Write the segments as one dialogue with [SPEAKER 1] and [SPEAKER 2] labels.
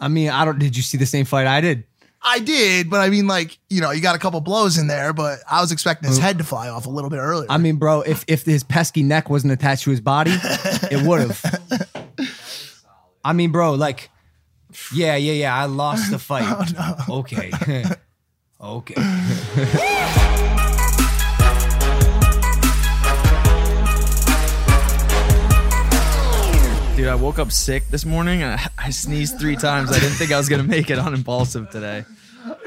[SPEAKER 1] I mean, I don't. Did you see the same fight I did?
[SPEAKER 2] I did, but I mean, like, you know, you got a couple blows in there, but I was expecting his head to fly off a little bit earlier.
[SPEAKER 1] I mean, bro, if if his pesky neck wasn't attached to his body, it would have. I mean, bro, like, yeah, yeah, yeah. I lost the fight.
[SPEAKER 3] Oh,
[SPEAKER 1] Okay, okay.
[SPEAKER 3] Dude, I woke up sick this morning and I, I sneezed three times. I didn't think I was gonna make it on impulsive today.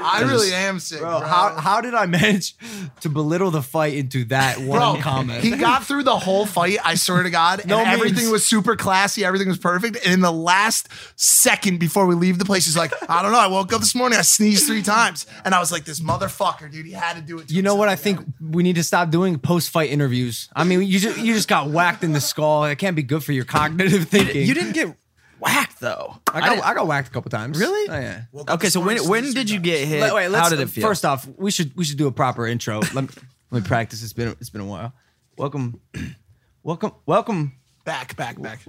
[SPEAKER 2] I really am sick.
[SPEAKER 1] Bro, how how did I manage to belittle the fight into that one
[SPEAKER 2] Bro,
[SPEAKER 1] comment?
[SPEAKER 2] He got through the whole fight, I swear to God.
[SPEAKER 1] No
[SPEAKER 2] and
[SPEAKER 1] memes.
[SPEAKER 2] everything was super classy, everything was perfect. And in the last second before we leave the place, he's like, I don't know. I woke up this morning, I sneezed three times. And I was like, this motherfucker, dude, he had to do it. to
[SPEAKER 1] You know what? I
[SPEAKER 2] himself.
[SPEAKER 1] think we need to stop doing post-fight interviews. I mean, you just you just got whacked in the skull. It can't be good for your cognitive thinking.
[SPEAKER 3] You didn't get whacked though.
[SPEAKER 1] I got,
[SPEAKER 3] didn't-
[SPEAKER 1] I, got whacked a couple times.
[SPEAKER 3] Really?
[SPEAKER 1] Oh, yeah.
[SPEAKER 2] Woke up
[SPEAKER 3] okay,
[SPEAKER 2] this
[SPEAKER 3] so when
[SPEAKER 2] morning,
[SPEAKER 3] when
[SPEAKER 2] sneezed
[SPEAKER 3] did
[SPEAKER 2] three
[SPEAKER 3] you
[SPEAKER 2] times.
[SPEAKER 3] get hit?
[SPEAKER 1] Let- wait, let's,
[SPEAKER 3] How did it feel?
[SPEAKER 1] First off, we should we should do a proper intro. Let me let me practice. It's been it's been a while. Welcome, welcome, welcome,
[SPEAKER 2] Back, back, back.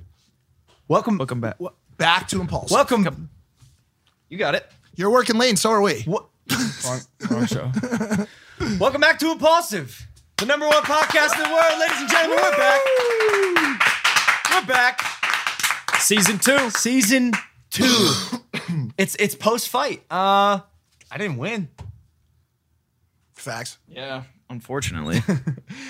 [SPEAKER 1] welcome,
[SPEAKER 3] welcome back.
[SPEAKER 2] Back to impulse.
[SPEAKER 1] welcome.
[SPEAKER 3] You got it.
[SPEAKER 2] You're working late, and so are we.
[SPEAKER 1] What? wrong, wrong show. welcome back to Impulsive, the number one podcast in the world, ladies and gentlemen. We're back. We're back.
[SPEAKER 3] Season two.
[SPEAKER 1] Season two. it's it's post fight. Uh, I didn't win.
[SPEAKER 2] Facts.
[SPEAKER 3] Yeah. Unfortunately.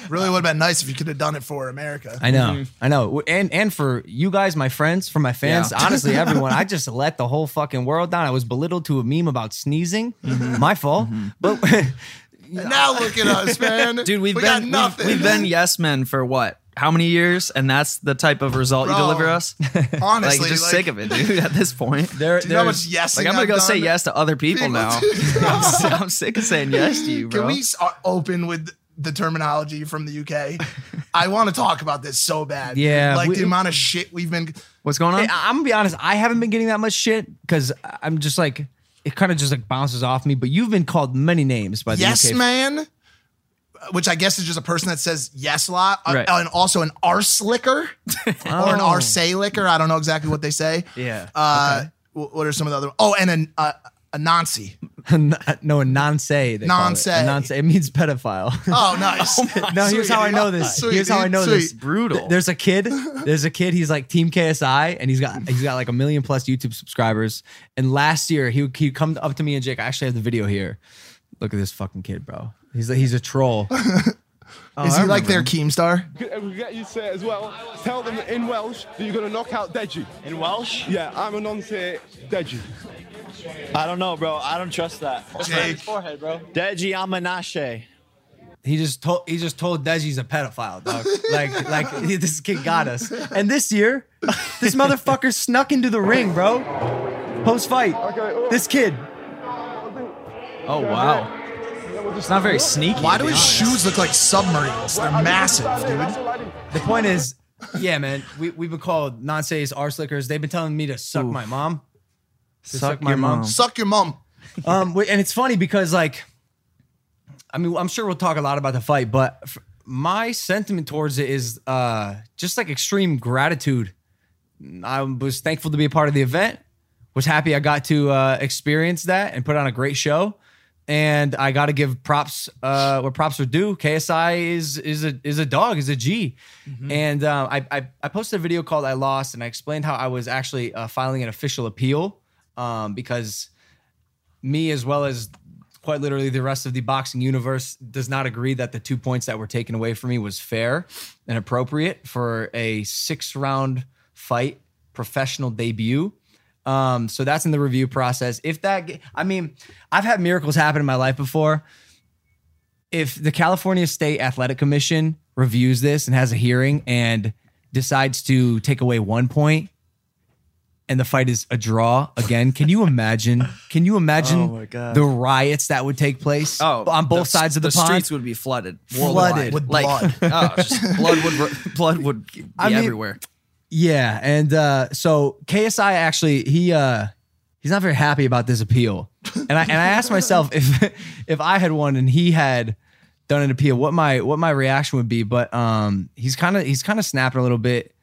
[SPEAKER 2] Really would have been nice if you could have done it for America.
[SPEAKER 1] I know, I know, and and for you guys, my friends, for my fans,
[SPEAKER 3] Yeah.
[SPEAKER 1] honestly, everyone, I just let the whole fucking world down. I was belittled to a meme about sneezing, my fault. But
[SPEAKER 2] now look at us, man.
[SPEAKER 3] Dude, we've
[SPEAKER 2] we
[SPEAKER 3] been
[SPEAKER 2] got
[SPEAKER 3] we've-
[SPEAKER 2] nothing.
[SPEAKER 3] We've, been yes men for what? How many years? And that's the type of result you
[SPEAKER 2] Bro.
[SPEAKER 3] deliver us?
[SPEAKER 2] honestly
[SPEAKER 3] like just sick of it, dude, at this point.
[SPEAKER 1] there,
[SPEAKER 2] Do you know how
[SPEAKER 1] there's-
[SPEAKER 2] much yes?
[SPEAKER 3] Like I'm gonna go say yes to other people
[SPEAKER 2] People
[SPEAKER 3] now.
[SPEAKER 2] do.
[SPEAKER 3] I'm, s- I'm sick of saying yes to you, bro.
[SPEAKER 2] Can we s- uh, open with the terminology from the UK? I want to talk about this so bad. dude.
[SPEAKER 1] Yeah,
[SPEAKER 2] like
[SPEAKER 1] we-
[SPEAKER 2] the amount of shit we've been.
[SPEAKER 3] What's going on?
[SPEAKER 1] Hey, I- I'm gonna be honest. I haven't been getting that much shit because I'm just like it kind of just like bounces off me. But you've been called many names by the
[SPEAKER 2] Yes,
[SPEAKER 1] UK.
[SPEAKER 2] man. Which I guess is just a person that says yes a lot, uh,
[SPEAKER 3] Right.
[SPEAKER 2] and also an arse licker or an
[SPEAKER 1] Oh.
[SPEAKER 2] arse licker. I don't know exactly what they say.
[SPEAKER 3] Yeah,
[SPEAKER 2] Uh, wh- What are some of the other? Oh, and an uh, a Nancy.
[SPEAKER 1] no, a nonce.
[SPEAKER 2] Nonce.
[SPEAKER 1] Nonce. It means pedophile.
[SPEAKER 2] Oh, nice.
[SPEAKER 1] No, here's
[SPEAKER 2] Sweet,
[SPEAKER 1] how I
[SPEAKER 2] dude.
[SPEAKER 1] know this.
[SPEAKER 2] Sweet,
[SPEAKER 1] here's how I
[SPEAKER 2] dude.
[SPEAKER 1] know this.
[SPEAKER 2] Sweet.
[SPEAKER 3] Brutal.
[SPEAKER 1] Th- There's a kid. There's a kid. He's like Team KSI, and he's got he's got like a million plus YouTube subscribers. And last year, he would he'd come up to me and Jake. I actually have the video here. Look at this fucking kid, bro. He's like he's a troll. Oh,
[SPEAKER 2] Is he like their Keemstar?
[SPEAKER 4] And we get you to say it as well. Tell them in Welsh that you're going to knock out Deji.
[SPEAKER 5] In Welsh?
[SPEAKER 4] Yeah, I'm a non Deji.
[SPEAKER 5] I don't know, bro. I don't trust that.
[SPEAKER 2] Jake.
[SPEAKER 5] forehead, bro. Deji Amanashe.
[SPEAKER 1] He just told he just told Deji's a pedophile, dog. like like he- this kid got us. And this year, this motherfucker snuck into the ring, bro. Post fight, this kid.
[SPEAKER 3] oh wow, it's not very sneaky.
[SPEAKER 2] Why
[SPEAKER 3] to
[SPEAKER 2] do
[SPEAKER 3] be
[SPEAKER 2] his
[SPEAKER 3] honest.
[SPEAKER 2] shoes look like submarines? They're massive, dude.
[SPEAKER 1] The point is, yeah, man, we we've been called nonsense arse lickers. They've been telling me to suck my mom. To
[SPEAKER 3] Suck your mom.
[SPEAKER 2] Suck your mom.
[SPEAKER 1] Um, wait, and it's funny because like, I mean, I'm sure we'll talk a lot about the fight, but f- my sentiment towards it is uh, just like extreme gratitude. I was thankful to be a part of the event. Was happy I got to uh, experience that and put on a great show. And I got to give props uh, where props are due. KSI is is a is a dog, is a G. And uh, I, I I posted a video called "I Lost" and I explained how I was actually uh, filing an official appeal um, because me as well as quite literally the rest of the boxing universe does not agree that the two points that were taken away from me was fair and appropriate for a six round fight professional debut um so that's in the review process if that ge- i mean i've had miracles happen in my life before if the california state athletic commission reviews this and has a hearing and decides to take away one point and the fight is a draw again. Can you imagine? Can you imagine
[SPEAKER 3] Oh my God.
[SPEAKER 1] the riots that would take place on both
[SPEAKER 3] Oh, the-
[SPEAKER 1] sides of the,
[SPEAKER 3] the
[SPEAKER 1] pond?
[SPEAKER 3] streets would be flooded,
[SPEAKER 1] Flooded
[SPEAKER 3] worldwide.
[SPEAKER 1] with
[SPEAKER 3] like,
[SPEAKER 2] blood.
[SPEAKER 3] oh, just blood would blood would be
[SPEAKER 1] I mean-
[SPEAKER 3] everywhere.
[SPEAKER 1] Yeah, and uh, so KSI actually he uh, he's not very happy about this appeal, and I and I asked myself if if I had won and he had done an appeal, what my what my reaction would be. But um, he's kind of he's kind of snapping a little bit.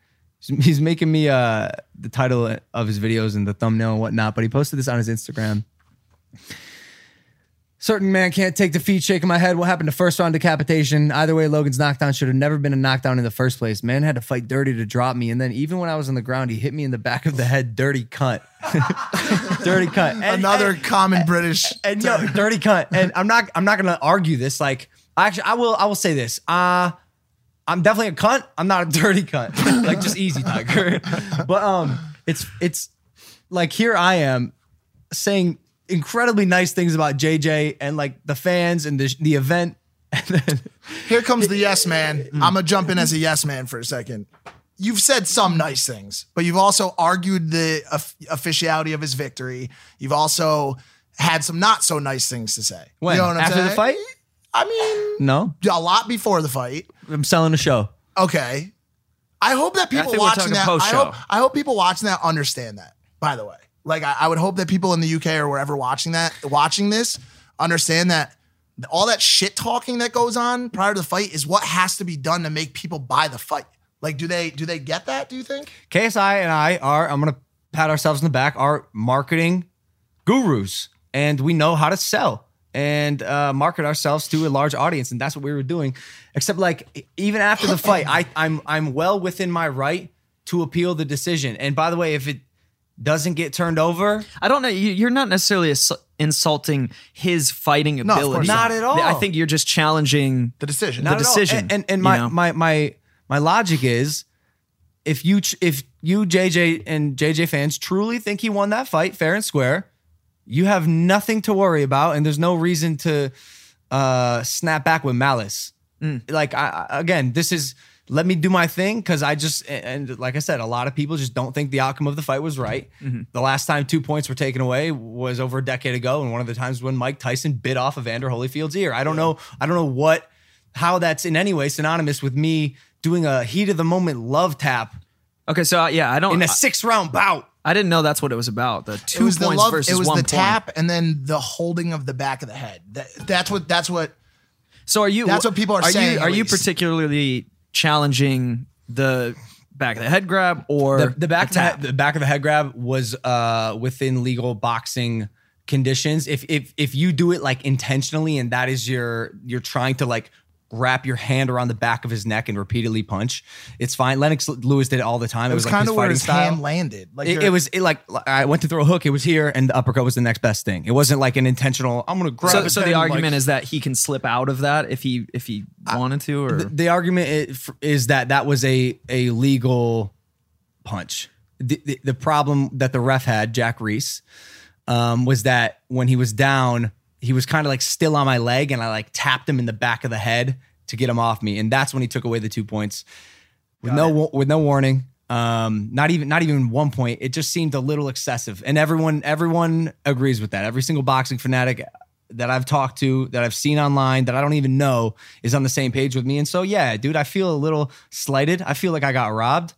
[SPEAKER 1] He's he's making me uh the title of his videos and the thumbnail and whatnot. But he posted this on his Instagram. Certain man can't take defeat, shaking my head. What happened to first round decapitation? Either way, Logan's knockdown should have never been a knockdown in the first place. Man had to fight dirty to drop me. And then even when I was on the ground, he hit me in the back of the head. Dirty cunt. dirty cunt. And-
[SPEAKER 2] Another common British.
[SPEAKER 1] and no, dirty cunt. And I'm not I'm not gonna argue this. Like actually I will I will say this. Uh I'm definitely a cunt. I'm not a dirty cunt. like just easy, Tiger. but um it's it's like here I am saying incredibly nice things about JJ and like the fans and the, the event. And then
[SPEAKER 2] Here comes the yes man. I'm gonna jump in as a yes man for a second. You've said some nice things, but you've also argued the of- officiality of his victory. You've also had some not so nice things to say.
[SPEAKER 1] when
[SPEAKER 2] you know what I'm
[SPEAKER 1] after the
[SPEAKER 2] saying?
[SPEAKER 1] fight?
[SPEAKER 2] I mean,
[SPEAKER 1] No.
[SPEAKER 2] a lot before the fight.
[SPEAKER 1] I'm selling the show.
[SPEAKER 2] Okay. I hope that people
[SPEAKER 3] think we're
[SPEAKER 2] watching
[SPEAKER 3] talking
[SPEAKER 2] that. I
[SPEAKER 3] post-show.
[SPEAKER 2] hope, I hope people watching that understand that. By the way, like I, I would hope that people in the UK or wherever watching that, watching this, understand that all that shit talking that goes on prior to the fight is what has to be done to make people buy the fight. Like, do they do they get that? Do you think?
[SPEAKER 1] KSI and I are, I'm going to pat ourselves in the back, are marketing gurus. And we know how to sell and uh, market ourselves to a large audience. And that's what we were doing. Except, like, e- even after the fight, I, I'm, I'm well within my right to appeal the decision. And by the way, if it doesn't get turned over,
[SPEAKER 3] I don't know. you- You're not necessarily ins- insulting his fighting
[SPEAKER 2] of
[SPEAKER 3] ability.
[SPEAKER 2] course
[SPEAKER 1] Not
[SPEAKER 2] not.
[SPEAKER 1] at all.
[SPEAKER 3] I think you're just challenging.
[SPEAKER 2] The decision.
[SPEAKER 1] not
[SPEAKER 3] the
[SPEAKER 1] at all.
[SPEAKER 3] decision,
[SPEAKER 1] And and, and
[SPEAKER 3] you
[SPEAKER 1] my,
[SPEAKER 3] know?
[SPEAKER 1] my my my logic is if you ch- if you JJ and JJ fans truly think he won that fight fair and square, you have nothing to worry about, and there's no reason to uh, snap back with malice. Mm. Like I, I- again, this is let me do my thing because I just and and like I said, a lot of people just don't think the outcome of the fight was right. The last time two points were taken away was over a decade ago, and one of the times when Mike Tyson bit off Evander Holyfield's ear. I don't know. I don't know what how that's in any way synonymous with me doing a heat of the moment love tap
[SPEAKER 3] Okay, so uh, yeah, I don't.
[SPEAKER 1] in
[SPEAKER 3] I
[SPEAKER 1] a six round bout.
[SPEAKER 3] I didn't know that's what it was about. The two
[SPEAKER 2] it was the
[SPEAKER 3] points
[SPEAKER 2] love.
[SPEAKER 3] versus
[SPEAKER 2] It was
[SPEAKER 3] one
[SPEAKER 2] the
[SPEAKER 3] point.
[SPEAKER 2] tap and then the holding of the back of the head. That, that's what. That's what.
[SPEAKER 3] So are you?
[SPEAKER 2] That's what people are saying,
[SPEAKER 3] You, are
[SPEAKER 2] at
[SPEAKER 3] you
[SPEAKER 2] least.
[SPEAKER 3] particularly challenging the back of the head grab or
[SPEAKER 1] The, the back of the,
[SPEAKER 3] tap?
[SPEAKER 1] head, the back of the head grab was uh, within legal boxing conditions. If if if you do it like intentionally and that is your you're trying to like wrap your hand around the back of his neck and repeatedly punch, it's fine. Lennox Lewis did it all the time. It,
[SPEAKER 2] It was,
[SPEAKER 1] was, like
[SPEAKER 2] kind
[SPEAKER 1] his
[SPEAKER 2] of where
[SPEAKER 1] fighting
[SPEAKER 2] his
[SPEAKER 1] style.
[SPEAKER 2] hand landed. Like
[SPEAKER 1] it,
[SPEAKER 2] you're-
[SPEAKER 1] it was it like I went to throw a hook. It was here, and the uppercut was the next best thing. It wasn't like an intentional. I'm gonna grab.
[SPEAKER 3] So,
[SPEAKER 1] his
[SPEAKER 3] so
[SPEAKER 1] head
[SPEAKER 3] the
[SPEAKER 1] and, like,
[SPEAKER 3] argument is that he can slip out of that if he if he wanted to, or
[SPEAKER 1] the argument i- f- is that that was a a legal punch. The, the, the problem that the ref had, Jack Reese, um, was that when he was down, he was kind of like still on my leg, and I like tapped him in the back of the head to get him off me, and that's when he took away the two points with no wa- with no warning. Um, not even not even one point. It just seemed a little excessive, and everyone everyone agrees with that. Every single boxing fanatic that I've talked to, that I've seen online, that I don't even know, is on the same page with me. And so, yeah, dude, I feel a little slighted. I feel like I got robbed.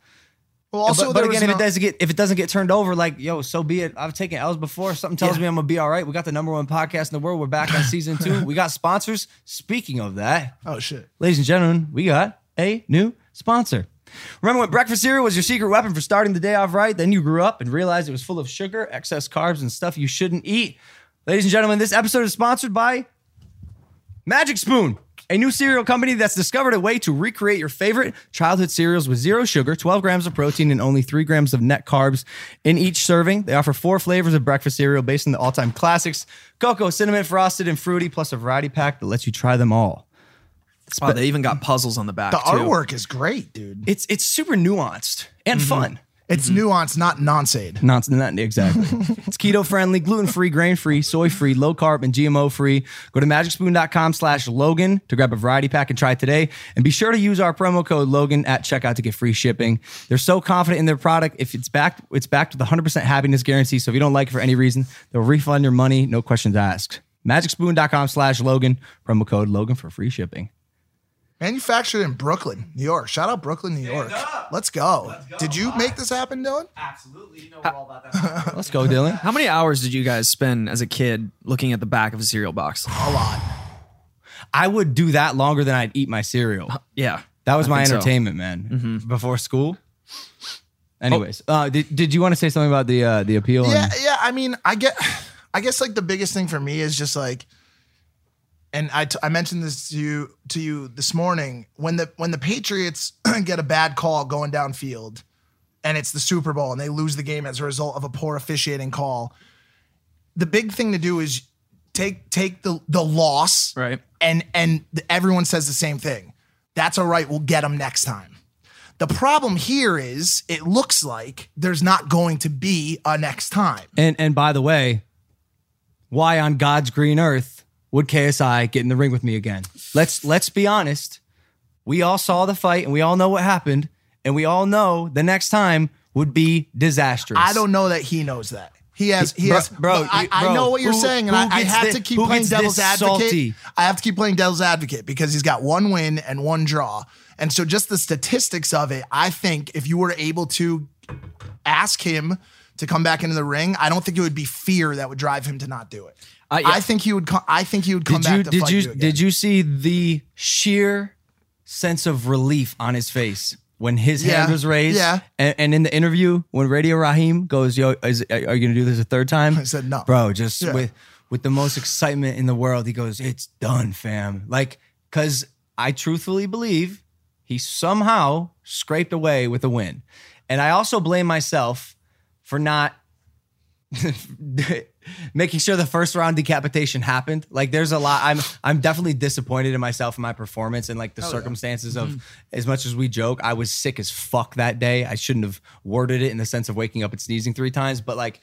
[SPEAKER 2] Well, also,
[SPEAKER 1] but, but
[SPEAKER 2] there was
[SPEAKER 1] again, if it
[SPEAKER 2] no-
[SPEAKER 1] doesn't get if it doesn't get turned over, like yo, so be it. I've taken L's before. Something tells me I'm gonna be all right. We got the number one podcast in the world. We're back on season two. We got sponsors. Speaking of that,
[SPEAKER 2] Oh shit.
[SPEAKER 1] ladies and gentlemen, we got a new sponsor. Remember when breakfast cereal was your secret weapon for starting the day off right? Then you grew up and realized it was full of sugar, excess carbs, and stuff you shouldn't eat. Ladies and gentlemen, this episode is sponsored by Magic Spoon, a new cereal company that's discovered a way to recreate your favorite childhood cereals with zero sugar, 12 grams of protein, and only 3 grams of net carbs in each serving. They offer four flavors of breakfast cereal based on the all time classics cocoa, cinnamon, frosted, and fruity, plus a variety pack that lets you try them all.
[SPEAKER 3] Wow, they even got puzzles on the back.
[SPEAKER 2] The
[SPEAKER 3] too.
[SPEAKER 2] artwork is great, dude.
[SPEAKER 1] it's it's super nuanced and fun.
[SPEAKER 2] It's nuance, not nonsaid.
[SPEAKER 1] Mm-hmm. Not, not exactly. it's keto friendly, gluten free, grain free, soy free, low carb, and GMO free. Go to magicspoon.com slash Logan to grab a variety pack and try it today. And be sure to use our promo code Logan at checkout to get free shipping. They're so confident in their product. If it's backed, it's backed with 100% happiness guarantee. So if you don't like it for any reason, they'll refund your money. No questions asked. Magicspoon.com slash Logan, promo code Logan for free shipping.
[SPEAKER 2] Manufactured in Brooklyn, New York. Shout out Brooklyn, New York. Let's go. Did you make this happen, Dylan?
[SPEAKER 1] Let's go, Dylan.
[SPEAKER 3] How many hours did you guys spend as a kid looking at the back of a cereal box?
[SPEAKER 2] A lot.
[SPEAKER 1] I would do that longer than I'd eat my cereal.
[SPEAKER 3] Yeah.
[SPEAKER 1] That was
[SPEAKER 3] I
[SPEAKER 1] my
[SPEAKER 3] think so. Mm-hmm. Oh.
[SPEAKER 1] entertainment, man. Before school. Anyways, uh, did, did you want to say something about the uh, the appeal?
[SPEAKER 2] Yeah,
[SPEAKER 1] and-
[SPEAKER 2] yeah. I mean, I get, I guess like the biggest thing for me is just like, and I, t- I mentioned this to you to you this morning when the when the Patriots get a bad call going downfield, and it's the Super Bowl and they lose the game as a result of a poor officiating call. The big thing to do is take take the the loss
[SPEAKER 3] Right.
[SPEAKER 2] and and th- everyone says the same thing. That's all right. We'll get them next time. The problem here is it looks like there's not going to be a next time.
[SPEAKER 1] And and by the way, why on God's green earth would KSI get in the ring with me again? Let's let's be honest. We all saw the fight and we all know what happened, and we all know the next time would be disastrous.
[SPEAKER 2] I don't know that he knows that. He has, he
[SPEAKER 1] Bro-
[SPEAKER 2] has,
[SPEAKER 1] bro,
[SPEAKER 2] but I,
[SPEAKER 1] you-
[SPEAKER 2] I
[SPEAKER 1] bro,
[SPEAKER 2] know what you're
[SPEAKER 1] who-
[SPEAKER 2] saying, and
[SPEAKER 1] who
[SPEAKER 2] I, I
[SPEAKER 1] gets
[SPEAKER 2] have
[SPEAKER 1] thi-
[SPEAKER 2] to keep
[SPEAKER 1] who
[SPEAKER 2] playing
[SPEAKER 1] gets
[SPEAKER 2] devil's
[SPEAKER 1] this
[SPEAKER 2] advocate.
[SPEAKER 1] salty?
[SPEAKER 2] I have to keep playing devil's advocate because he's got one win and one draw. And so, just the statistics of it, I think if you were able to ask him to come back into the ring, I don't think it would be fear that would drive him to not do it.
[SPEAKER 3] I-
[SPEAKER 2] I,
[SPEAKER 3] yeah.
[SPEAKER 2] think he would. Co- I think he would come
[SPEAKER 1] Uh, Did you
[SPEAKER 2] back to
[SPEAKER 1] did
[SPEAKER 2] fight
[SPEAKER 1] you,
[SPEAKER 2] you. again.
[SPEAKER 1] did you see the sheer sense of relief on his face when his hand
[SPEAKER 2] Yeah.
[SPEAKER 1] was raised?
[SPEAKER 2] Yeah.
[SPEAKER 1] And, and in the interview, when Radio Rahim goes, "Yo, is, are you gonna do this a third time?" I
[SPEAKER 2] said, "No."
[SPEAKER 1] bro. Just
[SPEAKER 2] Yeah.
[SPEAKER 1] with with the most excitement in the world, he goes, "It's done, fam." Like, cause I truthfully believe he somehow scraped away with a win, and I also blame myself for not making sure the first round decapitation happened. Like there's a lot. I'm I'm definitely disappointed in myself and my performance and like
[SPEAKER 3] Oh,
[SPEAKER 1] the circumstances
[SPEAKER 3] Mm-hmm.
[SPEAKER 1] of as much as we joke, I was sick as fuck that day. I shouldn't have worded it in the sense of waking up and sneezing three times, but like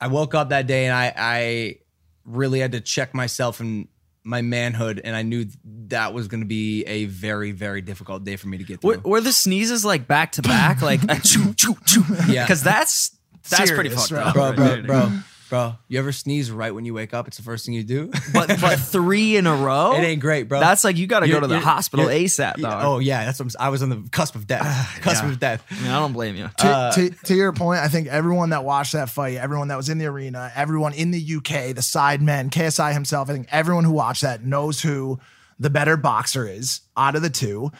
[SPEAKER 1] I woke up that day and I I really had to check myself and my manhood and I knew that was going to be a very very difficult day for me to get through.
[SPEAKER 3] Were, were the sneezes like back to back, like a choo choo choo?
[SPEAKER 1] Yeah.
[SPEAKER 3] Because that's that's pretty
[SPEAKER 2] Serious,
[SPEAKER 3] fucked
[SPEAKER 2] right?
[SPEAKER 3] up,
[SPEAKER 1] bro, bro, bro. Bro, you ever sneeze right when you wake up? It's the first thing you do.
[SPEAKER 3] But but three in a row.
[SPEAKER 1] It ain't great, bro.
[SPEAKER 3] That's like you got to go
[SPEAKER 1] You're-
[SPEAKER 3] to the
[SPEAKER 1] you're-
[SPEAKER 3] hospital
[SPEAKER 1] you're-
[SPEAKER 3] ASAP,
[SPEAKER 1] Yeah,
[SPEAKER 3] dog.
[SPEAKER 1] Oh yeah, that's what I'm, s- I was on the cusp of death. cusp
[SPEAKER 3] yeah.
[SPEAKER 1] of death.
[SPEAKER 3] I, mean, I don't blame you. Uh,
[SPEAKER 2] to, to, to your point, I think everyone that watched that fight, everyone that was in the arena, everyone in the UK, the side men, KSI himself, I think everyone who watched that knows who the better boxer is out of the two.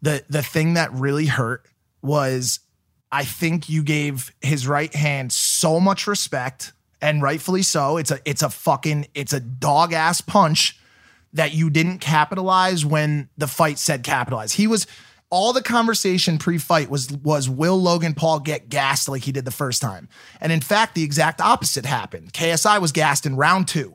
[SPEAKER 2] The the thing that really hurt was I think you gave his right hand so much respect, and rightfully so. It's a it's a fucking it's a dog ass punch that you didn't capitalize when the fight said capitalize. He was all the conversation pre-fight was was will Logan Paul get gassed like he did the first time? And in fact, the exact opposite happened. KSI was gassed in round 2.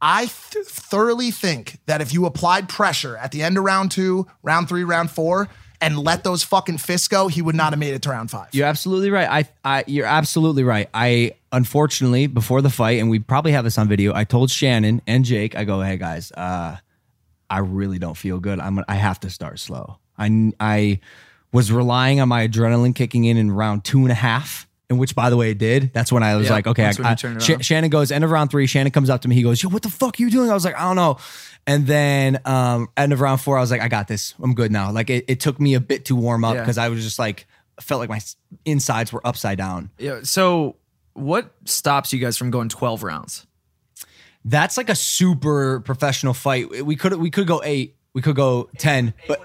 [SPEAKER 2] I th- thoroughly think that if you applied pressure at the end of round 2, round 3, round 4 and let those fucking fists go, he would not have made it to round 5.
[SPEAKER 1] You're absolutely right. I, I, you're absolutely right. I, unfortunately, before the fight, and we probably have this on video, I told Shannon and Jake, I go, hey guys, uh, I really don't feel good. I'm, gonna- I have to start slow. I, I was relying on my adrenaline kicking in in round two and a half. And which, by the way, it did. That's when I was
[SPEAKER 3] Yeah,
[SPEAKER 1] like, okay.
[SPEAKER 3] that's when
[SPEAKER 1] I,
[SPEAKER 3] you
[SPEAKER 1] I-
[SPEAKER 3] turned it
[SPEAKER 1] Sha-
[SPEAKER 3] off.
[SPEAKER 1] Shannon goes end of round three. Shannon comes up to me. He goes, "Yo, what the fuck are you doing?" I was like, "I don't know." And then um, end of round four, I was like, "I got this. I'm good now." Like it, it took me a bit to warm up
[SPEAKER 3] Yeah.
[SPEAKER 1] because I was just like felt like my s- insides were upside down.
[SPEAKER 3] Yeah, so what stops you guys from going 12 rounds?
[SPEAKER 1] That's like a super professional fight. We could we could go eight, we could go ten, but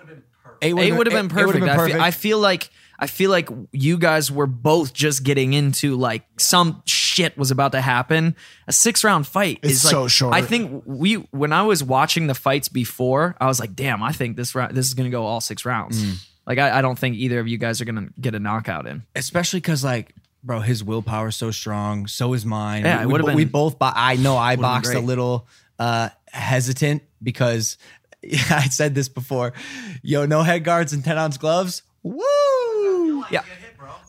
[SPEAKER 1] eight
[SPEAKER 3] It would have been
[SPEAKER 1] eight would've
[SPEAKER 3] perfect. I, feel, I feel like I feel like you guys were both just getting into like some shit was about to happen. A six round fight
[SPEAKER 2] It's
[SPEAKER 3] is like,
[SPEAKER 2] so short.
[SPEAKER 3] I think we when I was watching the fights before, I was like, damn, I think this round this is gonna go all six rounds. Like I, I don't think either of you guys are gonna get a knockout in.
[SPEAKER 1] especially because like bro his willpower is so strong so is mine
[SPEAKER 3] Yeah,
[SPEAKER 1] we,
[SPEAKER 3] it
[SPEAKER 1] we
[SPEAKER 3] would've
[SPEAKER 1] bo- we
[SPEAKER 3] been-
[SPEAKER 1] both bo- i know i
[SPEAKER 3] been
[SPEAKER 1] boxed a
[SPEAKER 3] great.
[SPEAKER 1] little uh hesitant because i said this before yo no head guards and 10 ounce gloves woo
[SPEAKER 3] Yeah.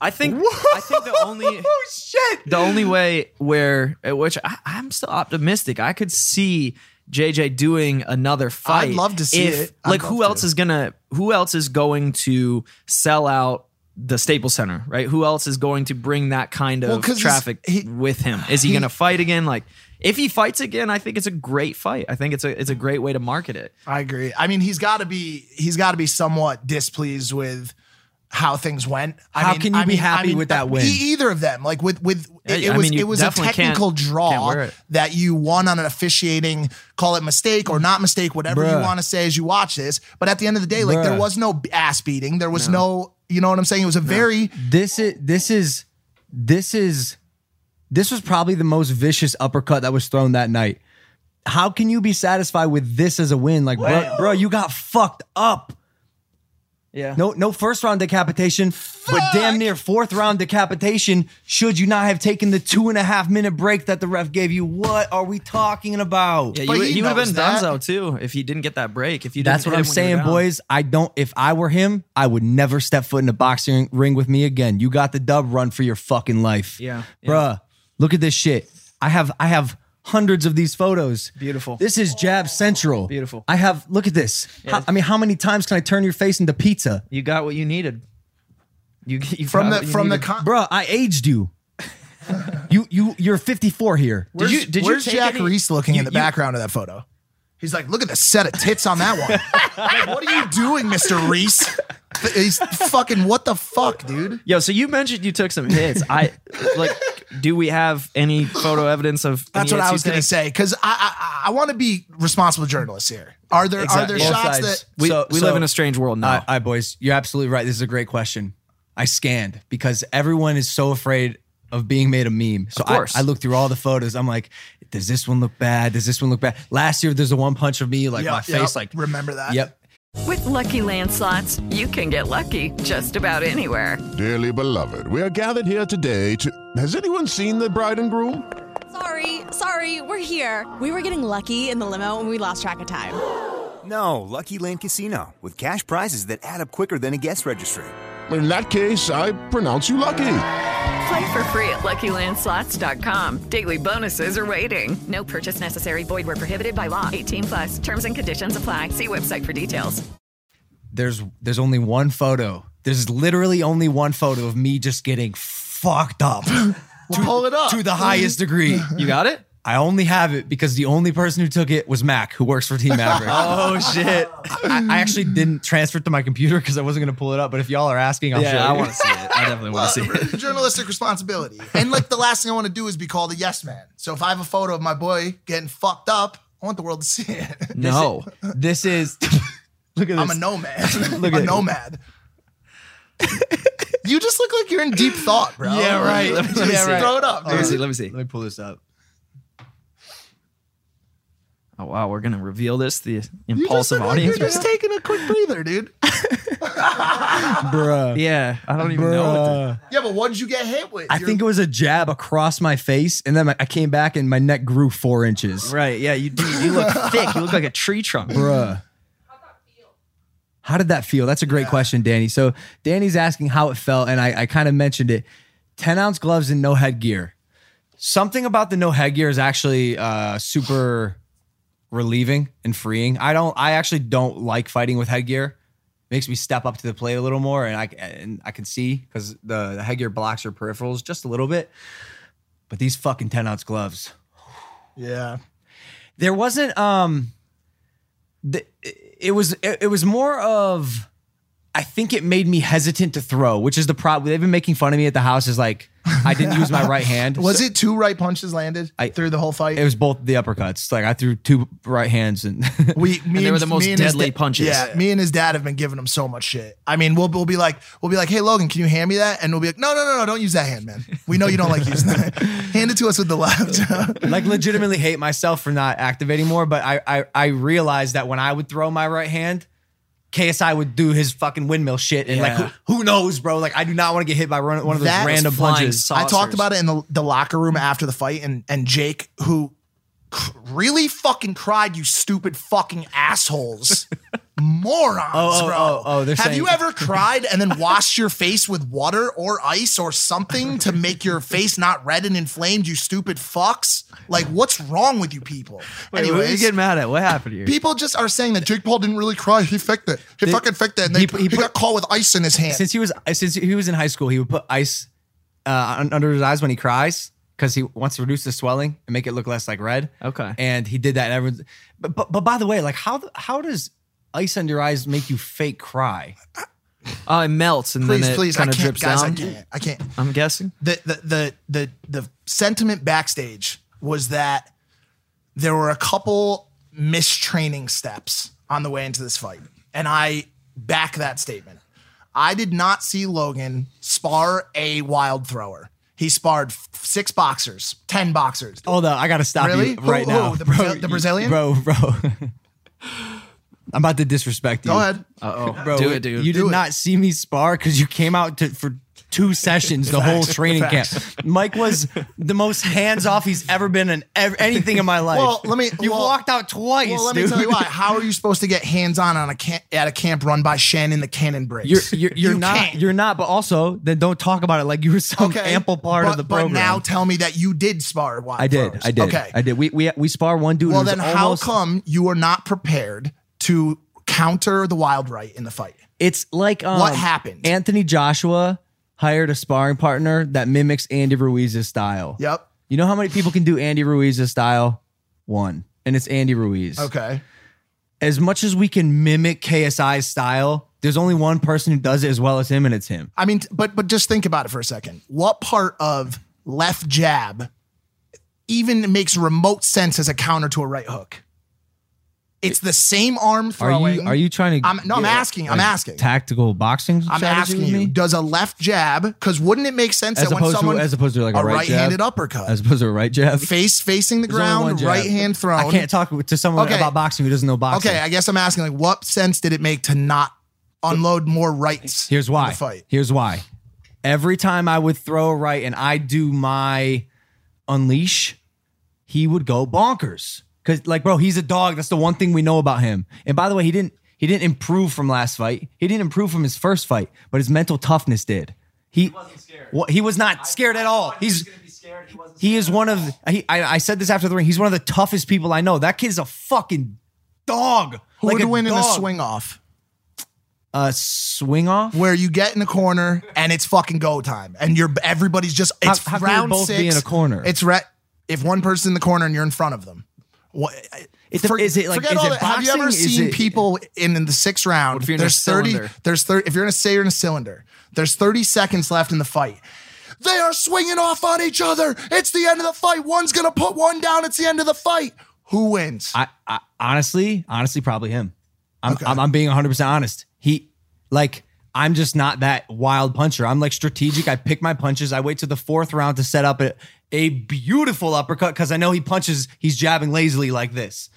[SPEAKER 3] I think I think the only
[SPEAKER 1] oh shit.
[SPEAKER 3] the only way where which I, I'm still optimistic. I could see JJ doing another fight.
[SPEAKER 2] love to see
[SPEAKER 3] if,
[SPEAKER 2] it. I'd
[SPEAKER 3] Like who
[SPEAKER 2] love
[SPEAKER 3] else
[SPEAKER 2] to.
[SPEAKER 3] is gonna who else is going to sell out the Staples Center, right? Who else is going to bring that kind of
[SPEAKER 2] Well, 'cause he's-
[SPEAKER 3] traffic
[SPEAKER 2] he-
[SPEAKER 3] with him? Is he, gonna fight again? Like if he fights again, I think it's a great fight. I think it's a it's a great way to market it.
[SPEAKER 2] I agree. I mean, he's got to be he's got to be somewhat displeased with how things went. I
[SPEAKER 1] How
[SPEAKER 2] mean,
[SPEAKER 1] can you
[SPEAKER 2] I
[SPEAKER 1] be
[SPEAKER 2] mean-
[SPEAKER 1] happy
[SPEAKER 2] I mean,
[SPEAKER 1] with that win?
[SPEAKER 2] e- Either of them, like with with it,
[SPEAKER 3] Yeah,
[SPEAKER 2] it
[SPEAKER 3] I
[SPEAKER 2] was
[SPEAKER 3] mean, you
[SPEAKER 2] it was a
[SPEAKER 3] definitely can't-
[SPEAKER 2] technical
[SPEAKER 3] can't wear
[SPEAKER 2] draw
[SPEAKER 3] it.
[SPEAKER 2] that you won on an officiating call it mistake or not mistake, whatever you
[SPEAKER 1] Bruh.
[SPEAKER 2] want to say as you watch this. But at the end of the day, like there
[SPEAKER 1] Bruh.
[SPEAKER 2] was no ass beating, there was no. you know what I'm saying? It was a very
[SPEAKER 1] This is this is this is this was probably the most vicious uppercut that was thrown that night. How can you be satisfied with this as a win? Like, bro, bro you got fucked up.
[SPEAKER 3] Yeah.
[SPEAKER 1] No, no first round decapitation, but damn near fourth round decapitation. Should you not have taken the two and a half minute break that the ref gave you? What are we talking about?
[SPEAKER 3] Yeah,
[SPEAKER 2] But
[SPEAKER 3] you, would-
[SPEAKER 2] he
[SPEAKER 3] you would have
[SPEAKER 2] knows
[SPEAKER 3] been
[SPEAKER 2] that.
[SPEAKER 3] Dunzo too if you didn't get that break. If you didn't
[SPEAKER 1] That's what
[SPEAKER 3] hit
[SPEAKER 1] I'm
[SPEAKER 3] him when you were
[SPEAKER 1] saying,
[SPEAKER 3] down.
[SPEAKER 1] boys. I don't. If I were him, I would never step foot in a boxing ring with me again. You got the dub. Run for your fucking life.
[SPEAKER 3] Yeah, yeah.
[SPEAKER 1] bruh. Look at this shit. I have. I have hundreds of these photos.
[SPEAKER 3] Beautiful.
[SPEAKER 1] This is Jab Central.
[SPEAKER 3] Beautiful.
[SPEAKER 1] I have. Look at this. How- I mean, how many times can I turn your face into pizza,
[SPEAKER 3] You got what you needed. You, you
[SPEAKER 2] from the
[SPEAKER 3] got what you
[SPEAKER 2] from the
[SPEAKER 3] needed.
[SPEAKER 2] con-
[SPEAKER 1] bruh? I aged you. you you you're 54 here.
[SPEAKER 3] Did you did
[SPEAKER 2] Where's
[SPEAKER 3] you take
[SPEAKER 2] Jack
[SPEAKER 3] any-
[SPEAKER 2] Reese looking
[SPEAKER 3] you-
[SPEAKER 2] in the
[SPEAKER 3] you-
[SPEAKER 2] background of that photo? He's like, look at the set of tits on that one. like, what are you doing, Mr. Reese? He's fucking what the fuck, dude?
[SPEAKER 3] Yo, so you mentioned you took some hits. I like. Do we have any photo evidence of?
[SPEAKER 2] That's
[SPEAKER 3] any
[SPEAKER 2] what
[SPEAKER 3] hits
[SPEAKER 2] I
[SPEAKER 3] you
[SPEAKER 2] was gonna
[SPEAKER 3] take?
[SPEAKER 2] say because I I, I want to be responsible journalists here. Are there are there
[SPEAKER 3] Exactly. Both
[SPEAKER 2] shots
[SPEAKER 1] sides.
[SPEAKER 2] that
[SPEAKER 3] We,
[SPEAKER 1] So-
[SPEAKER 3] we
[SPEAKER 1] so-
[SPEAKER 3] live in a strange world now.
[SPEAKER 1] I, I boys, you're absolutely right. This is a great question. I scanned because everyone is so afraid of being made a meme. So
[SPEAKER 3] Of course.
[SPEAKER 1] I, I looked through all the photos. I'm like, does this one look bad? Does this one look bad? Last year, there's a one punch of me, like
[SPEAKER 2] Yep,
[SPEAKER 1] my face,
[SPEAKER 2] yep.
[SPEAKER 1] like
[SPEAKER 2] Remember that.
[SPEAKER 1] Yep.
[SPEAKER 6] With Lucky Land slots, you can get lucky just about anywhere.
[SPEAKER 7] Dearly beloved, we are gathered here today to. Has anyone seen the bride and groom?
[SPEAKER 8] Sorry, sorry, we're here. We were getting lucky in the limo and we lost track of time. Oh
[SPEAKER 9] No, Lucky Land Casino, with cash prizes that add up quicker than a guest registry.
[SPEAKER 7] In that case, I pronounce you lucky.
[SPEAKER 6] Play for free at LuckyLandSlots.com. Daily bonuses are waiting. No purchase necessary. Void were prohibited by law. 18 plus. Terms and conditions apply. See website for details.
[SPEAKER 1] There's there's only one photo. There's literally only one photo of me just getting fucked up
[SPEAKER 2] Well, pull it up.
[SPEAKER 1] to the highest degree.
[SPEAKER 3] you got it?
[SPEAKER 1] I only have it because the only person who took it was Mac, who works for Team Maverick.
[SPEAKER 3] Oh shit!
[SPEAKER 1] I, I actually didn't transfer it to my computer because I wasn't gonna pull it up. But if y'all are asking, I'll show
[SPEAKER 3] yeah,
[SPEAKER 1] you.
[SPEAKER 3] I want to see it. I definitely want to see it.
[SPEAKER 2] journalistic responsibility. And like the last thing I want to do is be called a yes man. So if I have a photo of my boy getting fucked up, I want the world to see it.
[SPEAKER 3] No,
[SPEAKER 1] This is look at this.
[SPEAKER 2] I'm a nomad.
[SPEAKER 1] Look
[SPEAKER 2] a
[SPEAKER 1] at-
[SPEAKER 2] nomad. you just look like you're in deep thought, bro.
[SPEAKER 1] Yeah, right.
[SPEAKER 2] Let me,
[SPEAKER 3] Yeah,
[SPEAKER 2] just
[SPEAKER 3] right.
[SPEAKER 2] Throw it up,
[SPEAKER 3] let me see.
[SPEAKER 2] dude.
[SPEAKER 3] Let me see.
[SPEAKER 1] Let me pull this up.
[SPEAKER 3] Oh wow, we're gonna reveal this to the
[SPEAKER 2] You just
[SPEAKER 3] impulsive
[SPEAKER 2] look like
[SPEAKER 3] audience.
[SPEAKER 2] You're
[SPEAKER 3] right
[SPEAKER 2] just
[SPEAKER 3] now?
[SPEAKER 2] taking a quick breather, dude.
[SPEAKER 1] Bruh.
[SPEAKER 3] yeah, I don't even know. What to-
[SPEAKER 2] Yeah, but what did you get hit with?
[SPEAKER 1] I
[SPEAKER 2] Your-
[SPEAKER 1] think it was a jab across my face, and then my- I came back and my neck grew four inches.
[SPEAKER 3] right? Yeah, you do. You look thick. You look like a tree trunk.
[SPEAKER 1] Bruh. How did that feel? That's a great question, Danny. So Danny's asking how it felt, and I, I kind of mentioned it. 10 ounce gloves and no headgear. Something about the no headgear is actually uh, super relieving and freeing. I don't. I actually don't like fighting with headgear. Makes me step up to the plate a little more, and I and I can see because the, the headgear blocks your peripherals just a little bit. But these fucking ten ounce gloves.
[SPEAKER 2] Yeah.
[SPEAKER 1] There wasn't. Um, the, it was. It, it was more of. I think it made me hesitant to throw, which is the problem. They've been making fun of me at the house. Is like I didn't use my right hand.
[SPEAKER 2] Was it two right punches landed
[SPEAKER 1] I-
[SPEAKER 2] through the whole fight?
[SPEAKER 1] It was both the uppercuts. Like I threw two right hands and.
[SPEAKER 2] we, me and
[SPEAKER 3] they were the most
[SPEAKER 2] me and his
[SPEAKER 3] deadly
[SPEAKER 2] da-
[SPEAKER 3] punches.
[SPEAKER 2] Yeah, me and his dad have been giving him so much shit. I mean, we'll, we'll be like, we'll be like, hey Logan, can you hand me that? And we'll be like, no, no, no, no, don't use that hand, man. We know you don't like using that. hand it to us with the left.
[SPEAKER 1] like legitimately hate myself for not activating more, but I, I I realized that when I would throw my right hand, KSI would do his fucking windmill shit and
[SPEAKER 3] Yeah.
[SPEAKER 1] like who, who knows, bro? Like I do not want to get hit by run- one of those
[SPEAKER 2] That was
[SPEAKER 1] random
[SPEAKER 3] flying
[SPEAKER 1] punches.
[SPEAKER 3] so-
[SPEAKER 2] I talked
[SPEAKER 3] saucers.
[SPEAKER 2] about it in the, the locker room after the fight, and and Jake, who cr- really fucking cried, you stupid fucking assholes, morons,
[SPEAKER 1] Oh, oh,
[SPEAKER 2] bro.
[SPEAKER 1] oh, oh, they're
[SPEAKER 2] Have
[SPEAKER 1] saying-
[SPEAKER 2] you ever cried and then washed your face with water or ice or something to make your face not red and inflamed, you stupid fucks? Like, what's wrong with you people?
[SPEAKER 3] Wait, what are you getting mad at? What happened here?
[SPEAKER 2] People just are saying that Jake Paul didn't really cry. He faked it. He
[SPEAKER 1] They-
[SPEAKER 2] fucking faked it. And they,
[SPEAKER 1] he-
[SPEAKER 2] he,
[SPEAKER 1] he put-
[SPEAKER 2] got caught with ice in his hand.
[SPEAKER 1] Since he was uh, since he was in high school, he would put ice uh, un- under his eyes when he cries because he wants to reduce the swelling and make it look less like red.
[SPEAKER 3] Okay.
[SPEAKER 1] And he did that. And everyone's, but, but but by the way, like how th- how does ice under your eyes make you fake cry?
[SPEAKER 3] Oh, it melts and
[SPEAKER 2] please,
[SPEAKER 3] then it
[SPEAKER 2] please, I
[SPEAKER 3] kind
[SPEAKER 2] can't,
[SPEAKER 3] of drips
[SPEAKER 2] guys,
[SPEAKER 3] down.
[SPEAKER 2] I can't. I can't.
[SPEAKER 3] I'm guessing.
[SPEAKER 2] The, the the the the sentiment backstage was that there were a couple mistraining steps on the way into this fight, and I back that statement. I did not see Logan spar a wild thrower. He sparred f- six boxers, ten boxers.
[SPEAKER 1] Hold on, I gotta stop
[SPEAKER 2] Really?
[SPEAKER 1] you
[SPEAKER 2] Who-
[SPEAKER 1] right
[SPEAKER 2] who?
[SPEAKER 1] now.
[SPEAKER 2] The Brazil- the Brazilian?
[SPEAKER 1] bro, bro. I'm about to disrespect you.
[SPEAKER 2] Go ahead.
[SPEAKER 3] Uh oh.
[SPEAKER 1] bro.
[SPEAKER 3] Do it, dude.
[SPEAKER 1] You
[SPEAKER 2] Do
[SPEAKER 1] did
[SPEAKER 2] it.
[SPEAKER 1] not see me spar because you came out to, for two sessions the whole training camp. Mike was the most hands off he's ever been in ev- anything in my life.
[SPEAKER 2] Well, let me-
[SPEAKER 1] You
[SPEAKER 2] well-
[SPEAKER 1] walked out twice.
[SPEAKER 2] Well, let
[SPEAKER 1] dude.
[SPEAKER 2] me tell you why. How are you supposed to get hands on on a camp, at a camp run by Shannon the Cannon Briggs?
[SPEAKER 1] You're you're, you're
[SPEAKER 2] You
[SPEAKER 1] not
[SPEAKER 2] can't.
[SPEAKER 1] you're not. But also, then don't talk about it like you were some ample part
[SPEAKER 2] but,
[SPEAKER 1] of the
[SPEAKER 2] but
[SPEAKER 1] program.
[SPEAKER 2] now tell me that you did spar. Wild
[SPEAKER 1] I did.
[SPEAKER 2] Throwers.
[SPEAKER 1] I did.
[SPEAKER 2] Okay.
[SPEAKER 1] I did. We we we spar one dude.
[SPEAKER 2] well,
[SPEAKER 1] who was
[SPEAKER 2] then how
[SPEAKER 1] almost-
[SPEAKER 2] come you are not prepared to counter the Wild Right in the fight?
[SPEAKER 1] It's like um,
[SPEAKER 2] What happened?
[SPEAKER 1] Anthony Joshua hired a sparring partner that mimics Andy Ruiz's style.
[SPEAKER 2] Yep.
[SPEAKER 1] You know how many people can do Andy Ruiz's style? One. And it's Andy Ruiz.
[SPEAKER 2] Okay.
[SPEAKER 1] As much as we can mimic KSI's style, there's only one person who does it as well as him, and it's him.
[SPEAKER 2] I mean, t- but but just think about it for a second. What part of left jab even makes remote sense as a counter to a right hook? It's the same arm
[SPEAKER 1] Are
[SPEAKER 2] throwing.
[SPEAKER 1] you are you trying to
[SPEAKER 2] I'm, no, I'm
[SPEAKER 1] get,
[SPEAKER 2] asking. I'm
[SPEAKER 1] like,
[SPEAKER 2] asking.
[SPEAKER 1] Tactical boxing
[SPEAKER 2] I'm
[SPEAKER 1] strategy
[SPEAKER 2] asking
[SPEAKER 1] with
[SPEAKER 2] you,
[SPEAKER 1] me?
[SPEAKER 2] does a left jab, because wouldn't it make sense
[SPEAKER 1] As
[SPEAKER 2] that when
[SPEAKER 1] opposed
[SPEAKER 2] someone
[SPEAKER 1] to as opposed to like a,
[SPEAKER 2] a
[SPEAKER 1] right jab?
[SPEAKER 2] right-handed uppercut,
[SPEAKER 1] As opposed to a right jab.
[SPEAKER 2] face facing the
[SPEAKER 1] There's only one
[SPEAKER 2] ground,
[SPEAKER 1] jab.
[SPEAKER 2] right hand thrown.
[SPEAKER 1] I can't talk to someone
[SPEAKER 2] Okay.
[SPEAKER 1] about boxing who doesn't know boxing.
[SPEAKER 2] Okay, I guess I'm asking like what sense did it make to not unload more rights?
[SPEAKER 1] Here's
[SPEAKER 2] in
[SPEAKER 1] why.
[SPEAKER 2] the fight.
[SPEAKER 1] Here's why. Every time I would throw a right and I do my unleash, he would go bonkers. Cause like, bro, he's a dog. That's the one thing we know about him. And by the way, he didn't he didn't improve from last fight. He didn't improve from his first fight, but his mental toughness did. He, wasn't scared. he was not scared at all. He's he is one of he, I, I said this after the ring. He's one of the toughest people I know. That kid's a fucking dog.
[SPEAKER 2] Who
[SPEAKER 1] like
[SPEAKER 2] would
[SPEAKER 1] a
[SPEAKER 2] win in a
[SPEAKER 1] dog.
[SPEAKER 2] swing off
[SPEAKER 1] A swing off.
[SPEAKER 2] where you get in a corner and it's fucking go time and you're everybody's just
[SPEAKER 1] How-
[SPEAKER 2] it's
[SPEAKER 1] how can we
[SPEAKER 2] round
[SPEAKER 1] both be
[SPEAKER 2] six
[SPEAKER 1] in a corner?
[SPEAKER 2] It's re- if one person's in the corner and you're in front of them. What
[SPEAKER 1] It dep- is it like-
[SPEAKER 2] forget
[SPEAKER 1] is
[SPEAKER 2] all
[SPEAKER 1] it
[SPEAKER 2] that. Have you ever
[SPEAKER 1] boxing? Is
[SPEAKER 2] seen
[SPEAKER 1] it-
[SPEAKER 2] people in, in the sixth round?
[SPEAKER 3] if you're in a
[SPEAKER 2] there's thirty.
[SPEAKER 3] cylinder?
[SPEAKER 2] There's thirty. If you're in a say you're in a cylinder, there's thirty seconds left in the fight. They are swinging off on each other. It's the end of the fight. One's gonna put one down. It's the end of the fight. Who wins?
[SPEAKER 1] I, I honestly, honestly, probably him. I'm, I'm, I'm being 100 percent honest. He, like, I'm just not that wild puncher. I'm like strategic. I pick my punches. I wait to the fourth round to set up a, a beautiful uppercut because I know he punches. He's jabbing lazily like this.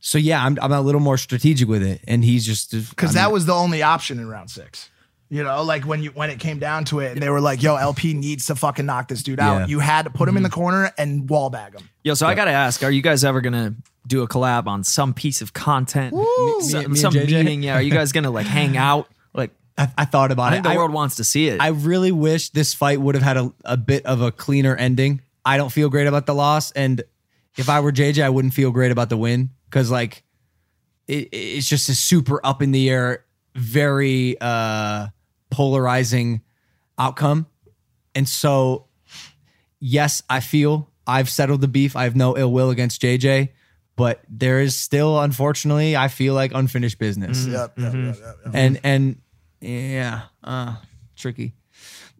[SPEAKER 1] So yeah, I'm, I'm a little more strategic with it, and he's just
[SPEAKER 2] because that was the only option in round six. You know, like when you when it came down to it, and they were like, "Yo, LP needs to fucking knock this dude out."
[SPEAKER 1] Yeah.
[SPEAKER 2] You had to put him in the corner and wall bag him.
[SPEAKER 3] Yo, so I gotta ask: Are you guys ever gonna do a collab on some piece of content?
[SPEAKER 1] Me- me
[SPEAKER 3] Some,
[SPEAKER 1] and
[SPEAKER 3] some
[SPEAKER 1] JJ?
[SPEAKER 3] meeting? Yeah. Are you guys gonna like hang out? Like,
[SPEAKER 1] I, I thought about
[SPEAKER 3] I
[SPEAKER 1] it.
[SPEAKER 3] think the world wants to see it.
[SPEAKER 1] I really wish this fight would have had a, a bit of a cleaner ending. I don't feel great about the loss, and if I were JJ, I wouldn't feel great about the win because like it, it's just a super up in the air, very uh, polarizing outcome. And so, yes, I feel I've settled the beef. I have no ill will against JJ, but there is still, unfortunately, I feel like unfinished business
[SPEAKER 2] Yep, yep, yep, yep, yep.
[SPEAKER 1] and and yeah, uh, tricky.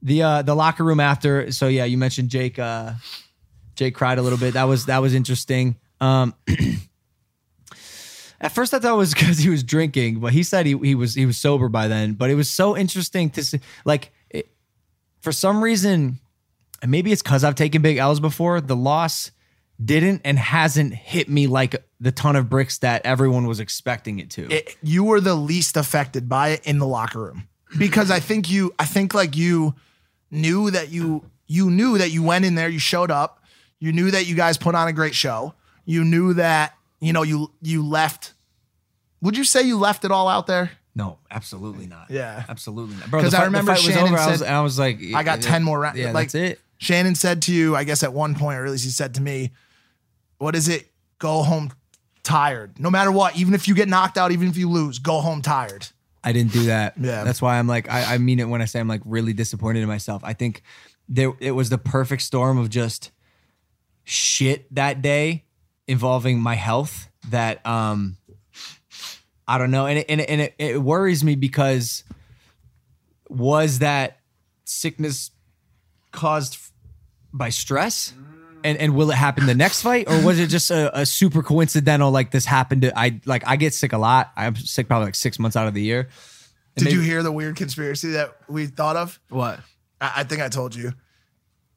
[SPEAKER 1] The uh, the locker room after. So yeah, you mentioned Jake. Uh, Jake cried a little bit. That was that was interesting. Um, at first, I thought it was because he was drinking, but he said he he was he was sober by then. But it was so interesting to see, like, it, for some reason, and maybe it's because I've taken big L's before. The loss didn't and hasn't hit me like the ton of bricks that everyone was expecting it to.
[SPEAKER 2] It- you were the least affected by it in the locker room because I think you, I think like you knew that you, you knew that you went in there, you showed up, you knew that you guys put on a great show, you knew that you know you you left Would you say you left it all out there?
[SPEAKER 1] No, absolutely not.
[SPEAKER 2] Yeah.
[SPEAKER 1] absolutely not. Bro, the
[SPEAKER 2] Because
[SPEAKER 1] fight-
[SPEAKER 2] I
[SPEAKER 1] the
[SPEAKER 2] remember
[SPEAKER 1] fight was
[SPEAKER 2] Shannon
[SPEAKER 1] over, I
[SPEAKER 2] said,
[SPEAKER 1] was- and I was like,
[SPEAKER 2] I got
[SPEAKER 1] yeah,
[SPEAKER 2] ten more rounds.
[SPEAKER 1] Yeah,
[SPEAKER 2] like,
[SPEAKER 1] that's it.
[SPEAKER 2] Shannon said to you, I guess at one point, or at least he said to me, "What is it? Go home tired. No matter what, even if you get knocked out, even if you lose, go home tired."
[SPEAKER 1] I didn't do that.
[SPEAKER 2] Yeah.
[SPEAKER 1] That's why I'm like, I, I mean it when I say I'm like really disappointed in myself. I think there it was the perfect storm of just shit that day involving my health that um I don't know. And it and it, and it, it worries me because was that sickness caused f- by stress? And, and will it happen the next fight, or was it just a, a super coincidental? Like this happened to I like I get sick a lot. I'm sick probably like six months out of the year.
[SPEAKER 2] Did
[SPEAKER 1] And
[SPEAKER 2] you
[SPEAKER 1] maybe-
[SPEAKER 2] hear the weird conspiracy that we thought of?
[SPEAKER 3] What?
[SPEAKER 2] I, I think I told you.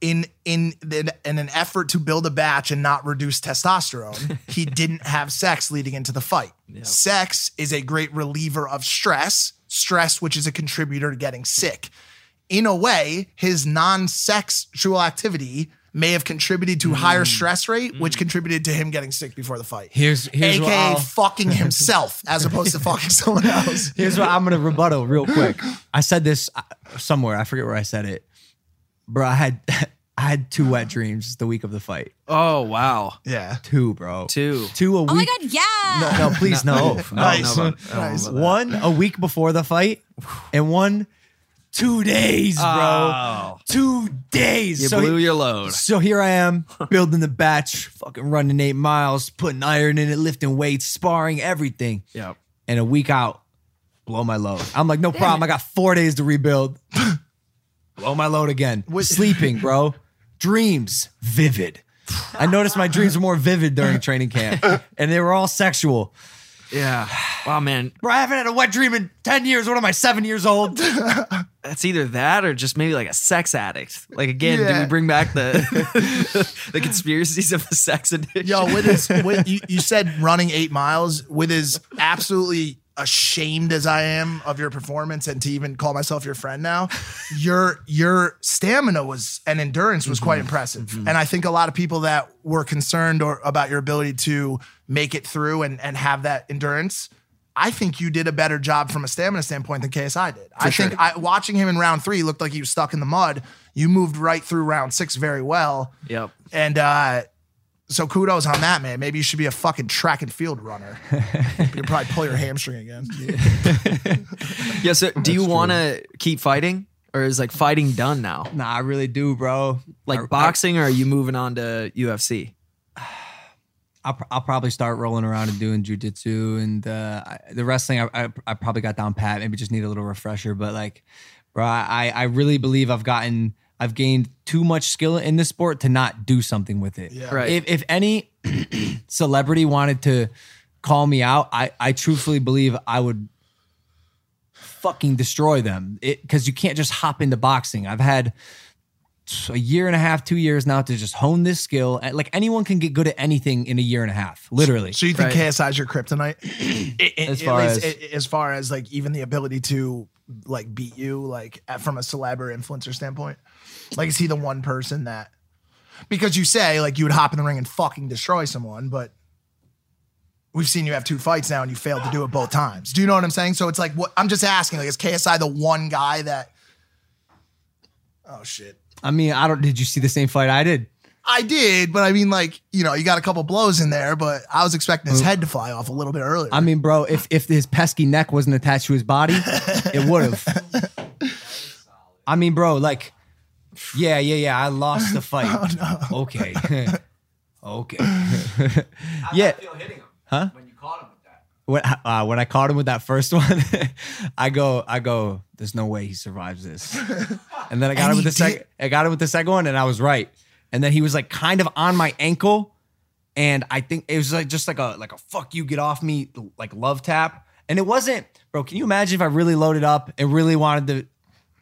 [SPEAKER 2] In in the, in an effort to build a batch and not reduce testosterone, he didn't have sex leading into the fight. Sex is a great reliever of stress, stress which is a contributor to getting sick. In a way, his non-sexual activity may have contributed to higher stress rate, which contributed to him getting sick before the fight.
[SPEAKER 1] Mm. Here's here's what
[SPEAKER 2] AKA
[SPEAKER 1] I'll,
[SPEAKER 2] fucking himself as opposed to fucking someone else.
[SPEAKER 1] here's what I'm gonna rebuttal real quick. I said this uh, somewhere. I forget where I said it, bro. I had I had two wet dreams the week of the fight.
[SPEAKER 3] Oh wow.
[SPEAKER 2] Yeah.
[SPEAKER 1] Two, bro.
[SPEAKER 3] Two.
[SPEAKER 1] Two a
[SPEAKER 8] Oh my
[SPEAKER 1] week.
[SPEAKER 8] god, yeah.
[SPEAKER 1] No, no, please no.
[SPEAKER 3] No, no, Nice. no, no, no, no,
[SPEAKER 2] Nice.
[SPEAKER 3] no, no.
[SPEAKER 1] One a week before the fight, and one two days, bro.
[SPEAKER 3] Oh.
[SPEAKER 1] Two days.
[SPEAKER 3] You
[SPEAKER 1] So
[SPEAKER 3] blew your load.
[SPEAKER 1] So here I am building the batch, fucking running eight miles, putting iron in it, lifting weights, sparring, everything.
[SPEAKER 3] Yep.
[SPEAKER 1] And a week out, blow my load. I'm like, no problem. I got four days to rebuild. blow my load again. Sleeping, bro. Dreams, vivid. I noticed my dreams were more vivid during training camp, and they were all sexual.
[SPEAKER 3] Yeah. Wow, man.
[SPEAKER 1] Bro, I haven't had a wet dream in 10 years. What am I, seven years old?
[SPEAKER 3] That's either that or just maybe like a sex addict. Like again, do
[SPEAKER 2] Yeah.
[SPEAKER 3] we bring back the the conspiracies of the sex addiction?
[SPEAKER 2] Yo, with his, with, you, you said running eight miles with as absolutely ashamed as I am of your performance and to even call myself your friend now, your your stamina was and endurance was quite impressive. And I think a lot of people that were concerned or about your ability to make it through and, and have that endurance. I think you did a better job from a stamina standpoint than KSI did. I think I, watching him in round three he looked like he was stuck in the mud. You moved right through round six very well.
[SPEAKER 3] Yep.
[SPEAKER 2] And uh, so kudos on that, man. Maybe you should be a fucking track and field runner. You'll probably pull your hamstring again.
[SPEAKER 3] Yeah. So, do you want to keep fighting, or is like fighting done now?
[SPEAKER 1] nah, I really do, bro.
[SPEAKER 3] Like
[SPEAKER 1] I- I-
[SPEAKER 3] boxing, or are you moving on to UFC?
[SPEAKER 1] I'll, pr- I'll probably start rolling around and doing jujitsu and uh, I, the wrestling. I, I, I probably got down pat. Maybe just need a little refresher. But like, bro, I I really believe I've gotten I've gained too much skill in this sport to not do something with it.
[SPEAKER 3] Right.
[SPEAKER 1] If if any celebrity wanted to call me out, I I truthfully believe I would fucking destroy them. It because you can't just hop into boxing. I've had a year and a half, two years now to just hone this skill. And, Like anyone can get good at anything in a year and a half, literally.
[SPEAKER 2] So you think
[SPEAKER 3] Right.
[SPEAKER 2] KSI's your kryptonite? I- I-
[SPEAKER 1] As
[SPEAKER 2] at
[SPEAKER 1] far as-
[SPEAKER 2] least i- as far as like even the ability to like beat you, like at- from a celeb or influencer standpoint, like is he the one person that? Because you say like you would hop in the ring and fucking destroy someone, but we've seen you have two fights now and you failed to do it both times. Do you know what I'm saying? So it's like what I'm just asking. Like is KSI the one guy that? Oh shit.
[SPEAKER 1] I mean, I don't. Did you see the same fight I did?
[SPEAKER 2] I did, but I mean, like, you know, you got a couple blows in there, but I was expecting his head to fly off a little bit earlier.
[SPEAKER 1] I mean, bro, if if his pesky neck wasn't attached to his body, it would have. I mean, bro, like, yeah, yeah, yeah. I lost the fight.
[SPEAKER 2] Oh,
[SPEAKER 1] Okay, okay. yeah. Huh? When, uh, when I caught him with that first one, I go, I go. There's no way he survives this. And then I got him
[SPEAKER 2] And
[SPEAKER 1] with
[SPEAKER 2] he
[SPEAKER 1] the second.
[SPEAKER 2] did.
[SPEAKER 1] I got him with the second one, and I was right. And then he was like kind of on my ankle, and I think it was like just like a like a fuck you get off me like love tap. And it wasn't, bro. Can you imagine if I really loaded up and really wanted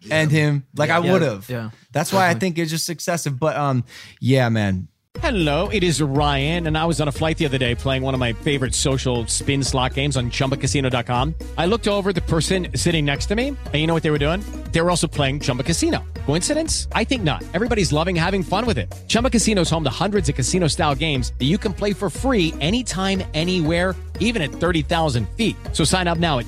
[SPEAKER 1] to end him? Like I
[SPEAKER 3] Yeah.
[SPEAKER 1] would have.
[SPEAKER 3] Yeah.
[SPEAKER 1] That's why I think it's just excessive. But um, yeah, man.
[SPEAKER 10] Hello, it is Ryan, and I was on a flight the other day playing one of my favorite social spin slot games on chumbacasino.com. I looked over at the person sitting next to me, and you know what they were doing? They were also playing Chumba Casino. Coincidence? I think not. Everybody's loving having fun with it. Chumba Casino is home to hundreds of casino style games that you can play for free anytime, anywhere even at 30,000 feet. So sign up now at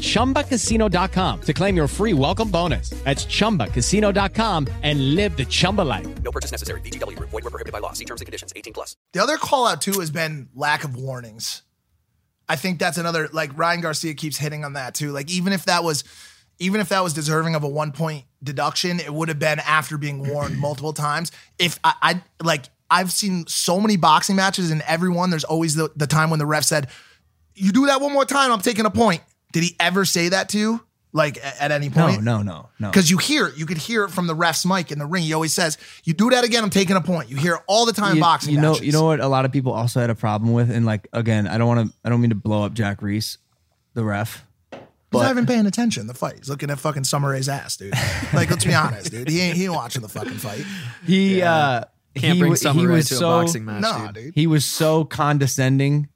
[SPEAKER 10] ChumbaCasino.com to claim your free welcome bonus. That's ChumbaCasino.com and live the Chumba life.
[SPEAKER 11] No purchase necessary. BGW. Void were prohibited by law. See terms and conditions. 18 plus.
[SPEAKER 2] The other call out too has been lack of warnings. I think that's another like Ryan Garcia keeps hitting on that too. Like even if that was even if that was deserving of a one point deduction, it would have been after being warned multiple times. If I, I like I've seen so many boxing matches and every one there's always the, the time when the ref said, "You do that one more time, I'm taking a point." Did he ever say that to you? Like a- at any
[SPEAKER 1] No,
[SPEAKER 2] point?
[SPEAKER 1] no, no, no.
[SPEAKER 2] Because you hear it, you could hear it from the ref's mic in the ring. He always says, "You do that again, I'm taking a point." You hear it all the time in
[SPEAKER 1] you,
[SPEAKER 2] boxing.
[SPEAKER 1] You know,
[SPEAKER 2] matches.
[SPEAKER 1] you know what? A lot of people also had a problem with, and like again, I don't want to. I don't mean to blow up Jack Reese, the ref.
[SPEAKER 2] He's
[SPEAKER 1] But-
[SPEAKER 2] not even paying attention. to The fight. He's looking at fucking Summer Rae's ass, dude. Like, let's be honest, dude. He ain't he ain't watching the fucking fight.
[SPEAKER 1] He uh,
[SPEAKER 2] Can't
[SPEAKER 1] he,
[SPEAKER 2] bring
[SPEAKER 1] wa-
[SPEAKER 2] Summer
[SPEAKER 1] he
[SPEAKER 2] Rae
[SPEAKER 1] was
[SPEAKER 2] to a
[SPEAKER 1] so,
[SPEAKER 2] boxing match, Nah, dude. dude.
[SPEAKER 1] He was so condescending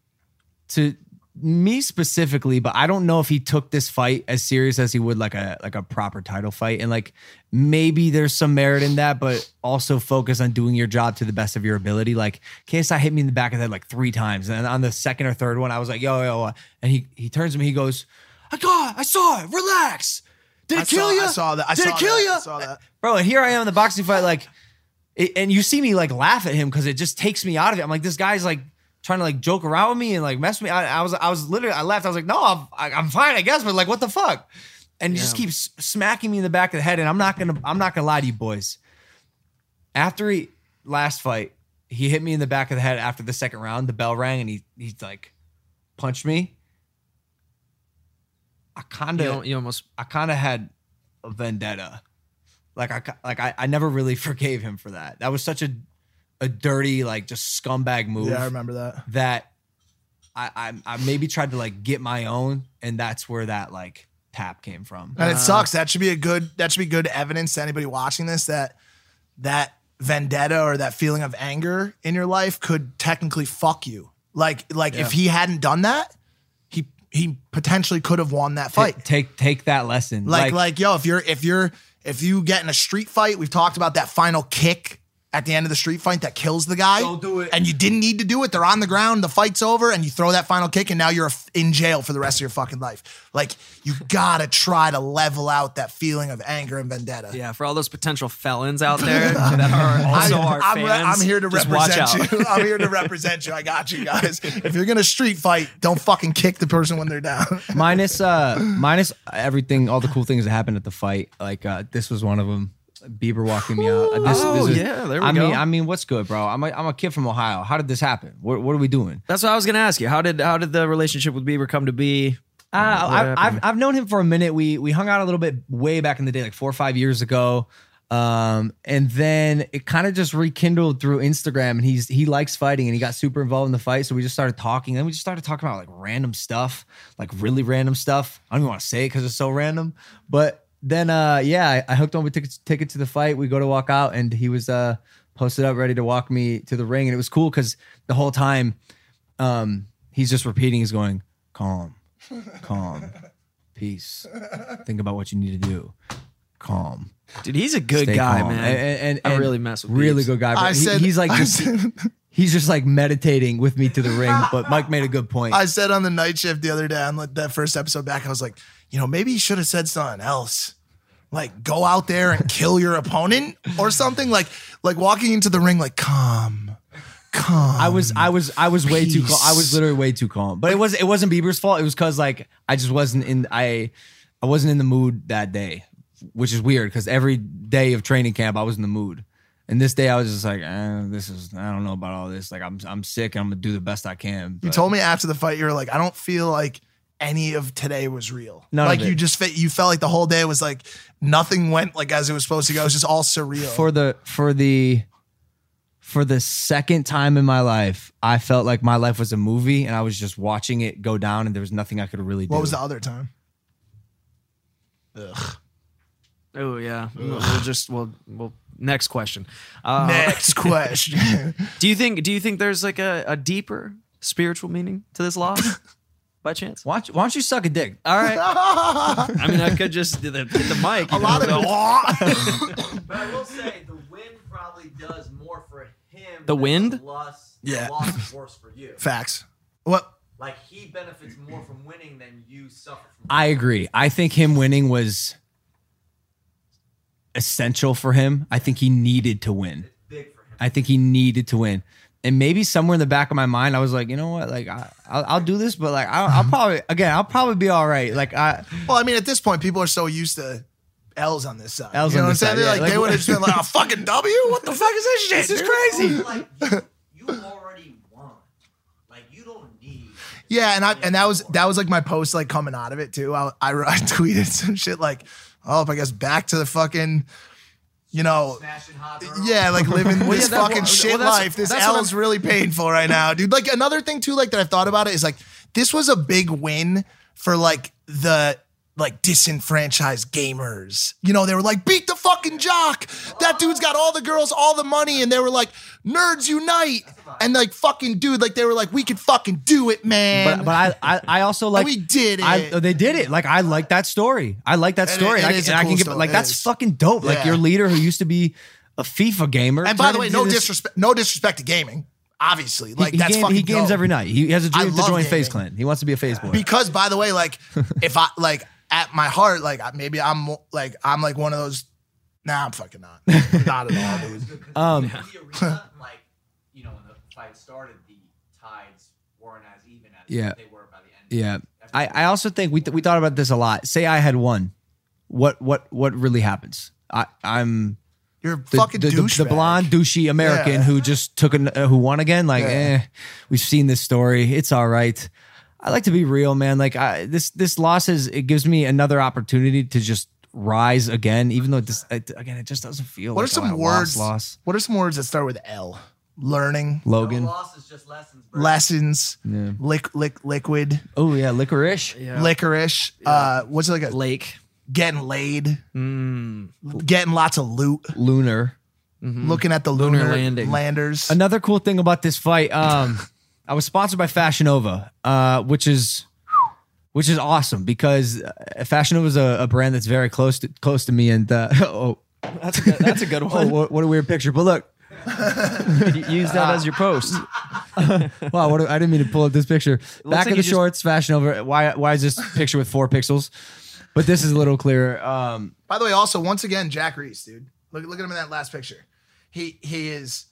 [SPEAKER 1] to me specifically, but I don't know if he took this fight as serious as he would like a like a proper title fight. And like maybe there's some merit in that, but also focus on doing your job to the best of your ability. Like KSI hit me in the back of the head like three times, and on the second or third one, I was like, yo, yo, uh," and he he turns to me, he goes, I got, I saw it. Relax. Did it
[SPEAKER 2] I
[SPEAKER 1] kill
[SPEAKER 2] saw-
[SPEAKER 1] you?
[SPEAKER 2] I saw that. I
[SPEAKER 1] Did
[SPEAKER 2] saw
[SPEAKER 1] it kill
[SPEAKER 2] that.
[SPEAKER 1] you?
[SPEAKER 2] I saw that.
[SPEAKER 1] Bro, and here I am in the boxing fight, like, it- and you see me like laugh at him because it just takes me out of it. I'm like, this guy's like trying to like joke around with me and like mess with me. I, I was, I was literally, I left. I was like, no, I'm, I, I'm fine, I guess, but like, what the fuck? And he just
[SPEAKER 12] Yeah.
[SPEAKER 1] keeps smacking me in the back of the head. And I'm not gonna, I'm not gonna lie to you boys. After he last fight, he hit me in the back of the head after the second round. The bell rang and he, he's like, punched me. I kind
[SPEAKER 3] You al-
[SPEAKER 1] of, you almost, I kind of had a vendetta. Like I, ki- like I, I never really forgave him for that. That was such a, a dirty, like just scumbag move.
[SPEAKER 2] Yeah, I remember that.
[SPEAKER 1] That, I, I, I maybe tried to like get my own, and that's where that like tap came from.
[SPEAKER 2] And it sucks. That should be a good that should be good evidence to anybody watching this that that vendetta or that feeling of anger in your life could technically fuck you. Like like
[SPEAKER 1] Yeah.
[SPEAKER 2] if he hadn't done that, he he potentially could have won that fight.
[SPEAKER 1] Take, take that lesson.
[SPEAKER 2] Like, like yo, if you're if you're if you get in a street fight, we've talked about that final kick at the end of the street fight that kills the guy. Don't do it. And you didn't need to do it. They're on the ground, the fight's over, and you throw that final kick, and now you're in jail for the rest of your fucking life. Like you gotta try to level out that feeling of anger and vendetta.
[SPEAKER 3] Yeah, for all those potential felons out there that are also
[SPEAKER 2] I'm,
[SPEAKER 3] our
[SPEAKER 2] I'm re-
[SPEAKER 3] fans,
[SPEAKER 2] I'm here to
[SPEAKER 3] just
[SPEAKER 2] represent
[SPEAKER 3] watch out.
[SPEAKER 2] you. I'm here to represent you. I got you guys. If you're gonna street fight, don't fucking kick the person when they're down.
[SPEAKER 1] minus uh minus everything all the cool things that happened at the fight like uh this was one of them bieber walking me out this,
[SPEAKER 3] Oh,
[SPEAKER 1] this is-
[SPEAKER 3] yeah, there we
[SPEAKER 1] i
[SPEAKER 3] go.
[SPEAKER 1] mean i mean what's good bro i'm a, I'm a kid from ohio how did this happen what, what are we doing
[SPEAKER 3] That's what I was gonna ask you. How did how did the relationship with Bieber come to be?
[SPEAKER 1] uh, I, I've, I've known him for a minute we we hung out a little bit way back in the day like four or five years ago um and then it kind of just rekindled through instagram and he's he likes fighting and he got super involved in the fight so we just started talking then we just started talking about like random stuff like really random stuff i don't even want to say it because it's so random but then uh yeah I, I hooked on with tickets ticket to the fight we go to walk out and he was uh posted up ready to walk me to the ring and it was cool because the whole time um he's just repeating he's going calm calm peace think about what you need to do calm
[SPEAKER 3] dude he's a good guy, man.
[SPEAKER 1] and, and,
[SPEAKER 3] I
[SPEAKER 1] and
[SPEAKER 3] really mess with
[SPEAKER 1] really
[SPEAKER 3] Biebs.
[SPEAKER 1] good guy
[SPEAKER 3] I
[SPEAKER 1] but he-
[SPEAKER 3] said-
[SPEAKER 1] he's like
[SPEAKER 3] I
[SPEAKER 1] just-
[SPEAKER 3] said-
[SPEAKER 1] he's just like meditating with me to the ring but mike made a good point
[SPEAKER 2] I said on the night shift the other day on like, that first episode back, I was like, you know, maybe you should have said something else. Like go out there and kill your opponent or something. Like like walking into the ring like calm. Calm.
[SPEAKER 1] I was I was I was way too calm. I was
[SPEAKER 2] Peace.
[SPEAKER 1] literally way too calm. But it was it wasn't Bieber's fault. It was cause like I just wasn't in I I wasn't in the mood that day, which is weird because every day of training camp I was in the mood. And this day I was just like, eh, this is I don't know about all this. Like I'm I'm sick and I'm gonna do the best I can.
[SPEAKER 2] You
[SPEAKER 1] but-
[SPEAKER 2] told me after the fight, you were like, I don't feel like any of today was real.
[SPEAKER 1] None of
[SPEAKER 2] like you
[SPEAKER 1] it.
[SPEAKER 2] just fe- you felt like the whole day was like nothing went like as it was supposed to go. It was just all surreal.
[SPEAKER 1] for the for the for the second time in my life, I felt like my life was a movie and I was just watching it go down and there was nothing I could really do.
[SPEAKER 2] what was the other time?
[SPEAKER 3] Oh yeah. We'll we'll just we'll we'll next question. Uh,
[SPEAKER 2] Next question.
[SPEAKER 3] do you think do you think there's like a, a deeper spiritual meaning to this loss? By chance,
[SPEAKER 1] why don't, you, why don't you suck a dick?
[SPEAKER 3] All right. I mean, I could just hit the, hit the mic. A lot
[SPEAKER 13] But I will say the wind probably does more for him.
[SPEAKER 3] The
[SPEAKER 13] than
[SPEAKER 3] wind?
[SPEAKER 13] The loss,
[SPEAKER 2] Yeah.
[SPEAKER 13] The loss is worse for you.
[SPEAKER 2] Facts. What
[SPEAKER 13] Like he benefits more from winning than you suffer from.
[SPEAKER 1] I agree. I think him winning was essential for him. I think he needed to win. I think he needed to win. And maybe somewhere in the back of my mind, I was like, you know what? Like, I, I'll, I'll do this, but like, I'll,
[SPEAKER 2] Mm-hmm.
[SPEAKER 1] I'll probably, again, I'll probably be all right. Like, I,
[SPEAKER 2] Well, I mean, at this point, people are so used to L's on this side.
[SPEAKER 1] L's
[SPEAKER 2] you know
[SPEAKER 1] on
[SPEAKER 2] what I'm
[SPEAKER 1] this
[SPEAKER 2] saying?
[SPEAKER 1] side,
[SPEAKER 2] They're
[SPEAKER 1] yeah.
[SPEAKER 2] like,
[SPEAKER 1] Like,
[SPEAKER 2] they would have just been like, a fucking W? What the fuck is this shit?
[SPEAKER 1] This is
[SPEAKER 2] dude?"
[SPEAKER 1] crazy.
[SPEAKER 13] Like you, you already won. Like you don't need.
[SPEAKER 2] Yeah, and I and that was that was like my post like coming out of it too. I I, I tweeted some shit like, oh, if I guess back to the fucking, you know, yeah, like living
[SPEAKER 13] Well, yeah,
[SPEAKER 2] this
[SPEAKER 13] that-
[SPEAKER 2] fucking
[SPEAKER 13] well,
[SPEAKER 2] shit
[SPEAKER 13] well, that's-
[SPEAKER 2] life. This
[SPEAKER 13] that's what
[SPEAKER 2] L is
[SPEAKER 13] I'm-
[SPEAKER 2] really painful right now, dude. Like another thing too, like that I've thought about it is like this was a big win for like the like disenfranchised gamers. You know, they were like, beat the fucking jock. That dude's got all the girls, all the money. And they were like, nerds unite. And like fucking dude, like they were like, we could fucking do it, man.
[SPEAKER 1] but, but I, I, I also like,
[SPEAKER 2] we did it.
[SPEAKER 1] I, they did it. Like, I like that story. I like that
[SPEAKER 2] And it-
[SPEAKER 1] story.
[SPEAKER 2] it
[SPEAKER 1] I,
[SPEAKER 2] is
[SPEAKER 1] can-
[SPEAKER 2] a
[SPEAKER 1] I
[SPEAKER 2] cool
[SPEAKER 1] can give,
[SPEAKER 2] story.
[SPEAKER 1] like,
[SPEAKER 2] It
[SPEAKER 1] that's
[SPEAKER 2] is.
[SPEAKER 1] fucking dope. Like,
[SPEAKER 2] Yeah.
[SPEAKER 1] your leader who used to be a FIFA gamer.
[SPEAKER 2] and by the
[SPEAKER 1] turned
[SPEAKER 2] way,
[SPEAKER 1] into
[SPEAKER 2] no
[SPEAKER 1] this-
[SPEAKER 2] disrespect, no disrespect to gaming. Obviously,
[SPEAKER 1] He-
[SPEAKER 2] like
[SPEAKER 1] he,
[SPEAKER 2] that's
[SPEAKER 1] game-
[SPEAKER 2] fucking
[SPEAKER 1] he games
[SPEAKER 2] dope.
[SPEAKER 1] every night. He has a
[SPEAKER 2] I
[SPEAKER 1] dream to
[SPEAKER 2] love
[SPEAKER 1] join
[SPEAKER 2] gaming.
[SPEAKER 1] FaZe Clan. He wants to be a FaZe boy.
[SPEAKER 2] Because by the way, like if I like at my heart, like I- maybe I'm mo- like I'm like one of those. Nah, I'm fucking not. not at all, dude.
[SPEAKER 1] Um,
[SPEAKER 13] arena, like you know, when the fight started, the tides weren't as even as
[SPEAKER 1] Yeah.
[SPEAKER 13] they were by the end.
[SPEAKER 1] Yeah, I, I also think we th- we thought about this a lot. Say I had won, what what what really happens? I I'm
[SPEAKER 2] you're
[SPEAKER 1] the,
[SPEAKER 2] fucking
[SPEAKER 1] the, the, the
[SPEAKER 2] douchebag.
[SPEAKER 1] bloned douchey American
[SPEAKER 2] Yeah.
[SPEAKER 1] who just took an, uh, who won again. Like,
[SPEAKER 2] Yeah.
[SPEAKER 1] eh, we've seen this story. It's all right. I like to be real, man. Like I, this this loss is it gives me another opportunity to just rise again, even though this it, again it just doesn't feel.
[SPEAKER 2] What
[SPEAKER 1] like
[SPEAKER 2] are some
[SPEAKER 1] a lost
[SPEAKER 2] words?
[SPEAKER 1] Loss.
[SPEAKER 2] What are some words that start with L? Learning,
[SPEAKER 1] Logan.
[SPEAKER 2] lessons,
[SPEAKER 1] Yeah.
[SPEAKER 2] lick, lick, liquid,
[SPEAKER 1] Oh yeah, licorice.
[SPEAKER 2] licorice. Uh, what's it like a
[SPEAKER 3] lake?
[SPEAKER 2] Getting laid,
[SPEAKER 1] Mm.
[SPEAKER 2] getting lots of loot,
[SPEAKER 1] lunar, Mm-hmm.
[SPEAKER 2] looking at the lunar,
[SPEAKER 3] Lunar landing.
[SPEAKER 2] landers.
[SPEAKER 1] Another cool thing about this fight, um, I was sponsored by Fashion Nova, uh, which is which is awesome because uh, Fashion Nova is a, a brand that's very close to close to me. And uh, oh,
[SPEAKER 3] That's a good, that's a good
[SPEAKER 1] oh,
[SPEAKER 3] one.
[SPEAKER 1] what, what a weird picture! But look,
[SPEAKER 3] Use that as your post.
[SPEAKER 1] wow, what a, I didn't mean to pull up this picture. Back
[SPEAKER 3] like
[SPEAKER 1] of
[SPEAKER 3] you
[SPEAKER 1] the
[SPEAKER 3] just-
[SPEAKER 1] shorts, Fashion Nova. Why why is this picture with four pixels? But this is a little clearer. Um,
[SPEAKER 2] By the way, also once again, Jack Reese, dude. Look, look at him in that last picture. He he is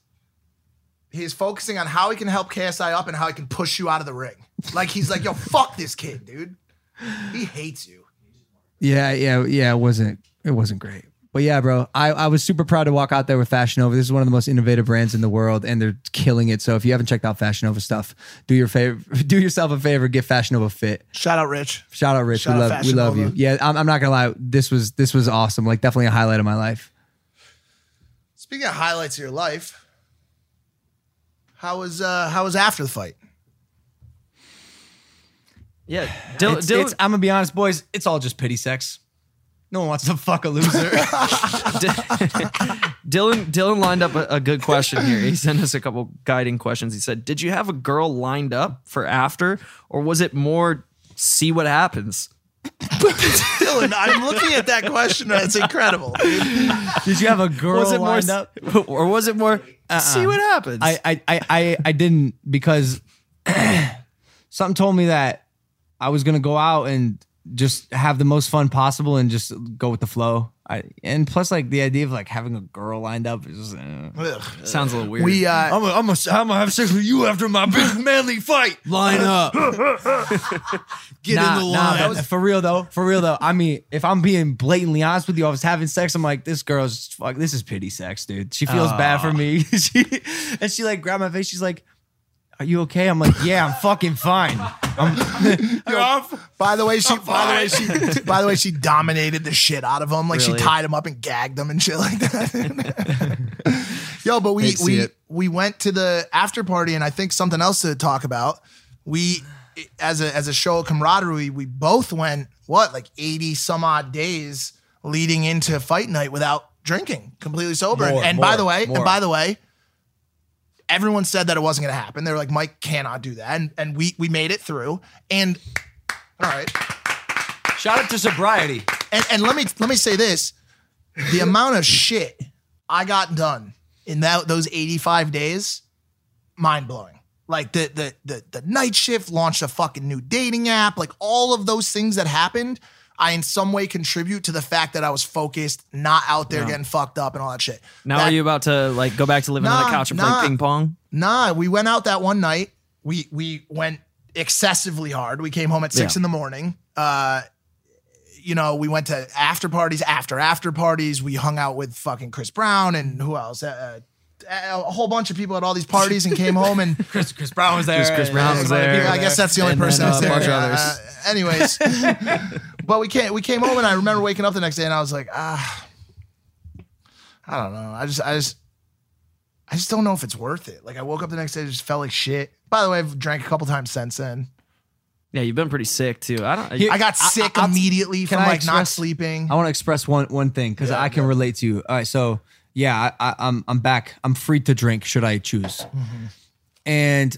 [SPEAKER 2] he is focusing on how he can help KSI up and how he can push you out of the ring. Like he's like, yo, fuck this kid, dude. He hates you.
[SPEAKER 1] Yeah, yeah, yeah. It wasn't it wasn't great. But yeah, bro, I, I was super proud to walk out there with Fashion Nova. This is one of the most innovative brands in the world, and they're killing it. So if you haven't checked out Fashion Nova stuff, do your favor, do yourself a favor, get Fashion Nova fit.
[SPEAKER 2] Shout out, Rich.
[SPEAKER 1] Shout out, Rich. we
[SPEAKER 2] Shout out
[SPEAKER 1] love we
[SPEAKER 2] Fashion
[SPEAKER 1] love
[SPEAKER 2] Nova.
[SPEAKER 1] you. Yeah, I'm, I'm not gonna lie. This was this was awesome. Like definitely a highlight of my life.
[SPEAKER 2] Speaking of highlights of your life, how was uh how was after the fight?
[SPEAKER 3] Yeah,
[SPEAKER 1] It's- it's- I'm gonna be honest, boys. It's all just pity sex. No one wants to fuck a loser.
[SPEAKER 3] Dylan Dylan lined up a, a good question here. He sent us a couple guiding questions. He said, "Did you have a girl lined up for after, or was it more see what happens?"
[SPEAKER 2] Dylan, I'm looking at that question. That's incredible.
[SPEAKER 1] Did you have a girl
[SPEAKER 3] was it more,
[SPEAKER 1] lined up?
[SPEAKER 3] s- or was it more uh-uh. see what happens?
[SPEAKER 1] I I I I, I didn't because something told me that I was gonna go out and just have the most fun possible and just go with the flow. I and plus like the idea of like having a girl lined up is just, uh,
[SPEAKER 3] Sounds a little weird.
[SPEAKER 2] We uh
[SPEAKER 1] I'm gonna I'm gonna I'm gonna have sex with you after my big manly fight.
[SPEAKER 3] line up.
[SPEAKER 1] Get
[SPEAKER 3] in the line.
[SPEAKER 1] Nah, but for real though, for real though. I mean, if I'm being blatantly honest with you, I was having sex. I'm like, this girl's fuck. This is pity sex, dude. She feels bad for me. she, and she like grabbed my face. She's like, "Are you okay?" I'm like, "Yeah, I'm fucking fine." I'm,
[SPEAKER 2] by the way, she by the way, she by the way, she dominated the shit out of him. Like
[SPEAKER 3] Really?
[SPEAKER 2] she tied him up and gagged him and shit like that. Yo, but we
[SPEAKER 3] Hate to see
[SPEAKER 2] we
[SPEAKER 3] it.
[SPEAKER 2] we went to the after party and I think something else to talk about. We as a as a show of camaraderie, we both went what like 80 some odd days leading into fight night without drinking, completely sober.
[SPEAKER 1] More,
[SPEAKER 2] and and by
[SPEAKER 1] more,
[SPEAKER 2] the way,
[SPEAKER 1] more.
[SPEAKER 2] and by the way, everyone said that it wasn't going to happen. They were like, Mike cannot do that, and and we we made it through. And all right,
[SPEAKER 1] Shout out to sobriety.
[SPEAKER 2] and and let me let me say this: the amount of shit I got done in that those eighty five days, mind blowing. Like the the the the night shift launched a fucking new dating app. Like all of those things that happened, I in some way contribute to the fact that I was focused, not out there
[SPEAKER 3] Yeah.
[SPEAKER 2] getting fucked up and all that shit.
[SPEAKER 3] Now
[SPEAKER 2] That-
[SPEAKER 3] are you about to like go back to living on
[SPEAKER 2] Nah,
[SPEAKER 3] the couch and
[SPEAKER 2] nah.
[SPEAKER 3] play ping pong?
[SPEAKER 2] Nah, we went out that one night. We we went excessively hard. We came home at six
[SPEAKER 3] Yeah.
[SPEAKER 2] in the morning. Uh, you know, we went to after parties, after after parties. We hung out with fucking Chris Brown and who else? Uh, uh, a whole bunch of people at all these parties and came home and
[SPEAKER 1] Chris Chris Brown was there.
[SPEAKER 3] Chris- Chris Brown was
[SPEAKER 1] Some other
[SPEAKER 3] there.
[SPEAKER 1] people-
[SPEAKER 2] I guess that's the only
[SPEAKER 3] And then,
[SPEAKER 2] person
[SPEAKER 3] uh,
[SPEAKER 2] that's there.
[SPEAKER 3] a bunch of
[SPEAKER 2] Uh,
[SPEAKER 3] others.
[SPEAKER 2] uh, anyways, but we can't. We came home and I remember waking up the next day and I was like, ah, I don't know. I just, I just, I just don't know if it's worth it. Like I woke up the next day, and just felt like shit. By the way, I've drank a couple times since then.
[SPEAKER 3] Yeah, you've been pretty sick too. I don't.
[SPEAKER 2] I got sick immediately
[SPEAKER 1] can
[SPEAKER 2] from
[SPEAKER 1] I
[SPEAKER 2] like not
[SPEAKER 1] express-
[SPEAKER 2] sleeping.
[SPEAKER 1] I want to express one one thing because I can relate to you. All right, so yeah, I, I, I'm I'm back. I'm free to drink should I choose,
[SPEAKER 2] Mm-hmm.
[SPEAKER 1] and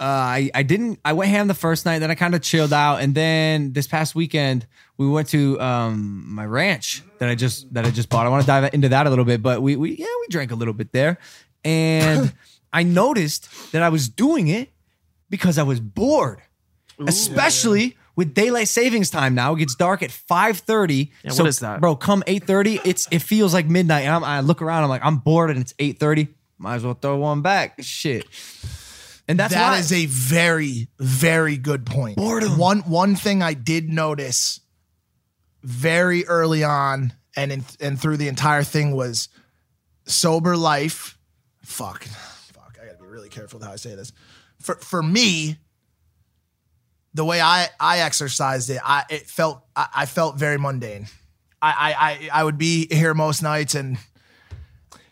[SPEAKER 1] uh, I I didn't. I went ham the first night. Then I kind of chilled out, and then this past weekend we went to um my ranch that I just that I just bought. I want to dive into that a little bit, but we we yeah we drank a little bit there, and I noticed that I was doing it because I was bored especially with daylight savings time now. It gets dark at 5:30.
[SPEAKER 3] Yeah,
[SPEAKER 1] so,
[SPEAKER 3] what is that?
[SPEAKER 1] Bro, come 8:30, it's it feels like midnight. And I'm, I look around, I'm like, I'm bored and it's 8:30. Might as well throw one back. Shit. And that's
[SPEAKER 2] That
[SPEAKER 1] why
[SPEAKER 2] is a very, very good point. Boredom. One one thing I did notice very early on and in, and through the entire thing was sober life. Fuck, fuck. I gotta be really careful with how I say this. For for me, the way I I exercised it, I it felt I, I felt very mundane. I, I I I would be here most nights and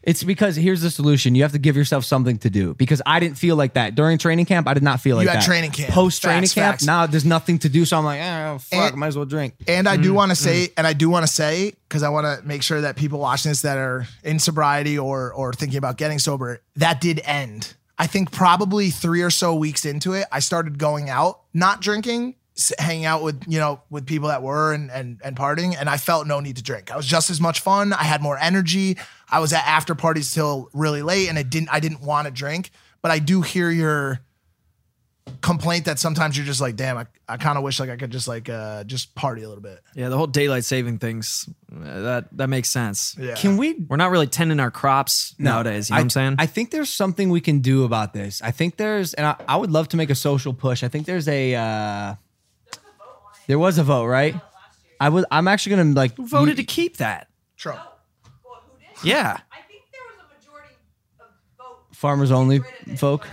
[SPEAKER 1] It's because here's the solution. You have to give yourself something to do because I didn't feel like that during training camp. I did not feel like
[SPEAKER 2] had
[SPEAKER 1] that.
[SPEAKER 2] training camp.
[SPEAKER 1] Post training
[SPEAKER 2] Facts,
[SPEAKER 1] camp,
[SPEAKER 2] facts.
[SPEAKER 1] now there's nothing to do. So I'm like, oh, fuck,
[SPEAKER 2] And-
[SPEAKER 1] might as well drink.
[SPEAKER 2] And I do
[SPEAKER 1] Mm,
[SPEAKER 2] want to
[SPEAKER 1] mm.
[SPEAKER 2] say, and I do want to say, because I want to make sure that people watching this that are in sobriety or or thinking about getting sober, that did end. I think probably three or so weeks into it, I started going out, not drinking, s- hanging out with you know with people that were and and and partying, and I felt no need to drink. I was just as much fun. I had more energy. I was at after parties till really late, and it didn't. I didn't want to drink, but I do hear your complaint that sometimes you're just like, damn, I, I kind of wish like I could just like uh just party a little bit.
[SPEAKER 3] Yeah, the whole daylight saving things uh, that that makes sense.
[SPEAKER 2] Yeah.
[SPEAKER 1] Can we
[SPEAKER 3] We're not really tending our crops
[SPEAKER 1] No,
[SPEAKER 3] nowadays. You know
[SPEAKER 1] I,
[SPEAKER 3] what I'm saying?
[SPEAKER 1] I think there's something we can do about this. I think there's, and I, I would love to make a social push. I think there's a, uh, there was a vote, right? I was, I'm actually gonna like
[SPEAKER 3] Who voted to keep that?
[SPEAKER 2] Trump.
[SPEAKER 3] Yeah.
[SPEAKER 1] farmers only folk.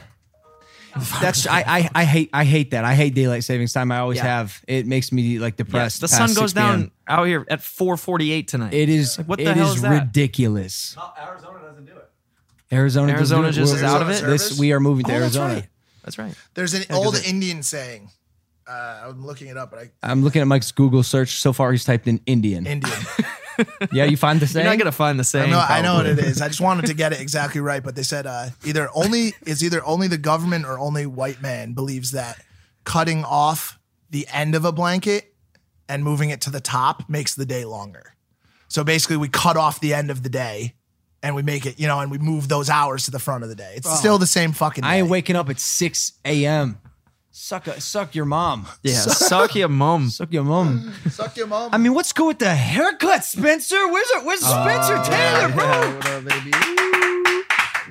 [SPEAKER 1] That's I, I I hate I hate that. I hate daylight savings time. I always
[SPEAKER 3] Yeah.
[SPEAKER 1] have. It makes me like
[SPEAKER 3] Yeah,
[SPEAKER 1] depressed.
[SPEAKER 3] the
[SPEAKER 1] past
[SPEAKER 3] sun goes
[SPEAKER 1] 6 p.m.
[SPEAKER 3] down out here at 4:48 tonight.
[SPEAKER 1] It is
[SPEAKER 3] Like, what the
[SPEAKER 1] it
[SPEAKER 3] hell
[SPEAKER 1] is
[SPEAKER 3] is that?
[SPEAKER 1] ridiculous. Arizona doesn't do it. Arizona
[SPEAKER 3] Arizona just is out of
[SPEAKER 1] We're-
[SPEAKER 3] it?
[SPEAKER 1] This we are moving to
[SPEAKER 3] Oh, that's
[SPEAKER 1] Arizona.
[SPEAKER 3] right. That's right.
[SPEAKER 2] There's an
[SPEAKER 3] Yeah, 'cause
[SPEAKER 2] old
[SPEAKER 3] it-
[SPEAKER 2] Indian saying. Uh, I'm looking it up, but I
[SPEAKER 1] I'm looking at Mike's Google search. So far, he's typed in Indian.
[SPEAKER 2] Indian.
[SPEAKER 1] yeah, you find the
[SPEAKER 3] You're
[SPEAKER 1] same.
[SPEAKER 3] not gonna find
[SPEAKER 2] I
[SPEAKER 3] the same.
[SPEAKER 2] know, I know what it
[SPEAKER 3] probably.
[SPEAKER 2] is. I just wanted to get it exactly right, but they said uh, either only it's either only the government or only white man believes that cutting off the end of a blanket and moving it to the top makes the day longer. So basically, we cut off the end of the day and we make it, you know, and we move those hours to the front of the day.
[SPEAKER 3] Oh.
[SPEAKER 2] It's
[SPEAKER 1] Bro.
[SPEAKER 2] still the same fucking. Day.
[SPEAKER 1] I ain't waking up at 6 a.m. Suck, a, suck your mom.
[SPEAKER 3] Yeah, suck your mom.
[SPEAKER 1] Suck your mom.
[SPEAKER 2] Suck your mom.
[SPEAKER 1] I mean, what's good with the haircut, Spencer? Where's, where's
[SPEAKER 3] Uh,
[SPEAKER 1] Spencer Taylor, bro?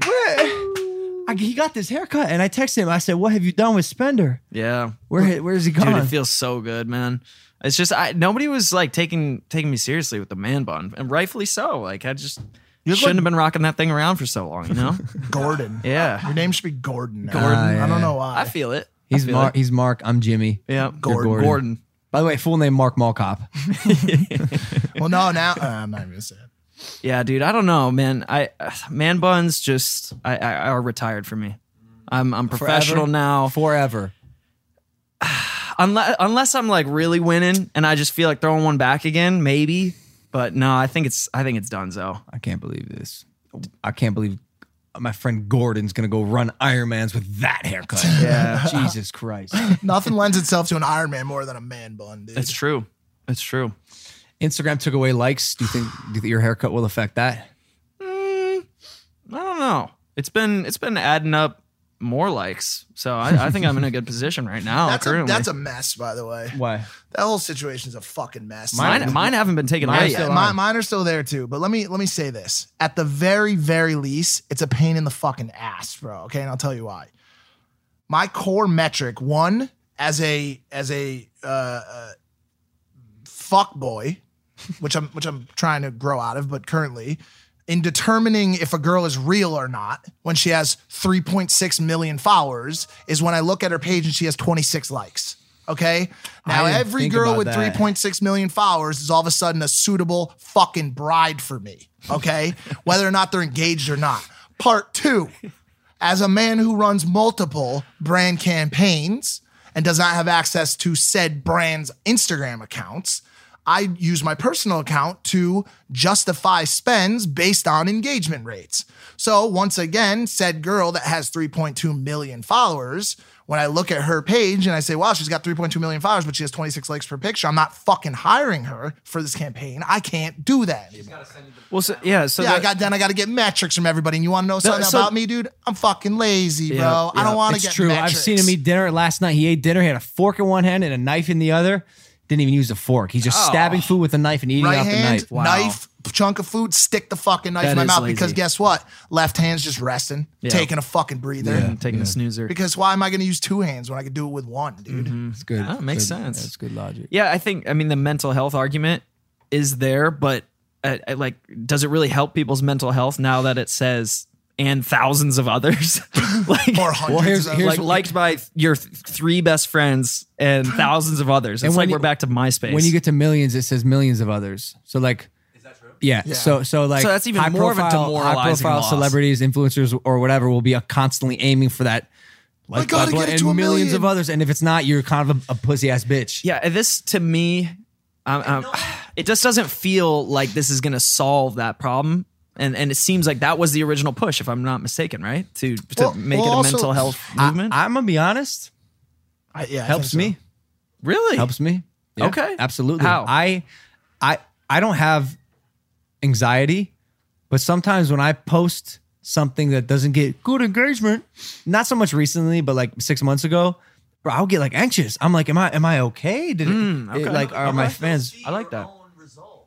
[SPEAKER 1] Where- I- he got this haircut, and I texted him. I said, "What have you done with Spender?
[SPEAKER 3] Yeah.
[SPEAKER 1] Where, where's he
[SPEAKER 3] Dude,
[SPEAKER 1] gone?"
[SPEAKER 3] it feels so good, man. It's just I nobody was like taking taking me seriously with the man bun, and rightfully so. Like I just
[SPEAKER 2] look
[SPEAKER 3] shouldn't
[SPEAKER 2] like-
[SPEAKER 3] have been rocking that thing around for so long, you know?
[SPEAKER 2] Gordon.
[SPEAKER 3] yeah.
[SPEAKER 2] Your name should be Gordon. now.
[SPEAKER 3] Gordon.
[SPEAKER 2] I don't know why.
[SPEAKER 3] I feel it. I
[SPEAKER 1] he's
[SPEAKER 3] feel
[SPEAKER 1] Mark.
[SPEAKER 3] it.
[SPEAKER 1] He's Mark. I'm Jimmy.
[SPEAKER 3] Yeah,
[SPEAKER 1] You're
[SPEAKER 3] Gordon. Gordon.
[SPEAKER 1] By the way, full name Mark Malkop.
[SPEAKER 2] Well, no, now uh, I'm not even gonna say it.
[SPEAKER 3] Yeah, dude. I don't know, man. I uh, man buns just I, I are retired for me. I'm I'm professional
[SPEAKER 1] Forever?
[SPEAKER 3] now.
[SPEAKER 1] Forever.
[SPEAKER 3] Unless unless I'm like really winning and I just feel like throwing one back again, maybe. But no, I think it's I think it's Dunzo.
[SPEAKER 1] I can't believe this. I can't believe my friend Gordon's gonna go run Ironmans with that haircut.
[SPEAKER 3] Yeah.
[SPEAKER 1] Jesus Christ.
[SPEAKER 2] Nothing lends itself to an Iron Man more than a man bun, dude.
[SPEAKER 3] It's true. It's true.
[SPEAKER 1] Instagram took away likes. Do you think, do you think your haircut will affect that?
[SPEAKER 3] I don't know. It's been it's been adding up more likes. So I, I think I'm in a good position right now.
[SPEAKER 2] that's a,
[SPEAKER 3] currently.
[SPEAKER 2] that's a mess, by the way.
[SPEAKER 1] Why?
[SPEAKER 2] That whole situation's a fucking mess.
[SPEAKER 3] Mine, mine haven't been taken out
[SPEAKER 2] Mine,
[SPEAKER 3] yet.
[SPEAKER 2] mine, mine are still there too. But let me let me say this: at the very very least, it's a pain in the fucking ass, bro. Okay, and I'll tell you why. My core metric one as a as a uh, uh, fuck boy, which I'm which I'm trying to grow out of, but currently. In determining if a girl is real or not, when she has 3.6 million followers, is when I look at her page and she has 26 likes. Okay. Now,
[SPEAKER 1] I didn't
[SPEAKER 2] every
[SPEAKER 1] think
[SPEAKER 2] girl
[SPEAKER 1] about
[SPEAKER 2] with
[SPEAKER 1] that.
[SPEAKER 2] 3. 1.6 million followers is all of a sudden a suitable fucking bride for me, okay? Whether or not they're engaged or not. Part two, as a man who runs multiple brand campaigns and does not have access to said brand's Instagram accounts, I use my personal account to justify spends based on engagement rates. So, once again, said girl that has 3.2 million followers, when I look at her page and I say, wow, she's got 3.2 million followers, but she has 26 likes per picture, I'm not fucking hiring her for this campaign. I can't do that. anymore.
[SPEAKER 3] Well, so, yeah. So
[SPEAKER 2] yeah, I
[SPEAKER 3] that-
[SPEAKER 2] got then I got to get metrics from everybody. And you want to know something
[SPEAKER 3] so-
[SPEAKER 2] about me, dude? I'm fucking lazy,
[SPEAKER 1] Yeah,
[SPEAKER 2] bro. Oh, I don't
[SPEAKER 1] yeah.
[SPEAKER 2] want to
[SPEAKER 1] It's
[SPEAKER 2] get
[SPEAKER 1] true.
[SPEAKER 2] metrics.
[SPEAKER 1] I've seen him eat dinner last night. He ate dinner. He had a fork in one hand and a knife in the other. Didn't even use a fork. He's just
[SPEAKER 2] Oh.
[SPEAKER 1] stabbing food with a knife and eating
[SPEAKER 2] right
[SPEAKER 1] off
[SPEAKER 2] hand,
[SPEAKER 1] the knife. Wow.
[SPEAKER 2] knife, chunk of food, stick the fucking knife
[SPEAKER 1] That
[SPEAKER 2] in my
[SPEAKER 1] is
[SPEAKER 2] mouth because
[SPEAKER 1] lazy.
[SPEAKER 2] guess what? Left hand's just resting,
[SPEAKER 3] Yeah.
[SPEAKER 2] taking a fucking breather.
[SPEAKER 3] Yeah, taking a snoozer.
[SPEAKER 2] Because why am I going to use two hands when I could do it with one, dude?
[SPEAKER 1] Mm-hmm.
[SPEAKER 3] It's good. That makes
[SPEAKER 2] Good.
[SPEAKER 3] sense.
[SPEAKER 2] That's
[SPEAKER 1] good logic.
[SPEAKER 3] Yeah, I think. I mean, the mental health argument is there, but uh uh, like, does it really help people's mental health now that it says and thousands of others, like
[SPEAKER 2] or
[SPEAKER 1] Well, here's- of here's-
[SPEAKER 3] like liked by your th- three best friends and thousands of others? It's
[SPEAKER 1] And when
[SPEAKER 3] like
[SPEAKER 1] you-
[SPEAKER 3] we're back to MySpace.
[SPEAKER 1] When you get to millions, it says millions of others. So like, is that true? Yeah.
[SPEAKER 3] Yeah.
[SPEAKER 1] So so like,
[SPEAKER 3] So that's even more of a
[SPEAKER 1] high
[SPEAKER 3] demoralizing
[SPEAKER 1] profile
[SPEAKER 3] loss.
[SPEAKER 1] celebrities, influencers, or whatever will be uh, constantly aiming for that. Like,
[SPEAKER 3] gotta
[SPEAKER 1] blah,
[SPEAKER 3] get
[SPEAKER 1] blah,
[SPEAKER 3] it to
[SPEAKER 1] and
[SPEAKER 3] a
[SPEAKER 1] millions
[SPEAKER 3] million.
[SPEAKER 1] of others, and if it's not, you're kind of a, a pussy ass bitch.
[SPEAKER 3] yeah, and this to me, um, um, it just doesn't feel like this is going to solve that problem. And, and it seems like that was the original push, if I'm not mistaken, right? To to make it a mental health movement.
[SPEAKER 1] I, am gonna be honest.
[SPEAKER 2] I, yeah, I
[SPEAKER 1] helps
[SPEAKER 2] think
[SPEAKER 1] me.
[SPEAKER 2] so.
[SPEAKER 3] Really
[SPEAKER 1] helps me. Yeah,
[SPEAKER 3] Okay.
[SPEAKER 1] absolutely.
[SPEAKER 3] How?
[SPEAKER 1] I, I, I don't have anxiety, but sometimes when I post something that doesn't get good engagement, not so much recently, but like six months ago, bro, I'll get like anxious. I'm like, am I, am I okay? Did it,
[SPEAKER 3] Mm,
[SPEAKER 1] it-
[SPEAKER 3] okay.
[SPEAKER 1] like, are my
[SPEAKER 3] Okay.
[SPEAKER 1] fans?
[SPEAKER 3] I like that.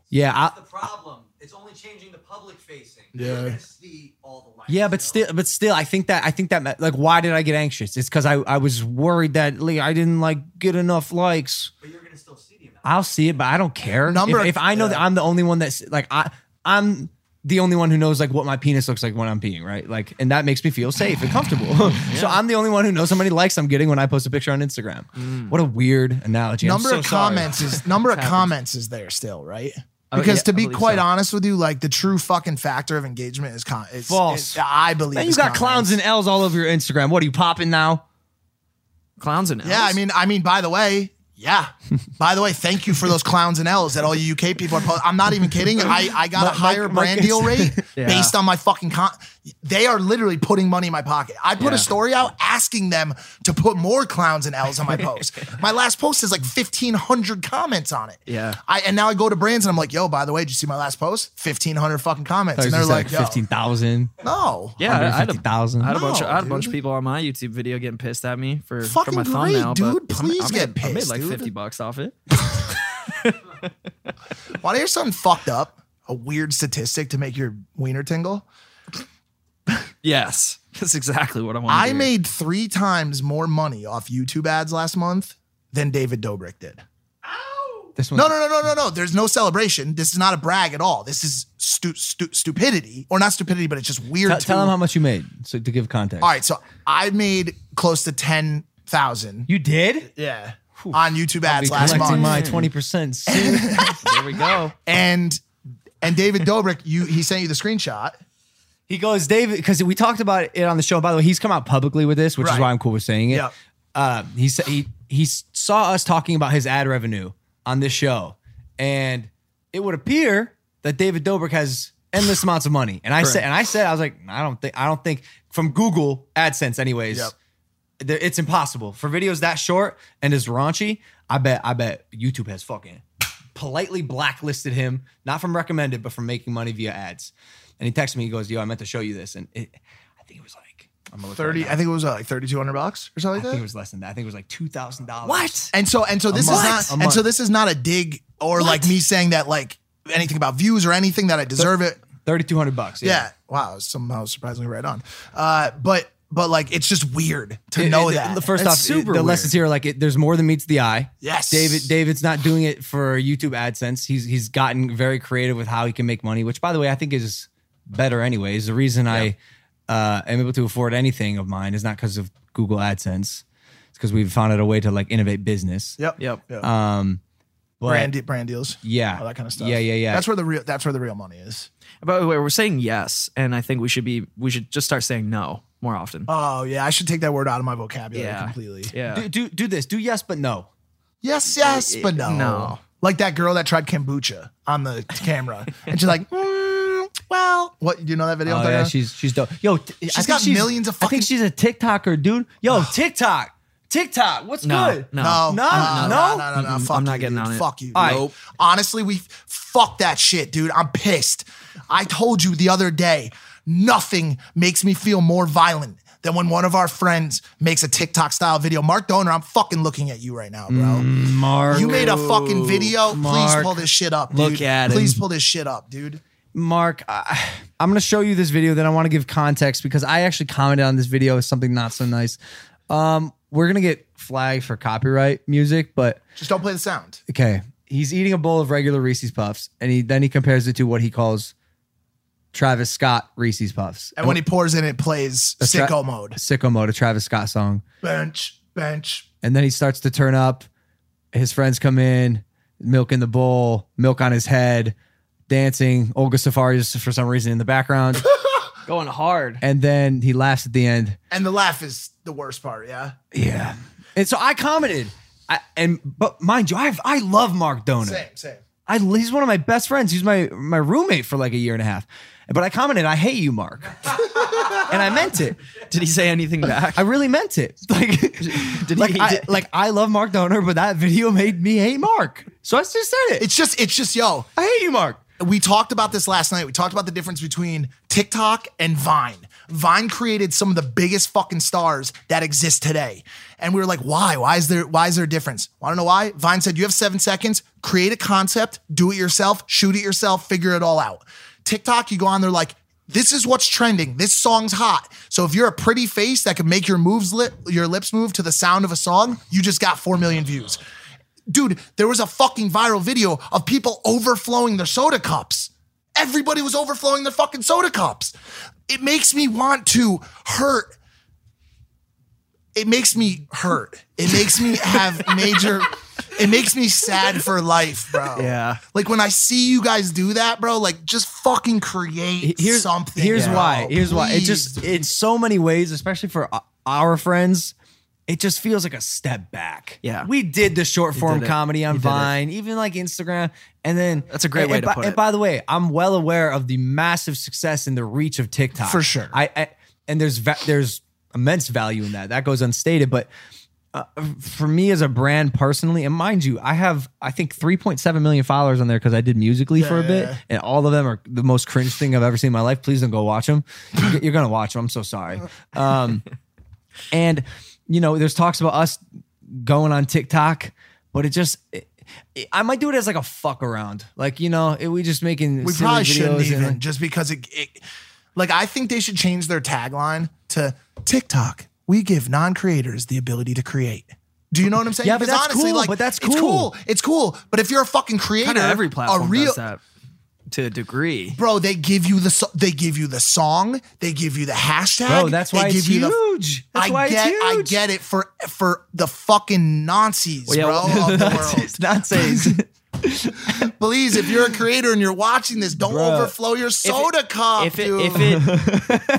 [SPEAKER 1] Yeah, I,
[SPEAKER 13] That's the problem. It's only changing the public facing.
[SPEAKER 1] Yeah.
[SPEAKER 13] You're gonna see all the lights.
[SPEAKER 1] Yeah, but still, but still, I think that I think that ma- like, why did I get anxious? It's because I I was worried that like, I didn't like get enough likes. But you're gonna still see the I'll see it, but I don't care.
[SPEAKER 2] Number-
[SPEAKER 1] if, if I know that I'm the only one that's like I I'm the only one who knows like what my penis looks like when I'm peeing, right? Like, and that makes me feel safe and comfortable. So I'm the only one who knows how many likes I'm getting when I post a picture on Instagram. What a weird analogy. I'm
[SPEAKER 2] Mm. number
[SPEAKER 1] so
[SPEAKER 2] of
[SPEAKER 1] sorry.
[SPEAKER 2] comments is number of comments is there still, right?
[SPEAKER 1] Oh,
[SPEAKER 2] Because
[SPEAKER 1] yeah,
[SPEAKER 2] to
[SPEAKER 1] I
[SPEAKER 2] be
[SPEAKER 1] believe
[SPEAKER 2] quite
[SPEAKER 1] so.
[SPEAKER 2] honest with you, like the true fucking factor of engagement is con- is,
[SPEAKER 1] False.
[SPEAKER 2] is- I believe.
[SPEAKER 1] Man, you
[SPEAKER 2] is
[SPEAKER 1] got
[SPEAKER 2] comments.
[SPEAKER 1] clowns and L's all over your Instagram. What are you popping now?
[SPEAKER 3] Clowns and L's.
[SPEAKER 2] Yeah, I mean, I mean. By the way, yeah. by the way, thank you for those clowns and L's that all you UK people are. Po- I'm not even kidding. I I got
[SPEAKER 1] My-
[SPEAKER 2] a higher
[SPEAKER 1] my- my
[SPEAKER 2] brand
[SPEAKER 1] guess-
[SPEAKER 2] deal rate
[SPEAKER 1] Yeah.
[SPEAKER 2] based on my fucking con. They are literally putting money in my pocket. I put
[SPEAKER 1] Yeah.
[SPEAKER 2] a story out asking them to put more clowns and L's on my post. my last post is like 1,500 comments on it.
[SPEAKER 3] Yeah.
[SPEAKER 2] I and now I go to brands and I'm like, yo, by the way, did you see my last post? Fifteen hundred fucking comments,
[SPEAKER 1] It's
[SPEAKER 2] and they're like, yo,
[SPEAKER 1] fifteen thousand.
[SPEAKER 2] no,
[SPEAKER 3] Yeah, I I had, a,
[SPEAKER 1] 150,000.
[SPEAKER 3] I had a bunch. Of, I had a
[SPEAKER 2] No,
[SPEAKER 3] bunch of
[SPEAKER 2] dude.
[SPEAKER 3] people on my YouTube video getting pissed at me for for
[SPEAKER 2] Fucking
[SPEAKER 3] my
[SPEAKER 2] great,
[SPEAKER 3] thumbnail.
[SPEAKER 2] dude.
[SPEAKER 3] but I ma-
[SPEAKER 2] Please
[SPEAKER 3] I made,
[SPEAKER 2] get
[SPEAKER 3] I made
[SPEAKER 2] pissed,
[SPEAKER 3] like
[SPEAKER 2] dude.
[SPEAKER 3] fifty bucks off it.
[SPEAKER 2] want to hear something fucked up? A weird statistic to make your wiener tingle.
[SPEAKER 3] Yes, that's exactly what I want.
[SPEAKER 2] I made three times more money off YouTube ads last month than David Dobrik did.
[SPEAKER 1] This
[SPEAKER 2] No, no, no, no, no, no. There's no celebration. This is not a brag at all. This is stu- stu- stupidity, or not stupidity, but it's just weird.
[SPEAKER 1] Tell,
[SPEAKER 2] to-
[SPEAKER 1] tell them how much you made so to give context.
[SPEAKER 2] All right, so I made close to ten thousand.
[SPEAKER 1] You did?
[SPEAKER 2] Yeah. On YouTube ads last month.
[SPEAKER 1] collecting my twenty percent soon.
[SPEAKER 3] there we go.
[SPEAKER 2] And and David Dobrik, you he sent you the screenshot.
[SPEAKER 1] He goes, David, because we talked about it on the show. By the way, he's come out publicly with this, which is
[SPEAKER 2] Right.
[SPEAKER 1] why I'm cool with saying it.
[SPEAKER 2] Yep.
[SPEAKER 1] Uh, he said he he s- saw us talking about his ad revenue on this show, and it would appear that David Dobrik has endless amounts of money. And I said,
[SPEAKER 3] Correct.
[SPEAKER 1] and I said, I was like, I don't think, I don't think from Google AdSense, anyways.
[SPEAKER 2] Yep.
[SPEAKER 1] th- It's impossible for videos that short and as raunchy. I bet, I bet YouTube has fucking politely blacklisted him, not from recommended, but from making money via ads. And he texted me, he goes, Yo, I meant to show you this. And it, I think it was like I'm gonna look
[SPEAKER 2] Thirty,
[SPEAKER 1] right now.
[SPEAKER 2] I think it was uh, like thirty-two hundred bucks or something
[SPEAKER 1] I
[SPEAKER 2] like that.
[SPEAKER 1] think it was less than that. I think it was like two thousand dollars.
[SPEAKER 2] And so and so
[SPEAKER 1] A
[SPEAKER 2] this
[SPEAKER 1] month.
[SPEAKER 2] is
[SPEAKER 1] A
[SPEAKER 2] not and so
[SPEAKER 1] month.
[SPEAKER 2] this is not a dig or like me saying that like anything about views or anything that I deserve it.
[SPEAKER 1] Thirty-two hundred bucks.
[SPEAKER 2] Yeah.
[SPEAKER 1] yeah.
[SPEAKER 2] Wow. Somehow surprisingly right on. Uh, but but like it's just weird to
[SPEAKER 1] It-
[SPEAKER 2] know
[SPEAKER 1] it-
[SPEAKER 2] that.
[SPEAKER 1] The first
[SPEAKER 2] That's
[SPEAKER 1] off,
[SPEAKER 2] super
[SPEAKER 1] the
[SPEAKER 2] weird.
[SPEAKER 1] lessons here are like it, there's more than meets the eye.
[SPEAKER 2] Yes.
[SPEAKER 1] David. David's not doing it for YouTube AdSense. He's he's gotten very creative with how he can make money, which by the way I think is better. Anyways, the reason I uh, am able to afford anything of mine is not because of Google AdSense. It's because we've found out a way to like innovate business.
[SPEAKER 2] Yep. Yep. Yep.
[SPEAKER 1] Um, but
[SPEAKER 2] brand de- brand deals.
[SPEAKER 1] Yeah.
[SPEAKER 2] All that kind of stuff.
[SPEAKER 1] Yeah, yeah, yeah.
[SPEAKER 2] That's where the real that's where the real money is.
[SPEAKER 3] By the way, we're saying yes, and I think we should be we should just start saying no more often.
[SPEAKER 2] Oh yeah, I should take that word out of my vocabulary
[SPEAKER 3] Yeah.
[SPEAKER 2] completely.
[SPEAKER 3] Yeah.
[SPEAKER 1] do, do do this. Do yes but no.
[SPEAKER 2] Yes, yes, but no.
[SPEAKER 3] no.
[SPEAKER 2] Like that girl that tried kombucha on the camera, and she's like, "Mm, "Well, what? Do you know that video?" I'm
[SPEAKER 1] Oh,
[SPEAKER 2] talking
[SPEAKER 1] yeah,
[SPEAKER 2] about?
[SPEAKER 1] she's she's dope. Yo, t- I
[SPEAKER 2] She's
[SPEAKER 1] think
[SPEAKER 2] got millions of
[SPEAKER 1] I think she's a TikToker, dude. Yo, TikTok, TikTok. What's
[SPEAKER 3] No,
[SPEAKER 1] good?
[SPEAKER 3] no.
[SPEAKER 2] No,
[SPEAKER 1] no, no,
[SPEAKER 2] no, no, no, no,
[SPEAKER 3] Mm-mm,
[SPEAKER 2] Fuck
[SPEAKER 3] I'm not
[SPEAKER 2] you,
[SPEAKER 3] getting
[SPEAKER 2] dude.
[SPEAKER 3] on it.
[SPEAKER 2] Fuck you.
[SPEAKER 3] All right.
[SPEAKER 2] dude. Honestly, we fuck that shit, dude. I'm pissed. I told you the other day, nothing makes me feel more violent than when one of our friends makes a TikTok style video. Mark Doner, I'm fucking looking at you right now, bro.
[SPEAKER 3] Mm.
[SPEAKER 1] Mark,
[SPEAKER 2] you made a fucking video. Please
[SPEAKER 1] Mark.
[SPEAKER 2] pull this shit up, dude.
[SPEAKER 3] Look at him.
[SPEAKER 2] Please pull this shit up, dude.
[SPEAKER 1] Mark, I, I'm going to show you this video. Then I want to give context because I actually commented on this video as something not so nice. Um, we're going to get flagged for copyright music, but
[SPEAKER 2] Just don't play the sound.
[SPEAKER 1] okay. He's eating a bowl of regular Reese's Puffs, and he then he compares it to what he calls Travis Scott Reese's Puffs.
[SPEAKER 2] And when he pours in, it plays
[SPEAKER 1] That's right.
[SPEAKER 2] sicko mode.
[SPEAKER 1] sicko mode, a Travis Scott song,
[SPEAKER 2] Bench, bench.
[SPEAKER 1] and then he starts to turn up. His friends come in, milk in the bowl, milk on his head, dancing. Olga Safari is for some reason in the background.
[SPEAKER 3] Going hard.
[SPEAKER 1] and then he laughs at the end.
[SPEAKER 2] And the laugh is the worst part, yeah?
[SPEAKER 1] Yeah. And so I commented, I, and but mind you, I have, I love Mark Donut.
[SPEAKER 2] Same, same.
[SPEAKER 1] I he's one of my best friends. He's my my roommate for like a year and a half. But I commented, I hate you, Mark, and I meant it.
[SPEAKER 3] Did he say anything back?
[SPEAKER 1] I really meant it. Like,
[SPEAKER 3] Did
[SPEAKER 1] like,
[SPEAKER 3] he?
[SPEAKER 1] I, like I love Mark Donor, but that video made me hate Mark. So I just said it.
[SPEAKER 2] It's just, it's just, yo,
[SPEAKER 1] I hate you, Mark.
[SPEAKER 2] we talked about this last night. We talked about the difference between TikTok and Vine. Vine created some of the biggest fucking stars that exist today. And we were like, why? Why is there why is there a difference? Want to know why? Vine said you have 7 seconds, create a concept, do it yourself, shoot it yourself, figure it all out. TikTok, you go on there like this is what's trending. This song's hot. So if you're a pretty face that can make your moves lip, your lips move to the sound of a song, you just got 4 million views dude, there was a fucking viral video of people overflowing their soda cups. Everybody was overflowing their fucking soda cups. It makes me want to hurt. It makes me hurt. It makes me have major. It makes me sad for life, bro.
[SPEAKER 3] Yeah.
[SPEAKER 2] Like when I see you guys do that, bro, like just fucking create
[SPEAKER 1] here's
[SPEAKER 2] something.
[SPEAKER 1] Here's
[SPEAKER 2] bro.
[SPEAKER 1] why. Here's why. It
[SPEAKER 2] Please.
[SPEAKER 1] just in so many ways, especially for o- our friends, it just feels like a step back.
[SPEAKER 3] Yeah.
[SPEAKER 1] we did the short form
[SPEAKER 3] did it.
[SPEAKER 1] comedy on
[SPEAKER 3] You did it.
[SPEAKER 1] Vine, even like Instagram, and then
[SPEAKER 3] That's a great
[SPEAKER 1] and-
[SPEAKER 3] way
[SPEAKER 1] and
[SPEAKER 3] to
[SPEAKER 1] by,
[SPEAKER 3] put
[SPEAKER 1] And
[SPEAKER 3] it.
[SPEAKER 1] by the way, I'm well aware of the massive success and the reach of TikTok
[SPEAKER 2] For sure.
[SPEAKER 1] I, I and there's va- there's immense value in that. That goes unstated, but. Uh, for me as a brand personally, and mind you, I have I think 3.7 million followers on there because I did musically for a
[SPEAKER 2] yeah,
[SPEAKER 1] bit,
[SPEAKER 2] yeah.
[SPEAKER 1] and all of them are the most cringe thing I've ever seen in my life. Please don't go watch them. You're- You're gonna watch them. I'm so sorry. Um, and you know, there's talks about us going on TikTok, but it just. It, it- I might do it as like a fuck around, like you know, it, we just making.
[SPEAKER 2] We
[SPEAKER 1] silly
[SPEAKER 2] probably
[SPEAKER 1] videos
[SPEAKER 2] shouldn't
[SPEAKER 1] and,
[SPEAKER 2] even
[SPEAKER 1] like-
[SPEAKER 2] just because it, it. Like I think they should change their tagline to TikTok. We give non-creators the ability to create. Do you know what I'm saying?
[SPEAKER 1] Yeah, but
[SPEAKER 2] Because
[SPEAKER 1] that's cool, but that's
[SPEAKER 2] It's
[SPEAKER 1] cool.
[SPEAKER 2] cool. It's cool. But if you're a fucking creator,
[SPEAKER 3] kind of every platform
[SPEAKER 2] a real
[SPEAKER 3] does that to a degree.
[SPEAKER 2] bro, they give you the so- they give you the song, they give you the hashtag.
[SPEAKER 1] Bro, that's
[SPEAKER 2] they
[SPEAKER 1] why
[SPEAKER 2] give
[SPEAKER 1] it's
[SPEAKER 2] you the-
[SPEAKER 1] huge. That's
[SPEAKER 2] I
[SPEAKER 1] why
[SPEAKER 2] get,
[SPEAKER 1] it's
[SPEAKER 2] I
[SPEAKER 1] huge.
[SPEAKER 2] get it for for the fucking Nazis,
[SPEAKER 3] Well, yeah,
[SPEAKER 2] bro, of the world.
[SPEAKER 1] It's not saying.
[SPEAKER 2] Please, if you're a creator and you're watching this, don't
[SPEAKER 3] Bro.
[SPEAKER 2] overflow your soda cup,
[SPEAKER 3] if it
[SPEAKER 2] dude.
[SPEAKER 3] if it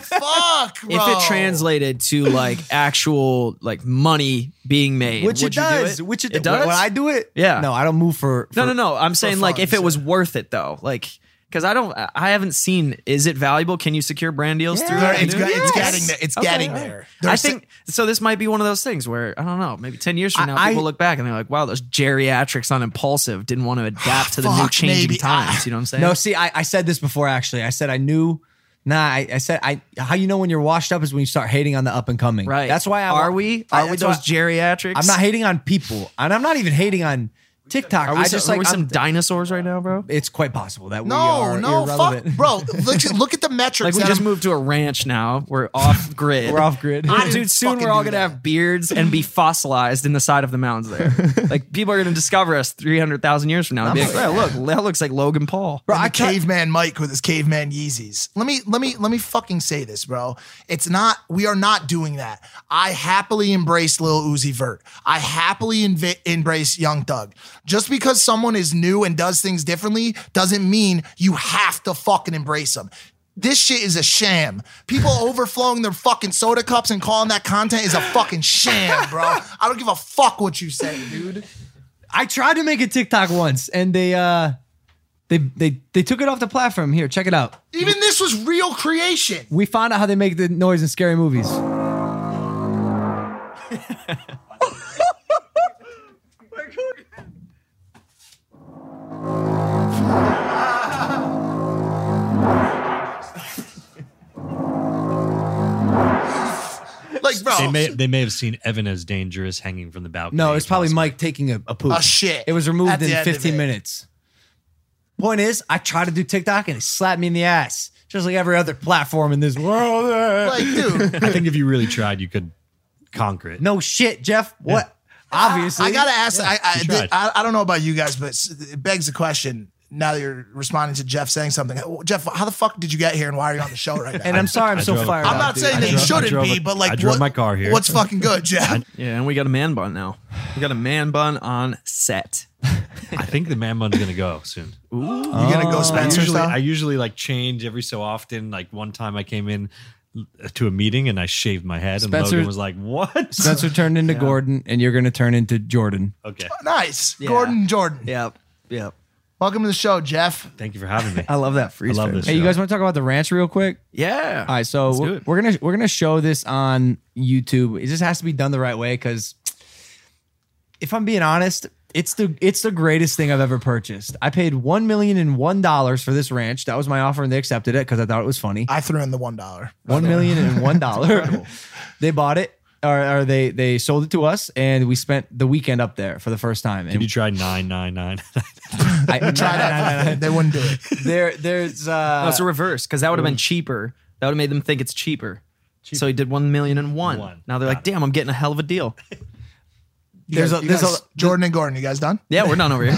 [SPEAKER 2] Fuck, bro.
[SPEAKER 3] if it translated to like actual like money being made,
[SPEAKER 1] which it
[SPEAKER 3] would you do
[SPEAKER 1] does,
[SPEAKER 3] it?
[SPEAKER 1] which it,
[SPEAKER 3] it does.
[SPEAKER 1] When I do it,
[SPEAKER 3] Yeah.
[SPEAKER 1] no, I don't move for.
[SPEAKER 3] no,
[SPEAKER 1] for-
[SPEAKER 3] no, no. I'm saying like
[SPEAKER 2] fun,
[SPEAKER 3] if it was
[SPEAKER 2] sure.
[SPEAKER 3] worth it though, like because I don't, I haven't seen. Is it valuable? Can you secure brand deals through?
[SPEAKER 2] There-
[SPEAKER 3] that?
[SPEAKER 2] it's,
[SPEAKER 3] dude?
[SPEAKER 2] get- it's
[SPEAKER 3] Yes.
[SPEAKER 2] getting there. It's
[SPEAKER 3] Okay,
[SPEAKER 2] getting
[SPEAKER 3] all right.
[SPEAKER 2] there.
[SPEAKER 3] I
[SPEAKER 2] There's-
[SPEAKER 3] think so. This might be one of those things where I don't know. Maybe ten years from now,
[SPEAKER 1] I-
[SPEAKER 3] people look back and they're like, "Wow, those geriatrics on impulsive didn't want to adapt to the new
[SPEAKER 2] Fuck,
[SPEAKER 3] changing
[SPEAKER 2] maybe.
[SPEAKER 1] Ah,
[SPEAKER 3] times." You know what I'm saying?
[SPEAKER 1] No, see, I, I said this before actually. I said I knew Nah, I, I said I. How you know when you're washed up is when you start hating on the up and coming.
[SPEAKER 3] Right.
[SPEAKER 1] That's why I
[SPEAKER 3] Are we?
[SPEAKER 1] I-
[SPEAKER 3] Are we
[SPEAKER 1] that's why-
[SPEAKER 3] those geriatrics?
[SPEAKER 1] I'm not hating on people, and I'm not even hating on TikTok.
[SPEAKER 3] Are we
[SPEAKER 1] I
[SPEAKER 3] so-
[SPEAKER 1] just
[SPEAKER 3] are
[SPEAKER 1] like
[SPEAKER 3] we some
[SPEAKER 1] dinosaurs right now, bro. It's quite possible that we
[SPEAKER 2] No,
[SPEAKER 1] are
[SPEAKER 2] no,
[SPEAKER 1] irrelevant.
[SPEAKER 2] fuck, bro. Look, look at the metrics.
[SPEAKER 3] Like we
[SPEAKER 2] that
[SPEAKER 3] just
[SPEAKER 2] I'm-
[SPEAKER 3] moved to a ranch now. We're off grid.
[SPEAKER 1] We're off grid.
[SPEAKER 2] I didn't
[SPEAKER 3] Dude, soon
[SPEAKER 2] fucking
[SPEAKER 3] we're all
[SPEAKER 2] do
[SPEAKER 3] gonna have beards and be fossilized in the side of the mountains there. like people are gonna discover us three hundred thousand years from now and be like, "Well, look, that looks like Logan Paul.
[SPEAKER 2] Bro, I caveman Mike with his caveman Yeezys. Let me let me let me fucking say this, bro. It's not we are not doing that. I happily embrace Lil Uzi Vert. I happily inv- embrace Young Thug. Just because someone is new and does things differently doesn't mean you have to fucking embrace them. This shit is a sham. People overflowing their fucking soda cups and calling that content is a fucking sham, bro. I don't give a fuck what you say, dude.
[SPEAKER 1] I tried to make a TikTok once, and they uh, they they they took it off the platform. Here, check it out.
[SPEAKER 2] Even this was real creation.
[SPEAKER 1] We found out how they make the noise in scary movies.
[SPEAKER 2] Like, bro.
[SPEAKER 12] They may, they may have seen Evan as dangerous hanging from the balcony.
[SPEAKER 1] No, it's probably Mike taking a, a poop.
[SPEAKER 2] Oh, shit.
[SPEAKER 1] It was removed
[SPEAKER 2] At the
[SPEAKER 1] in
[SPEAKER 2] end of
[SPEAKER 1] 15
[SPEAKER 2] it.
[SPEAKER 1] minutes. Point is, I tried to do TikTok and it slapped me in the ass, just like every other platform in this world.
[SPEAKER 2] Like, dude.
[SPEAKER 12] I think if you really tried, you could conquer it.
[SPEAKER 1] No shit, Jeff. What? Obviously.
[SPEAKER 2] I gotta ask. I, I,
[SPEAKER 12] you tried.
[SPEAKER 2] I I don't know about you guys, but s- it begs the question. Now that you're responding to Jeff saying something, Oh, Jeff, how the fuck did you get here, and why are you on the show right now?
[SPEAKER 1] And I'm sorry, I'm
[SPEAKER 12] I
[SPEAKER 1] so
[SPEAKER 12] drove a
[SPEAKER 1] fired
[SPEAKER 12] car.
[SPEAKER 1] up.
[SPEAKER 2] I'm not
[SPEAKER 1] dude.
[SPEAKER 2] saying that you
[SPEAKER 12] drove- I
[SPEAKER 2] shouldn't
[SPEAKER 12] drove
[SPEAKER 2] be,
[SPEAKER 12] a-
[SPEAKER 2] but like,
[SPEAKER 12] I drove
[SPEAKER 2] what-
[SPEAKER 12] my car here.
[SPEAKER 2] What's fucking good, Jeff?
[SPEAKER 3] Yeah, and we got a man bun now. We got a man bun on set.
[SPEAKER 12] I think the man bun's gonna go soon.
[SPEAKER 3] Ooh. You're
[SPEAKER 2] You gonna go Spencer
[SPEAKER 12] I Oh, usually,
[SPEAKER 2] style?
[SPEAKER 12] I usually like change every so often. Like one time I came in uh, to a meeting and I shaved my head, and
[SPEAKER 1] Spencer-
[SPEAKER 12] Logan was like, "What?"
[SPEAKER 1] Spencer turned into Gordon, and you're gonna turn into Jordan.
[SPEAKER 12] Okay,
[SPEAKER 2] nice, Gordon Jordan.
[SPEAKER 3] Yep. Yep.
[SPEAKER 2] Welcome to the show, Jeff.
[SPEAKER 12] thank you for having me.
[SPEAKER 3] I love that
[SPEAKER 12] I
[SPEAKER 3] freeze.
[SPEAKER 12] love
[SPEAKER 3] frame.
[SPEAKER 12] this.
[SPEAKER 1] Hey, you
[SPEAKER 12] show.
[SPEAKER 1] guys want to talk about the ranch real quick?
[SPEAKER 3] Yeah.
[SPEAKER 1] All right, so
[SPEAKER 3] Let's do
[SPEAKER 1] we're,
[SPEAKER 3] it.
[SPEAKER 1] we're gonna we're gonna show this on YouTube. It just has to be done the right way because if I'm being honest, it's the it's the greatest thing I've ever purchased. I paid one million and one dollars for this ranch. That was my offer, and they accepted it because I thought it was funny.
[SPEAKER 2] I threw in the one dollar.
[SPEAKER 1] One million and one dollar. they bought it, or, or they they sold it to us, and we spent the weekend up there for the first time. And
[SPEAKER 12] Did you try nine nine nine?
[SPEAKER 1] I,
[SPEAKER 2] Tried out. They wouldn't do it.
[SPEAKER 1] There there's uh,
[SPEAKER 3] No, it's a reverse because that would have been cheaper. That would have made them think it's cheaper. So he did one million and one.
[SPEAKER 12] One.
[SPEAKER 3] Now they're like, damn, I'm getting a hell of a deal.
[SPEAKER 2] You
[SPEAKER 1] There's
[SPEAKER 2] guys-
[SPEAKER 1] a-
[SPEAKER 2] you
[SPEAKER 1] there's
[SPEAKER 2] guys-
[SPEAKER 1] a-
[SPEAKER 2] Jordan and Gordon. You guys done?
[SPEAKER 3] Yeah, we're done over here.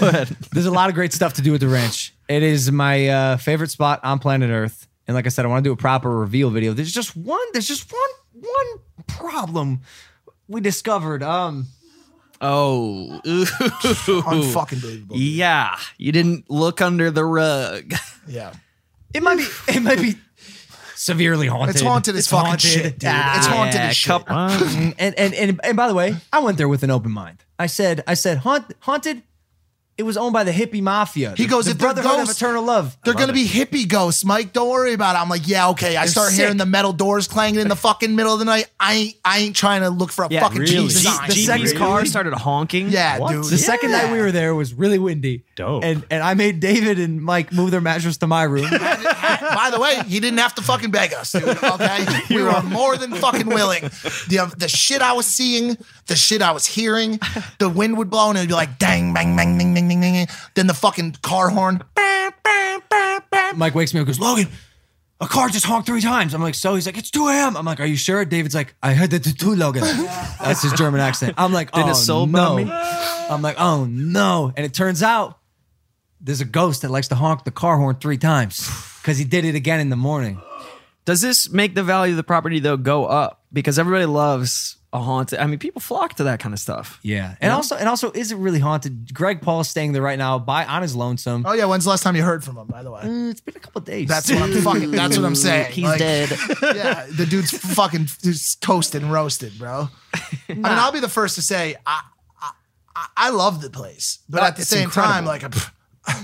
[SPEAKER 3] Go ahead.
[SPEAKER 1] There's a lot of great stuff to do with the ranch. It is my uh, favorite spot on planet Earth. And like I said, I want to do a proper reveal video. There's just one. There's just one. One problem we discovered. Um,
[SPEAKER 3] Oh, Ooh.
[SPEAKER 2] Unfucking believable.
[SPEAKER 3] yeah. You didn't look under the rug.
[SPEAKER 2] Yeah.
[SPEAKER 1] it might be. It might be severely haunted.
[SPEAKER 2] It's haunted as fucking shit, dude. It's haunted
[SPEAKER 3] yeah,
[SPEAKER 2] as shit.
[SPEAKER 3] couple-
[SPEAKER 1] Mm, and, and and and by the way, I went there with an open mind. I said, I said, haunt, haunted. It was owned by the hippie mafia.
[SPEAKER 2] He
[SPEAKER 1] The-
[SPEAKER 2] goes,
[SPEAKER 1] the
[SPEAKER 2] "If they're
[SPEAKER 1] brotherhood of
[SPEAKER 2] ghosts,
[SPEAKER 1] eternal love.
[SPEAKER 2] They're gonna be hippie ghosts, Mike. Don't worry about it. I'm like, yeah, okay. I
[SPEAKER 1] They're
[SPEAKER 2] start
[SPEAKER 1] sick.
[SPEAKER 2] hearing the metal doors clanging in the fucking middle of the night. I ain't, I ain't trying to look for a fucking
[SPEAKER 12] really?
[SPEAKER 2] Jesus.
[SPEAKER 3] G-
[SPEAKER 2] sign.
[SPEAKER 3] GP's car started honking.
[SPEAKER 2] Yeah,
[SPEAKER 3] What?
[SPEAKER 2] dude.
[SPEAKER 1] The second
[SPEAKER 2] Yeah.
[SPEAKER 1] night we were there was really windy.
[SPEAKER 12] Dope.
[SPEAKER 1] And and I made David and Mike move their mattress to my room.
[SPEAKER 2] By the way, he didn't have to fucking beg us, dude. Okay, we were more than fucking willing. The the shit I was seeing, the shit I was hearing, the wind would blow and it'd be like dang, bang, bang, ding, ding, ding, ding. ding. Then the fucking car horn. Bam, bam, bam, bam.
[SPEAKER 1] Mike wakes me up and goes, Logan, a car just honked three times. I'm like, so? He's like, it's 2 a.m. I'm like, are you sure? David's like, I heard that too, Logan. That's his German accent. I'm like,
[SPEAKER 3] Did
[SPEAKER 1] oh
[SPEAKER 3] it soul
[SPEAKER 1] no.
[SPEAKER 3] bomb me?
[SPEAKER 1] I'm like, oh no. And it turns out there's a ghost that likes to honk the car horn three times because he did it again in the morning.
[SPEAKER 3] Does this make the value of the property though go up? Because everybody loves a haunted. I mean, people flock to that kind of stuff.
[SPEAKER 1] Yeah.
[SPEAKER 3] You
[SPEAKER 1] And
[SPEAKER 3] know?
[SPEAKER 1] also, and also, is it really haunted? Greg Paul's staying there right now by on his lonesome.
[SPEAKER 2] Oh yeah, when's the last time you heard from him? By the way.
[SPEAKER 1] Uh, it's been a couple days.
[SPEAKER 2] That's what I'm fucking. That's what I'm saying.
[SPEAKER 3] He's
[SPEAKER 2] Like,
[SPEAKER 3] dead.
[SPEAKER 2] Yeah, the dude's fucking he's toasted and roasted, bro. I mean, I'll be the first to say I I, I love the place, but
[SPEAKER 3] Uh,
[SPEAKER 2] at the
[SPEAKER 3] it's
[SPEAKER 2] same time,
[SPEAKER 3] incredible.
[SPEAKER 2] like, pff,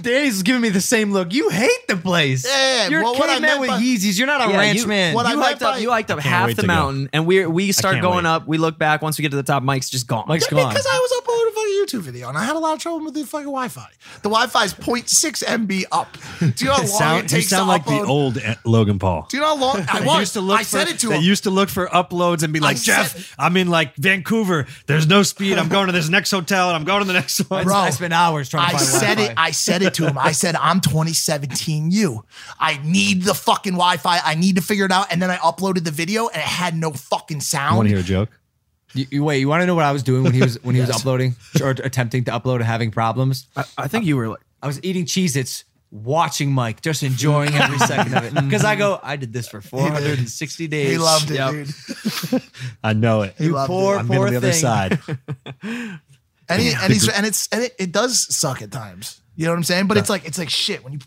[SPEAKER 1] Danny's giving me the same look. You hate the place.
[SPEAKER 2] Yeah,
[SPEAKER 1] you're
[SPEAKER 2] well,
[SPEAKER 1] a
[SPEAKER 2] what I
[SPEAKER 1] caveman
[SPEAKER 2] meant
[SPEAKER 1] with
[SPEAKER 2] by-
[SPEAKER 1] Yeezys. You're not a
[SPEAKER 3] Yeah,
[SPEAKER 1] ranch
[SPEAKER 3] you,
[SPEAKER 1] man.
[SPEAKER 2] What I
[SPEAKER 3] you
[SPEAKER 2] meant
[SPEAKER 3] hiked up,
[SPEAKER 2] by-
[SPEAKER 3] you hiked up
[SPEAKER 12] can't
[SPEAKER 3] half
[SPEAKER 12] wait
[SPEAKER 3] the
[SPEAKER 12] to go.
[SPEAKER 3] mountain, and we we start
[SPEAKER 12] can't
[SPEAKER 3] going
[SPEAKER 12] wait.
[SPEAKER 3] up. We look back once we get to the top. Mike's just gone.
[SPEAKER 1] Mike's
[SPEAKER 3] Yeah,
[SPEAKER 1] gone.
[SPEAKER 2] because I was up all over YouTube video, and I had a lot of trouble with the fucking Wi-Fi. The Wi-Fi is 0.6 MB up. Do you know how long
[SPEAKER 12] sound,
[SPEAKER 2] it
[SPEAKER 12] you
[SPEAKER 2] takes
[SPEAKER 12] sound
[SPEAKER 2] to
[SPEAKER 12] like
[SPEAKER 2] upload?
[SPEAKER 12] the old eh, Logan Paul.
[SPEAKER 2] Do you know how long I
[SPEAKER 12] They
[SPEAKER 2] was?
[SPEAKER 12] used to look
[SPEAKER 2] I
[SPEAKER 12] for,
[SPEAKER 2] said it to
[SPEAKER 12] They
[SPEAKER 2] him.
[SPEAKER 12] used to look for uploads and be like, Jeff, I'm in like Vancouver. There's no speed. I'm going to this next hotel and I'm going to the next one.
[SPEAKER 2] Bro, I spent
[SPEAKER 1] hours
[SPEAKER 2] I said it. I said it to him. I said, "I'm 2017. You, I need the fucking Wi-Fi. I need to figure it out." And then I uploaded the video, and it had no fucking sound.
[SPEAKER 1] hear a joke? You, you- wait, you want to know what I was doing when he was when he was
[SPEAKER 2] Yes.
[SPEAKER 1] uploading or attempting to upload and having problems?
[SPEAKER 3] Uh,
[SPEAKER 1] I, think you were like I was eating Cheez Its, watching Mike, just enjoying every second of it. Because I go, I did this for 460 days.
[SPEAKER 2] He loved it,
[SPEAKER 1] Yep.
[SPEAKER 2] dude.
[SPEAKER 12] I know it.
[SPEAKER 2] He You loved it. poor,
[SPEAKER 12] I've been
[SPEAKER 2] poor
[SPEAKER 12] on the other
[SPEAKER 2] thing.
[SPEAKER 12] side.
[SPEAKER 2] And he,
[SPEAKER 12] Yeah.
[SPEAKER 2] and, he's, and it's and it, it does suck at times. You know what I'm saying? But it's like it's like shit when you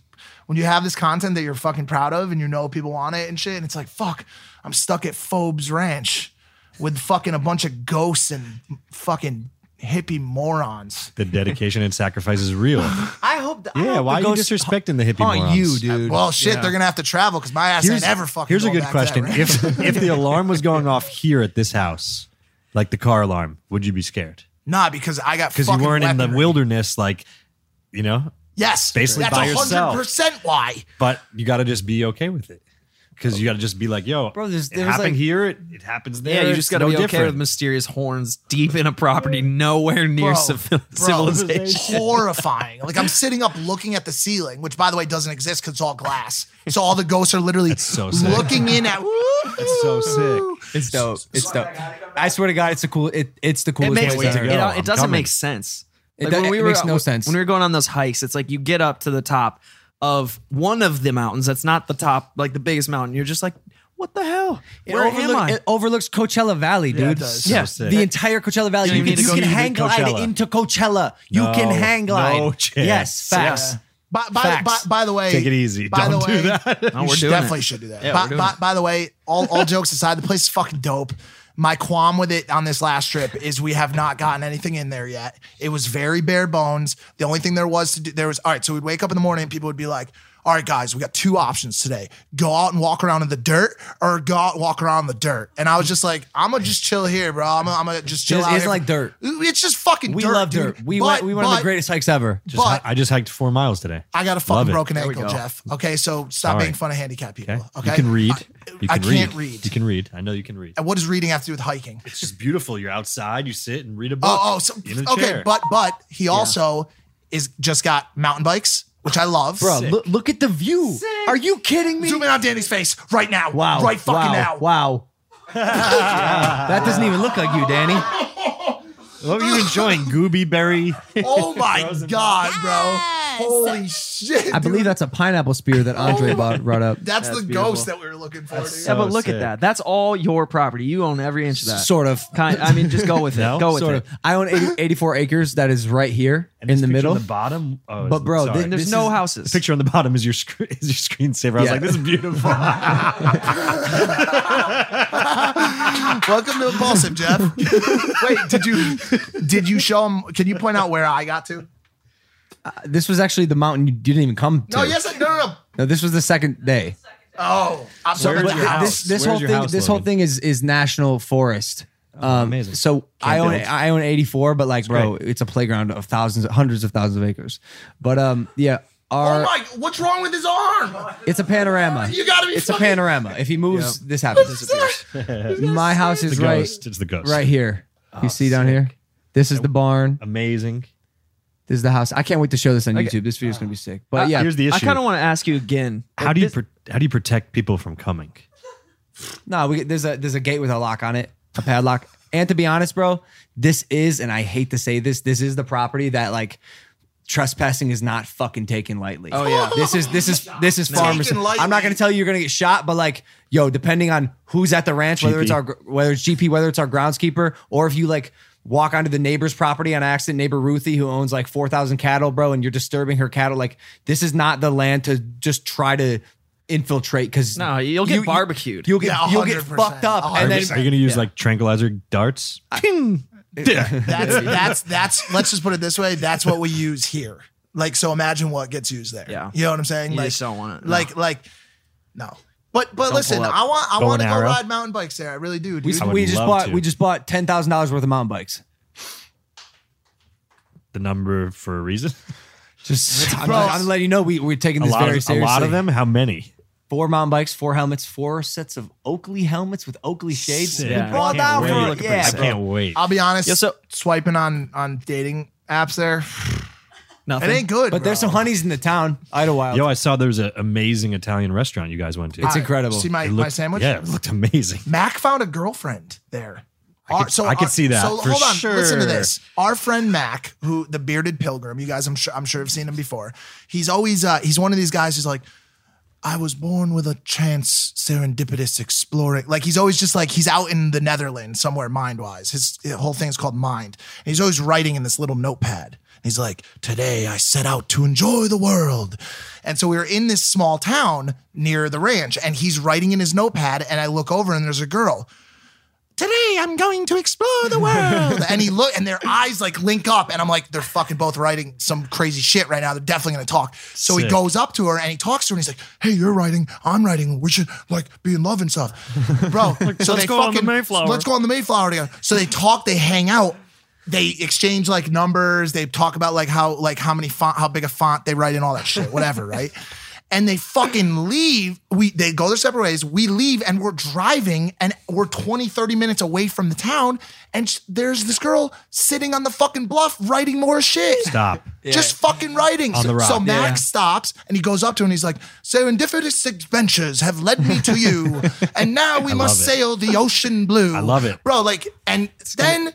[SPEAKER 2] when you have this content that you're fucking proud of and you know people want it and shit. And it's like fuck, I'm stuck at Phobes Ranch with fucking a bunch of ghosts and fucking hippie morons.
[SPEAKER 12] The dedication and sacrifice is real.
[SPEAKER 1] I hope. That,
[SPEAKER 12] Yeah, why are you disrespecting the hippie morons?
[SPEAKER 2] Well, shit,
[SPEAKER 12] Yeah.
[SPEAKER 2] they're gonna have to travel because my ass
[SPEAKER 12] Here's-
[SPEAKER 2] ain't ever fucking.
[SPEAKER 12] Here's a
[SPEAKER 2] going
[SPEAKER 12] good
[SPEAKER 2] back to that
[SPEAKER 12] question.
[SPEAKER 2] ranch.
[SPEAKER 12] If if the alarm was going off here at this house, like the car alarm, would you be scared?
[SPEAKER 2] nah, because I got
[SPEAKER 12] Because you
[SPEAKER 2] fucking
[SPEAKER 12] weren't in the
[SPEAKER 2] weaponry.
[SPEAKER 12] wilderness, like you know.
[SPEAKER 2] Yes,
[SPEAKER 12] basically
[SPEAKER 2] that's
[SPEAKER 12] by
[SPEAKER 2] hundred
[SPEAKER 12] yourself.
[SPEAKER 2] percent why.
[SPEAKER 12] But you got to just be okay with it. Because you got to just be like, yo,
[SPEAKER 3] Bro,
[SPEAKER 12] Bro,
[SPEAKER 3] there's-
[SPEAKER 12] it
[SPEAKER 3] there's
[SPEAKER 12] happened
[SPEAKER 3] like-
[SPEAKER 12] here. It, it happens there.
[SPEAKER 3] Yeah, you just got to
[SPEAKER 12] no
[SPEAKER 3] be okay
[SPEAKER 12] different.
[SPEAKER 3] with mysterious horns deep in a property, nowhere near
[SPEAKER 2] Bro,
[SPEAKER 3] civil-
[SPEAKER 2] bro,
[SPEAKER 3] civilization.
[SPEAKER 2] Horrifying. Like I'm sitting up looking at the ceiling, which by the way doesn't exist because it's all glass. So all the ghosts are literally
[SPEAKER 1] sick.
[SPEAKER 2] looking in at.
[SPEAKER 12] It's so sick.
[SPEAKER 1] It's dope. It's dope. I swear to God, it's a cool. It, it's the coolest.
[SPEAKER 3] makes-
[SPEAKER 1] place
[SPEAKER 3] it-
[SPEAKER 1] ever.
[SPEAKER 3] it- it I'm doesn't coming. make sense.
[SPEAKER 1] It,
[SPEAKER 3] Like,
[SPEAKER 1] do-
[SPEAKER 3] when
[SPEAKER 1] it
[SPEAKER 3] we were-
[SPEAKER 1] makes no
[SPEAKER 3] when-
[SPEAKER 1] sense.
[SPEAKER 3] When we were going on those hikes, it's like you get up to the top of one of the mountains that's not the top, like the biggest mountain. You're just like, what the hell?
[SPEAKER 1] It
[SPEAKER 3] Where am
[SPEAKER 1] overlook-
[SPEAKER 3] I?
[SPEAKER 1] It overlooks Coachella Valley,
[SPEAKER 3] Yeah, it
[SPEAKER 1] dude.
[SPEAKER 3] does. Yeah. So sick.
[SPEAKER 1] the entire Coachella Valley.
[SPEAKER 3] You don't
[SPEAKER 1] You, can,
[SPEAKER 3] even need to
[SPEAKER 1] you
[SPEAKER 3] go
[SPEAKER 1] can
[SPEAKER 3] to
[SPEAKER 1] hang glide
[SPEAKER 3] Coachella.
[SPEAKER 1] into Coachella. You
[SPEAKER 12] No,
[SPEAKER 1] can hang glide.
[SPEAKER 12] no chance.
[SPEAKER 1] Yes, facts.
[SPEAKER 2] By, by, by,
[SPEAKER 1] Facts.
[SPEAKER 2] by the way,
[SPEAKER 12] Take it easy.
[SPEAKER 2] By
[SPEAKER 12] Don't
[SPEAKER 2] the
[SPEAKER 12] do
[SPEAKER 2] way,
[SPEAKER 12] that. No,
[SPEAKER 2] you
[SPEAKER 12] we're
[SPEAKER 2] should
[SPEAKER 12] doing
[SPEAKER 2] definitely
[SPEAKER 12] it.
[SPEAKER 2] should do that.
[SPEAKER 12] Yeah,
[SPEAKER 2] by,
[SPEAKER 12] we're doing
[SPEAKER 2] by,
[SPEAKER 12] it.
[SPEAKER 2] by the way, all, all jokes aside, the place is fucking dope. My qualm with it on this last trip is we have not gotten anything in there yet. It was very bare bones. The only thing there was to do there was all right. So we'd wake up in the morning and people would be like, "All right, guys, we got two options today: go out and walk around in the dirt, or go out and walk around in the dirt." And I was just like, "I'm gonna just chill here, bro. I'm gonna, I'm gonna just chill
[SPEAKER 1] It's-
[SPEAKER 2] out."
[SPEAKER 1] it's
[SPEAKER 2] here."
[SPEAKER 1] like dirt.
[SPEAKER 2] It's just fucking.
[SPEAKER 1] We
[SPEAKER 2] dirt,
[SPEAKER 1] love
[SPEAKER 2] dude.
[SPEAKER 1] dirt. We
[SPEAKER 2] But-
[SPEAKER 1] went. We went on the
[SPEAKER 2] but-
[SPEAKER 1] greatest hikes ever.
[SPEAKER 12] Just,
[SPEAKER 2] But-
[SPEAKER 12] I just hiked four miles today.
[SPEAKER 2] I got a
[SPEAKER 12] Love
[SPEAKER 2] fucking
[SPEAKER 12] it.
[SPEAKER 2] broken
[SPEAKER 12] There we
[SPEAKER 2] ankle,
[SPEAKER 12] go.
[SPEAKER 2] Jeff. Okay, so stop
[SPEAKER 12] Sorry.
[SPEAKER 2] being fun of handicapped people.
[SPEAKER 12] Okay.
[SPEAKER 2] Okay,
[SPEAKER 12] You can read. you
[SPEAKER 2] I
[SPEAKER 12] can
[SPEAKER 2] can't
[SPEAKER 12] read.
[SPEAKER 2] read.
[SPEAKER 12] You can read. I know you can read.
[SPEAKER 2] And what does reading have to do with hiking?
[SPEAKER 12] It's just beautiful. You're outside. You sit and read a book.
[SPEAKER 2] Oh, oh, so,
[SPEAKER 12] in a
[SPEAKER 2] okay,
[SPEAKER 12] chair.
[SPEAKER 2] but but he also is just got mountain bikes, which I love.
[SPEAKER 1] Bro, Sick. loo- look at the view. Are you kidding me?
[SPEAKER 2] Zoom in on Danny's face right now.
[SPEAKER 1] Wow.
[SPEAKER 2] right
[SPEAKER 1] wow,
[SPEAKER 2] fucking now.
[SPEAKER 1] Wow. that doesn't even look like you, Danny.
[SPEAKER 12] What were you enjoying? Gooby berry.
[SPEAKER 2] Oh my god, bro! Holy shit!
[SPEAKER 1] I believe that's a pineapple spear that Andre bought, brought up.
[SPEAKER 2] That's, the
[SPEAKER 3] beautiful.
[SPEAKER 2] ghost that we were looking for. dude.
[SPEAKER 3] yeah, but look at that. That's all your property. You own every inch of that.
[SPEAKER 1] Sort of.
[SPEAKER 3] Kind, I mean, just go with it. Go with
[SPEAKER 1] sort
[SPEAKER 3] it.
[SPEAKER 1] Of. I own 80, 84 acres that is right here in the middle.
[SPEAKER 12] On the bottom. Oh,
[SPEAKER 1] But
[SPEAKER 12] it's-
[SPEAKER 1] bro,
[SPEAKER 12] sorry.
[SPEAKER 1] thi- There's this no is-
[SPEAKER 3] houses.
[SPEAKER 12] The picture on the bottom is your screen. Is your screensaver. I was
[SPEAKER 1] Yeah.
[SPEAKER 12] like, this is beautiful.
[SPEAKER 2] Welcome to Impulsive, Jeff. Wait, did you did you show him? Can you point out where I got to?
[SPEAKER 1] This was actually the mountain you didn't even come to.
[SPEAKER 2] No, yes, I, no, no, no.
[SPEAKER 1] No, this was the second day.
[SPEAKER 2] Oh, I'm
[SPEAKER 1] So
[SPEAKER 2] sorry.
[SPEAKER 1] but
[SPEAKER 2] about that.
[SPEAKER 1] this this whole thing this whole thing is is national forest. Um, amazing. So I own
[SPEAKER 12] build.
[SPEAKER 1] I own 84, but like, bro,
[SPEAKER 12] great.
[SPEAKER 1] it's a playground of thousands, hundreds of thousands of acres. But um, yeah,
[SPEAKER 2] Oh
[SPEAKER 1] our
[SPEAKER 2] my! What's wrong with his arm?
[SPEAKER 1] it's a panorama.
[SPEAKER 2] You gotta be
[SPEAKER 1] It's
[SPEAKER 2] fucking-
[SPEAKER 1] a panorama. If he moves, this happens. My house
[SPEAKER 12] It's
[SPEAKER 1] is
[SPEAKER 12] the
[SPEAKER 1] right.
[SPEAKER 12] ghost. It's the ghost.
[SPEAKER 1] Right here.
[SPEAKER 12] Oh,
[SPEAKER 1] you see down here. This is the barn.
[SPEAKER 12] Amazing.
[SPEAKER 1] This is the house. I can't wait to show this on YouTube. This video is gonna be sick. But yeah,
[SPEAKER 12] here's the issue.
[SPEAKER 3] I kind of want to ask you again.
[SPEAKER 12] how do you pro- how do you protect people from coming?
[SPEAKER 1] No, we there's a there's a gate with a lock on it, a padlock. And to be honest, bro, this is, and I hate to say this, this is the property that like trespassing is not fucking taken lightly.
[SPEAKER 3] Oh, yeah.
[SPEAKER 1] this is this is this is
[SPEAKER 2] No.
[SPEAKER 1] farmers.
[SPEAKER 2] Taken lightly.
[SPEAKER 1] I'm not gonna tell you you're gonna get shot, but like, yo, depending on who's at the ranch, whether it's
[SPEAKER 12] GP.
[SPEAKER 1] our gr- whether it's GP, whether it's our groundskeeper, or if you like walk onto the neighbor's property on accident, neighbor Ruthie who owns like four thousand cattle, bro, and you're disturbing her cattle, like this is not the land to just try to infiltrate because
[SPEAKER 3] No, you'll get barbecued.
[SPEAKER 1] You'll get
[SPEAKER 2] Yeah,
[SPEAKER 1] you'll get
[SPEAKER 2] 100%,
[SPEAKER 1] fucked up, and
[SPEAKER 12] Are
[SPEAKER 1] then
[SPEAKER 12] you, going to use like tranquilizer darts? Ting! Yeah.
[SPEAKER 2] That's that's that's. Let's just put it this way. That's what we use here. Like so, imagine what gets used there.
[SPEAKER 3] Yeah.
[SPEAKER 2] you know what I'm saying.
[SPEAKER 3] You
[SPEAKER 2] like
[SPEAKER 3] just don't want it. No.
[SPEAKER 2] Like like no. But but
[SPEAKER 3] Don't
[SPEAKER 2] listen,
[SPEAKER 3] pull up.
[SPEAKER 2] I want I
[SPEAKER 12] Bow
[SPEAKER 2] want to
[SPEAKER 12] and
[SPEAKER 2] go
[SPEAKER 12] arrow?
[SPEAKER 2] ride mountain bikes there. I really do.
[SPEAKER 1] we,
[SPEAKER 2] Dude.
[SPEAKER 12] would
[SPEAKER 1] we just
[SPEAKER 12] love
[SPEAKER 1] bought
[SPEAKER 12] to.
[SPEAKER 1] we just bought ten thousand dollars worth of mountain bikes.
[SPEAKER 12] the number for a reason.
[SPEAKER 1] Just I'm, I'm letting you know we we're taking
[SPEAKER 12] a
[SPEAKER 1] this
[SPEAKER 12] lot,
[SPEAKER 1] very
[SPEAKER 12] of, a
[SPEAKER 1] seriously.
[SPEAKER 12] lot of them. How many?
[SPEAKER 1] Four mountain bikes, four helmets, four sets of Oakley helmets with Oakley shades.
[SPEAKER 12] Sick.
[SPEAKER 1] We
[SPEAKER 12] Yeah, I
[SPEAKER 1] brought that
[SPEAKER 12] can't wait.
[SPEAKER 1] for-
[SPEAKER 12] Look at
[SPEAKER 1] yeah,
[SPEAKER 12] this. I
[SPEAKER 1] bro.
[SPEAKER 12] can't wait.
[SPEAKER 2] I'll be honest.
[SPEAKER 3] Yeah, so-
[SPEAKER 2] swiping on on dating apps there,
[SPEAKER 3] Nothing.
[SPEAKER 2] it ain't good.
[SPEAKER 1] But there's some honeys in the town. Idlewild.
[SPEAKER 12] Yo, I saw there was an amazing Italian restaurant you guys went to.
[SPEAKER 2] It's Hi. incredible. See my-
[SPEAKER 12] It
[SPEAKER 2] my sandwich?
[SPEAKER 12] Yeah, it looked amazing.
[SPEAKER 2] Mac found a girlfriend there.
[SPEAKER 12] I could- I could see that,
[SPEAKER 2] So
[SPEAKER 12] for
[SPEAKER 2] hold on, listen to
[SPEAKER 12] sure.
[SPEAKER 2] this. Our friend Mac, who the bearded pilgrim, you guys, I'm sure, I'm sure have seen him before. He's always, uh, he's one of these guys who's like, I was born with a chance, serendipitous exploring. Like he's always just like he's out in the Netherlands somewhere, mind wise. His whole thing's called mind, and he's always writing in this little notepad. And he's like, today I set out to enjoy the world, and so we were in this small town near the ranch, and he's writing in his notepad, and I look over and there's a girl today I'm going to explore the world. and he look and their eyes like link up, and I'm like, they're fucking both writing some crazy shit right now. They're definitely gonna talk. So he
[SPEAKER 12] Sick.
[SPEAKER 2] goes up to her and he talks to her and he's like, Hey, you're writing, I'm writing, we should like be in love and stuff. Bro, so
[SPEAKER 12] let's
[SPEAKER 2] they
[SPEAKER 12] go on the
[SPEAKER 2] fucking
[SPEAKER 12] Mayflower.
[SPEAKER 2] let's go on the Mayflower together. So they talk, they hang out. They exchange like numbers. They talk about like how like how many font, how big a font they write in, all that shit, whatever, right? and they fucking leave. We they go their separate ways. We leave and we're driving and we're 20, 30 minutes away from the town. And sh- there's this girl sitting on the fucking bluff writing more shit.
[SPEAKER 12] Stop.
[SPEAKER 2] Just fucking writing.
[SPEAKER 12] On the rock.
[SPEAKER 2] So Max
[SPEAKER 12] Yeah.
[SPEAKER 2] stops and he goes up to her and he's like, Serendipitous adventures have led me to you. and now we
[SPEAKER 12] I
[SPEAKER 2] must
[SPEAKER 12] love it.
[SPEAKER 2] sail the ocean blue.
[SPEAKER 12] I love it.
[SPEAKER 2] Bro, like, and then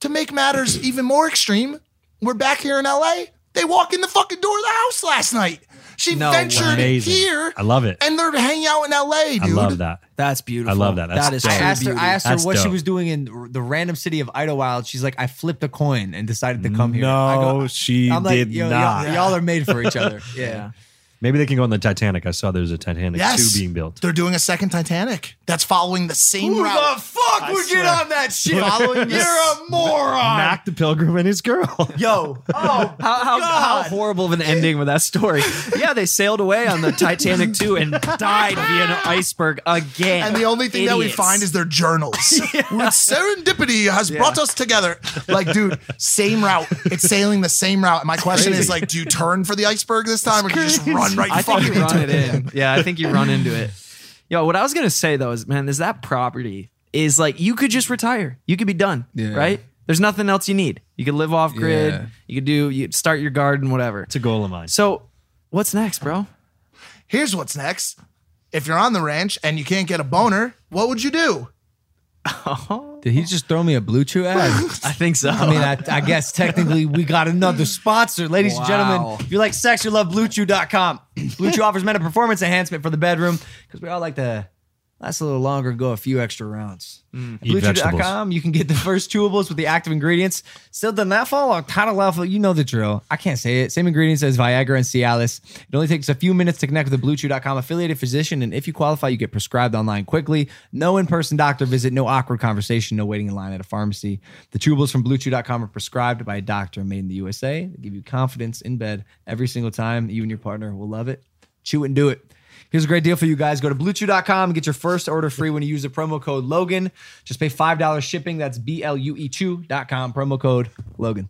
[SPEAKER 2] to make matters even more extreme, we're back here in LA. They walk in the fucking door of the house last night. She
[SPEAKER 3] No
[SPEAKER 2] ventured
[SPEAKER 3] way.
[SPEAKER 12] Amazing.
[SPEAKER 2] here.
[SPEAKER 12] I love it.
[SPEAKER 2] And they're hanging out in LA, dude.
[SPEAKER 12] I love that.
[SPEAKER 3] That's beautiful.
[SPEAKER 12] I love that. That's
[SPEAKER 3] that is.
[SPEAKER 12] dope.
[SPEAKER 1] I
[SPEAKER 3] so
[SPEAKER 1] asked her.
[SPEAKER 3] beautiful.
[SPEAKER 1] I asked her
[SPEAKER 12] That's
[SPEAKER 1] what she
[SPEAKER 12] dope.
[SPEAKER 1] was doing in r- the random city of Idlewild. She's like, I flipped a coin and decided to come here. I
[SPEAKER 12] No,
[SPEAKER 1] go-
[SPEAKER 12] she
[SPEAKER 1] I'm like,
[SPEAKER 12] did
[SPEAKER 1] "Yo, y'all-
[SPEAKER 12] not.
[SPEAKER 1] Y'all, are made for each other. Yeah.
[SPEAKER 12] Maybe they can go on the Titanic. I saw there's a Titanic
[SPEAKER 2] Yes.
[SPEAKER 12] 2 being built.
[SPEAKER 2] They're doing a second Titanic that's following the same
[SPEAKER 1] Who
[SPEAKER 2] route.
[SPEAKER 1] the fuck would get on that shit?
[SPEAKER 2] Following
[SPEAKER 1] You're
[SPEAKER 2] this-
[SPEAKER 1] a moron.
[SPEAKER 12] Mac the Pilgrim and his girl.
[SPEAKER 1] Yo. Oh,
[SPEAKER 3] How, how, how
[SPEAKER 1] God.
[SPEAKER 3] horrible of an ending with that story. Yeah, they sailed away on the Titanic too and died via an iceberg again.
[SPEAKER 2] And the only thing that we
[SPEAKER 3] Idiots.
[SPEAKER 2] find is their journals. With serendipity has brought us together. Like, dude, same route. It's sailing the same route. And my question is
[SPEAKER 3] crazy.
[SPEAKER 2] like, do you turn for the iceberg this time, or do you just run right
[SPEAKER 3] I think
[SPEAKER 2] fucking
[SPEAKER 3] you run
[SPEAKER 2] into
[SPEAKER 3] it in. Yeah, I think you run into it. Yo, what I was gonna say though is, man, is that property is like you could just retire. You could be done.
[SPEAKER 1] Yeah.
[SPEAKER 3] Right? There's nothing else you need. You could live off grid.
[SPEAKER 1] Yeah.
[SPEAKER 3] You could do. You could start your garden, whatever.
[SPEAKER 12] It's a goal of mine.
[SPEAKER 3] So, what's next, bro?
[SPEAKER 2] Here's what's next. If you're on the ranch and you can't get a boner, what would you do?
[SPEAKER 1] Did he just throw me a blue chew ad?
[SPEAKER 3] I think so.
[SPEAKER 1] I mean, I, I guess technically we got another sponsor. Ladies and
[SPEAKER 3] Wow.
[SPEAKER 1] gentlemen, if you like sex, you love BlueChew.com. BlueChew offers men a performance enhancement for the bedroom because we all like to last a little longer and go a few extra rounds. At
[SPEAKER 12] Eat
[SPEAKER 1] BlueChew.com, you can get the first chewables with the active ingredients. Still done that fall or kind of level? You know the drill. I can't say it. Same ingredients as Viagra and Cialis. It only takes a few minutes to connect with a BlueChew.com affiliated physician, and if you qualify, you get prescribed online quickly. No in-person doctor visit, no awkward conversation, no waiting in line at a pharmacy. The chewables from BlueChew.com are prescribed by a doctor and made in the USA. They give you confidence in bed every single time. You and your partner will love it. Chew it and do it. Here's a great deal for you guys. Go to bluechew.com and get your first order free when you use the promo code Logan. Just pay $5 shipping. That's B L U E chew.com, promo code Logan.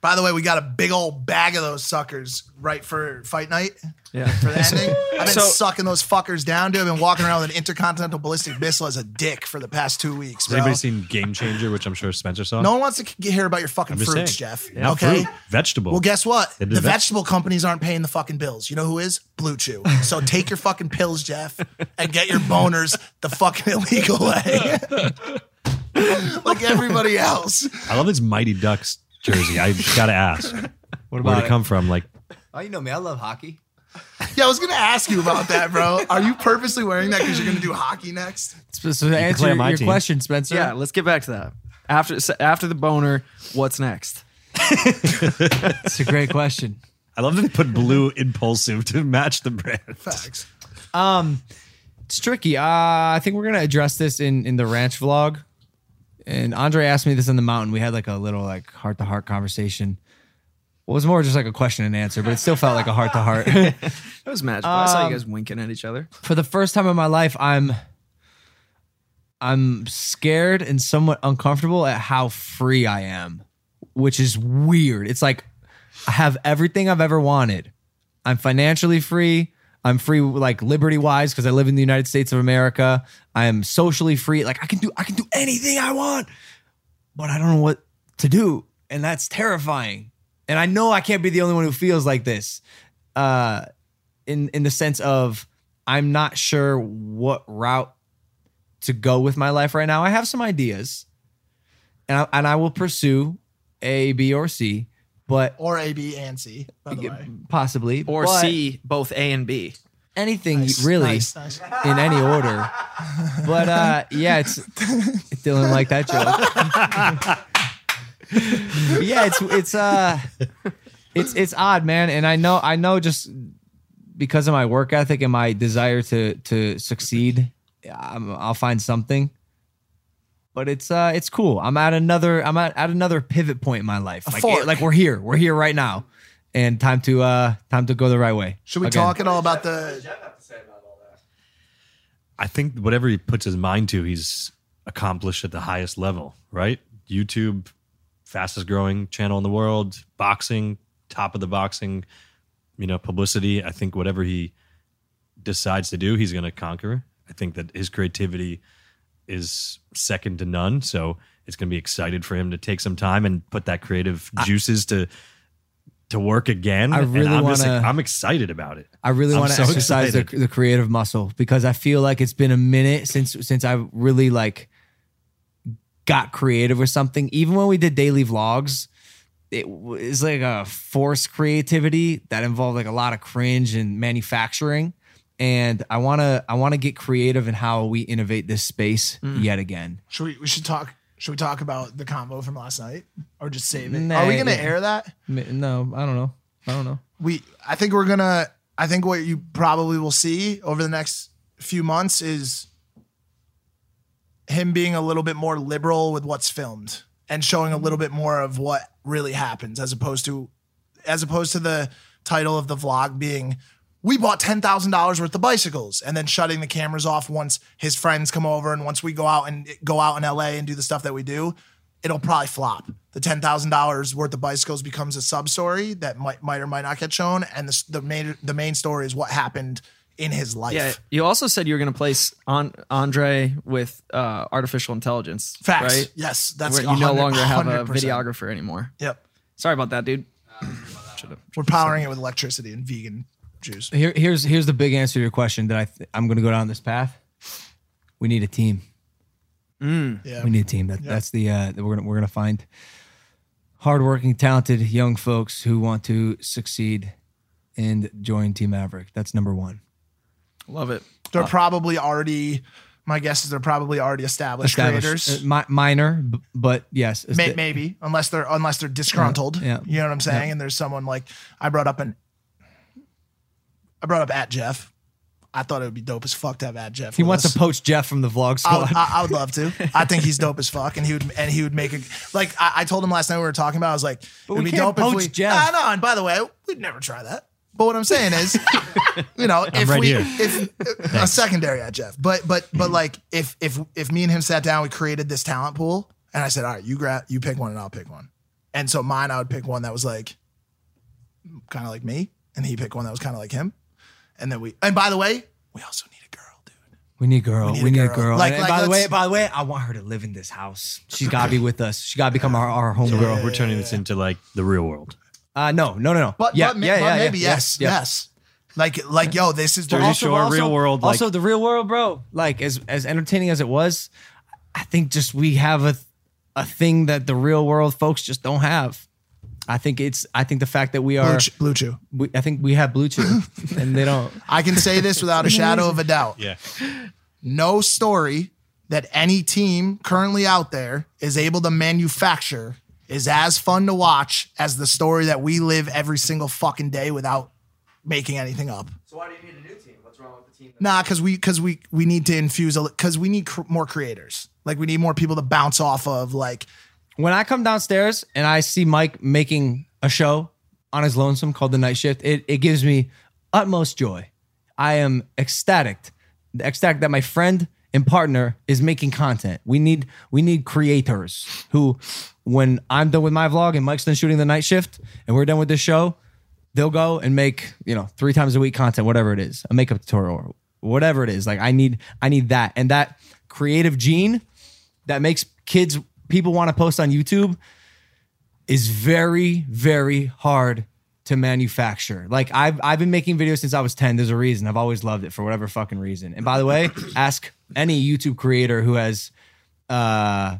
[SPEAKER 2] By the way, we got a big old bag of those suckers right for fight night.
[SPEAKER 3] Yeah.
[SPEAKER 2] For the ending. I've been
[SPEAKER 3] So-
[SPEAKER 2] sucking those fuckers down, dude. I've been walking around with an intercontinental ballistic missile as a dick for the past two weeks,
[SPEAKER 12] Has
[SPEAKER 2] bro.
[SPEAKER 12] anybody seen Game Changer, which I'm sure Spencer saw?
[SPEAKER 2] No one wants to k- hear about your fucking
[SPEAKER 12] I'm just
[SPEAKER 2] fruits,
[SPEAKER 12] saying.
[SPEAKER 2] Jeff.
[SPEAKER 12] Not
[SPEAKER 2] okay.
[SPEAKER 12] fruit, vegetable.
[SPEAKER 2] Well, guess what? The
[SPEAKER 12] It is veg-
[SPEAKER 2] vegetable companies aren't paying the fucking bills. You know who is? Blue Chew. So take your fucking pills, Jeff, and get your boners the fucking illegal way. like everybody else.
[SPEAKER 12] I love his Mighty Ducks jersey. I gotta ask. What
[SPEAKER 1] about
[SPEAKER 12] Where'd it
[SPEAKER 1] it?
[SPEAKER 12] come from? Like,
[SPEAKER 1] Oh, you know me. I love hockey.
[SPEAKER 2] Yeah, I was gonna ask you about that, bro. Are you purposely wearing that because you're gonna do hockey next?
[SPEAKER 1] So, so to
[SPEAKER 12] can
[SPEAKER 1] answer
[SPEAKER 12] play
[SPEAKER 1] your,
[SPEAKER 12] on my
[SPEAKER 1] your
[SPEAKER 12] team.
[SPEAKER 1] question, Spencer.
[SPEAKER 3] Yeah, let's get back to that. After so after the boner, what's next?
[SPEAKER 1] It's a great question.
[SPEAKER 12] I love that they put blue impulsive to match the brand.
[SPEAKER 2] Facts.
[SPEAKER 1] Um, it's tricky. Uh, I think we're gonna address this in in the ranch vlog. And Andre asked me this on the mountain. We had like a little like heart to heart conversation. Well, it was more just like a question and answer, but it still felt like a heart to heart.
[SPEAKER 3] That was magical. I saw
[SPEAKER 1] Um,
[SPEAKER 3] you guys winking at each other.
[SPEAKER 1] for the first time in my life, I'm I'm scared and somewhat uncomfortable at how free I am which is weird. It's like I have everything I've ever wanted. I'm financially free. I'm free like liberty wise because I live in the United States of America. I am socially free. Like I can do I can do anything I want, but I don't know what to do, and that's terrifying. And I know I can't be the only one who feels like this. Uh, in in the sense of I'm not sure what route to go with my life right now. I have some ideas, and I, and I will pursue A, B, or C, but
[SPEAKER 2] or A, B, and C, by the way.
[SPEAKER 1] possibly
[SPEAKER 3] or
[SPEAKER 1] but
[SPEAKER 3] C both A and B.
[SPEAKER 1] anything really
[SPEAKER 3] nice, nice.
[SPEAKER 1] in any order. But uh, yeah, it's Dylan like that joke. But yeah, it's it's uh, it's it's odd, man. And I know I know just because of my work ethic and my desire to to succeed, I'm, I'll find something. But it's uh it's cool. I'm at another I'm at, at another pivot point in my life.
[SPEAKER 2] A
[SPEAKER 1] like
[SPEAKER 2] fork.
[SPEAKER 1] like we're here, we're here right now, and time to uh time to go the right way.
[SPEAKER 2] Should we
[SPEAKER 1] Again.
[SPEAKER 2] talk at all about the?
[SPEAKER 12] I think whatever he puts his mind to, he's accomplished at the highest level, right? YouTube, fastest growing channel in the world, boxing, top of the boxing, you know, publicity. I think whatever he decides to do, he's going to conquer. I think that his creativity is second to none. So it's going to be excited for him to take some time and put that creative juices to to work again.
[SPEAKER 1] I
[SPEAKER 12] And
[SPEAKER 1] really
[SPEAKER 12] I'm just-
[SPEAKER 1] wanna-
[SPEAKER 12] I'm excited about it.
[SPEAKER 1] I really
[SPEAKER 12] I'm
[SPEAKER 1] want to
[SPEAKER 12] so
[SPEAKER 1] exercise the,
[SPEAKER 12] excited.
[SPEAKER 1] the creative muscle because I feel like it's been a minute since since I really like got creative with something. Even when we did daily vlogs, it was like a forced creativity that involved like a lot of cringe and manufacturing. And I wanna I wanna get creative in how we innovate this space yet again.
[SPEAKER 2] Should we? We should talk. Should we talk about the combo from last night, or just save it?
[SPEAKER 1] Nah,
[SPEAKER 2] Are we gonna
[SPEAKER 1] yeah.
[SPEAKER 2] air that?
[SPEAKER 1] M- No, I don't know. I don't know.
[SPEAKER 2] We. I think we're gonna. I think what you probably will see over the next few months is him being a little bit more liberal with what's filmed and showing a little bit more of what really happens, as opposed to, as opposed to the title of the vlog being. We bought ten thousand dollars worth of bicycles, and then shutting the cameras off once his friends come over, and once we go out and go out in LA and do the stuff that we do, it'll probably flop. The ten thousand dollars worth of bicycles becomes a sub story that might might or might not get shown, and the s- the main the main story is what happened in his life.
[SPEAKER 3] Yeah, you also said you were going to place on Andre with uh, artificial intelligence.
[SPEAKER 2] Facts.
[SPEAKER 3] Right?
[SPEAKER 2] Yes, that's
[SPEAKER 3] Where you no
[SPEAKER 2] 100
[SPEAKER 3] longer have a
[SPEAKER 2] 100%.
[SPEAKER 3] videographer anymore.
[SPEAKER 2] Yep.
[SPEAKER 3] Sorry about that, dude.
[SPEAKER 2] We're powering it with electricity and vegan juice.
[SPEAKER 1] Here, here's here's the big answer to your question that I th- I'm going to go down this path. We need a team.
[SPEAKER 2] Yeah.
[SPEAKER 1] We need a team. That,
[SPEAKER 2] Yeah.
[SPEAKER 1] That's the uh, that we're gonna we're gonna find hardworking, talented young folks who want to succeed and join Team Maverick. That's number one.
[SPEAKER 3] Love it.
[SPEAKER 1] uh,
[SPEAKER 2] They're probably already. My guess is they're probably already established,
[SPEAKER 1] Established-
[SPEAKER 2] creators.
[SPEAKER 1] uh, mi- minor, b- but yes,
[SPEAKER 2] May-
[SPEAKER 1] esta-
[SPEAKER 2] maybe unless they're unless they're disgruntled.
[SPEAKER 1] Yeah, yeah,
[SPEAKER 2] You know what I'm saying?
[SPEAKER 1] yeah.
[SPEAKER 2] And there's someone like I brought up an I brought up at Jeff. I thought it would be dope as fuck to have at Jeff.
[SPEAKER 1] he
[SPEAKER 2] with
[SPEAKER 1] wants
[SPEAKER 2] us.
[SPEAKER 1] to poach Jeff from the vlog
[SPEAKER 2] I
[SPEAKER 1] squad.
[SPEAKER 2] would, I, I would love to. I think he's dope as fuck, and he would and he would make a like. I, I told him last night we were talking about. I was like,
[SPEAKER 1] But we
[SPEAKER 2] it would be
[SPEAKER 1] can't
[SPEAKER 2] dope if
[SPEAKER 1] poach
[SPEAKER 2] we.
[SPEAKER 1] Jeff.
[SPEAKER 2] I know. And by the way, we'd never try that. But what I'm saying is, you know,
[SPEAKER 12] I'm
[SPEAKER 2] if
[SPEAKER 12] right
[SPEAKER 2] we
[SPEAKER 12] here. Mm-hmm.
[SPEAKER 2] if a secondary at Jeff, but but but like if if if me and him sat down, we created this talent pool, and I said, all right, you grab you pick one, and I'll pick one, and so mine I would pick one that was like kind of like me, and he picked one that was kind of like him, and then we and by the way, we also need.
[SPEAKER 1] we need girl. We need, a girl.
[SPEAKER 2] Like-
[SPEAKER 1] And
[SPEAKER 2] like,
[SPEAKER 1] by the way,
[SPEAKER 2] let's-
[SPEAKER 1] by the way, I want her to live in this house. She's got to be with us. She got to become our, our home girl.
[SPEAKER 12] We're turning this into like the real world.
[SPEAKER 1] Uh, no, no, no, no.
[SPEAKER 2] But,
[SPEAKER 1] yeah,
[SPEAKER 2] but, ma-
[SPEAKER 1] yeah,
[SPEAKER 2] but
[SPEAKER 1] yeah,
[SPEAKER 2] maybe
[SPEAKER 1] yeah,
[SPEAKER 2] yes, yes. Like like yo, this is the
[SPEAKER 12] Jersey Shore, real world, like-
[SPEAKER 1] Also, the real world, bro. Like as as entertaining as it was, I think just we have a a thing that the real world folks just don't have. I think it's I think the fact that we
[SPEAKER 2] Blue
[SPEAKER 1] are
[SPEAKER 2] Chew- Blue Chew.
[SPEAKER 1] we, I think we have Bluetooth and they don't.
[SPEAKER 2] I can say this without a shadow of a doubt.
[SPEAKER 12] Yeah.
[SPEAKER 2] No story that any team currently out there is able to manufacture is as fun to watch as the story that we live every single fucking day without making anything up.
[SPEAKER 13] So why do you need a new team? What's wrong with the team?
[SPEAKER 2] Nah, because we because we we need to infuse a because we need cr- more creators. Like we need more people to bounce off of. Like
[SPEAKER 1] When I come downstairs and I see Mike making a show on his lonesome called The Night Shift, it, it gives me utmost joy. I am ecstatic, ecstatic that my friend and partner is making content. We need we need creators who, when I'm done with my vlog and Mike's done shooting the night shift and we're done with this show, they'll go and make you know three times a week content, whatever it is, a makeup tutorial or whatever it is. Like I need I need that and that creative gene that makes kids people want to post on YouTube is very very hard to manufacture. Like I've I've been making videos since I was 10. There's a reason. I've always loved it for whatever fucking reason. And by the way, ask any YouTube creator who has uh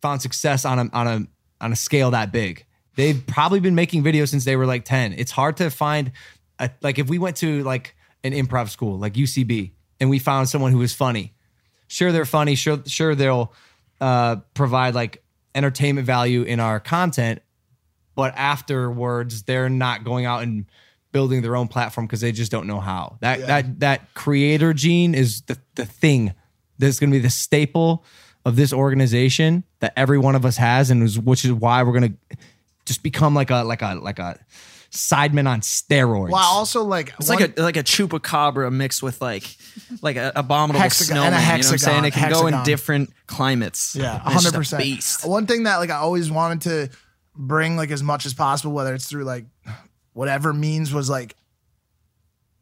[SPEAKER 1] found success on a on a on a scale that big. They've probably been making videos since they were like 10. It's hard to find a, like if we went to like an improv school like UCB and we found someone who was funny. Sure they're funny, sure sure they'll uh provide like entertainment value in our content, but afterwards they're not going out and building their own platform because they just don't know how. That
[SPEAKER 14] Yeah.
[SPEAKER 1] that that creator gene is the, the thing that's gonna be the staple of this organization that every one of us has, and is, which is why we're gonna just become like a like a like a sideman on steroids.
[SPEAKER 2] Well, also like
[SPEAKER 3] It's
[SPEAKER 2] one-
[SPEAKER 3] like a like a chupacabra mixed with like like a abominable
[SPEAKER 2] Hexagon- and
[SPEAKER 3] snowman.
[SPEAKER 2] a
[SPEAKER 3] you know what I'm
[SPEAKER 2] hexagon,
[SPEAKER 3] saying? It can go in
[SPEAKER 2] hexagon.
[SPEAKER 3] different climates.
[SPEAKER 2] Yeah,
[SPEAKER 3] And it's just
[SPEAKER 2] hundred
[SPEAKER 3] a
[SPEAKER 2] percent.
[SPEAKER 3] beast.
[SPEAKER 2] One thing that like I always wanted to bring like as much as possible, whether it's through like whatever means, was like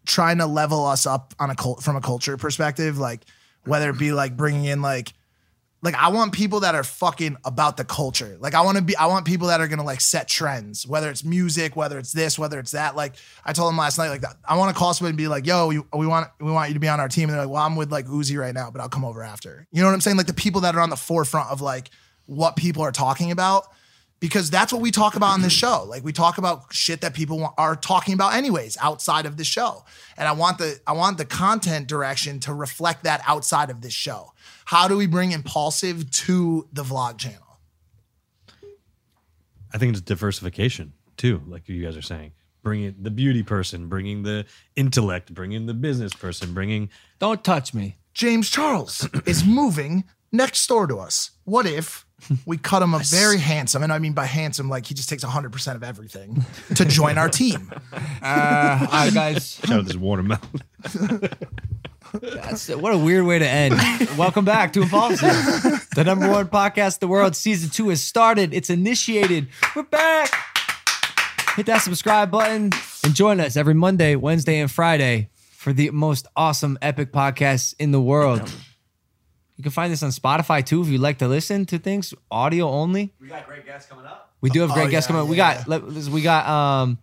[SPEAKER 2] trying to level us up on a cult from a culture perspective, like whether it be like bringing in like like I want people that are fucking about the culture. Like I want to be I want people that are going to like set trends, whether it's music, whether it's this, whether it's that. Like I told them last night like I want to call somebody and be like, "Yo, you, we want we want you to be on our team." And they're like, "Well, I'm with like Uzi right now, but I'll come over after." You know what I'm saying? Like the people that are on the forefront of like what people are talking about because that's what we talk about on this show. Like we talk about shit that people wa- are talking about anyways outside of this show. And I want the I want the content direction to reflect that outside of this show. How do we bring impulsive to the vlog channel?
[SPEAKER 12] I think it's diversification too, like you guys are saying. Bringing the beauty person, bringing the intellect, bringing the business person, bringing.
[SPEAKER 1] Don't touch me.
[SPEAKER 2] James Charles is moving next door to us. What if we cut him a very handsome, and I mean by handsome, like he just takes 100% of everything to join our team?
[SPEAKER 1] Uh, all right, guys.
[SPEAKER 12] Shout out this watermelon.
[SPEAKER 1] That's what a weird way to end. Welcome back to Impulsive, the number one podcast in the world. Season two has started. It's initiated. We're back. Hit that subscribe button and join us every Monday, Wednesday, and Friday for the most awesome epic podcast in the world. You can find this on Spotify too if you like to listen to things audio only.
[SPEAKER 13] We got great guests coming up.
[SPEAKER 1] We do have great
[SPEAKER 13] Oh,
[SPEAKER 1] guests
[SPEAKER 13] yeah,
[SPEAKER 1] coming. up. We
[SPEAKER 13] yeah,
[SPEAKER 1] got let- let's- we got um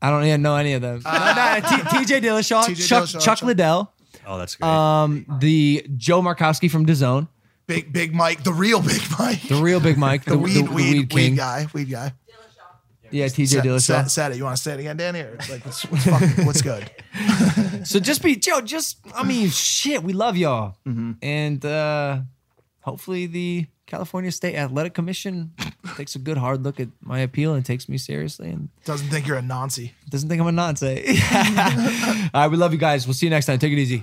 [SPEAKER 1] I don't even know any of
[SPEAKER 13] Uh,
[SPEAKER 1] them. No, no, T- TJ Dillashaw,
[SPEAKER 2] TJ
[SPEAKER 1] Chuck
[SPEAKER 2] Dillashaw,
[SPEAKER 1] Chuck Liddell.
[SPEAKER 12] Oh, that's
[SPEAKER 1] Um, the Joe Markowski from DAZN,
[SPEAKER 2] Big Big Mike, the real Big Mike,
[SPEAKER 1] the real Big Mike, the,
[SPEAKER 2] the weed,
[SPEAKER 1] the
[SPEAKER 2] weed,
[SPEAKER 1] weed
[SPEAKER 2] weed,
[SPEAKER 1] king.
[SPEAKER 2] guy, weed guy.
[SPEAKER 1] yeah, TJ
[SPEAKER 2] Sa- sa-
[SPEAKER 1] Dillashaw.
[SPEAKER 2] Said it. You want to say it again, Danny? Or like, what's, what's, fucking, what's good?
[SPEAKER 1] So just be Joe. Just I mean, shit, we love y'all, and uh, hopefully the California State Athletic Commission takes a good hard look at my appeal and takes me seriously and
[SPEAKER 2] Doesn't think you're a Nazi.
[SPEAKER 1] doesn't think I'm a nonce. All right, we love you guys. We'll see you next time. Take it easy.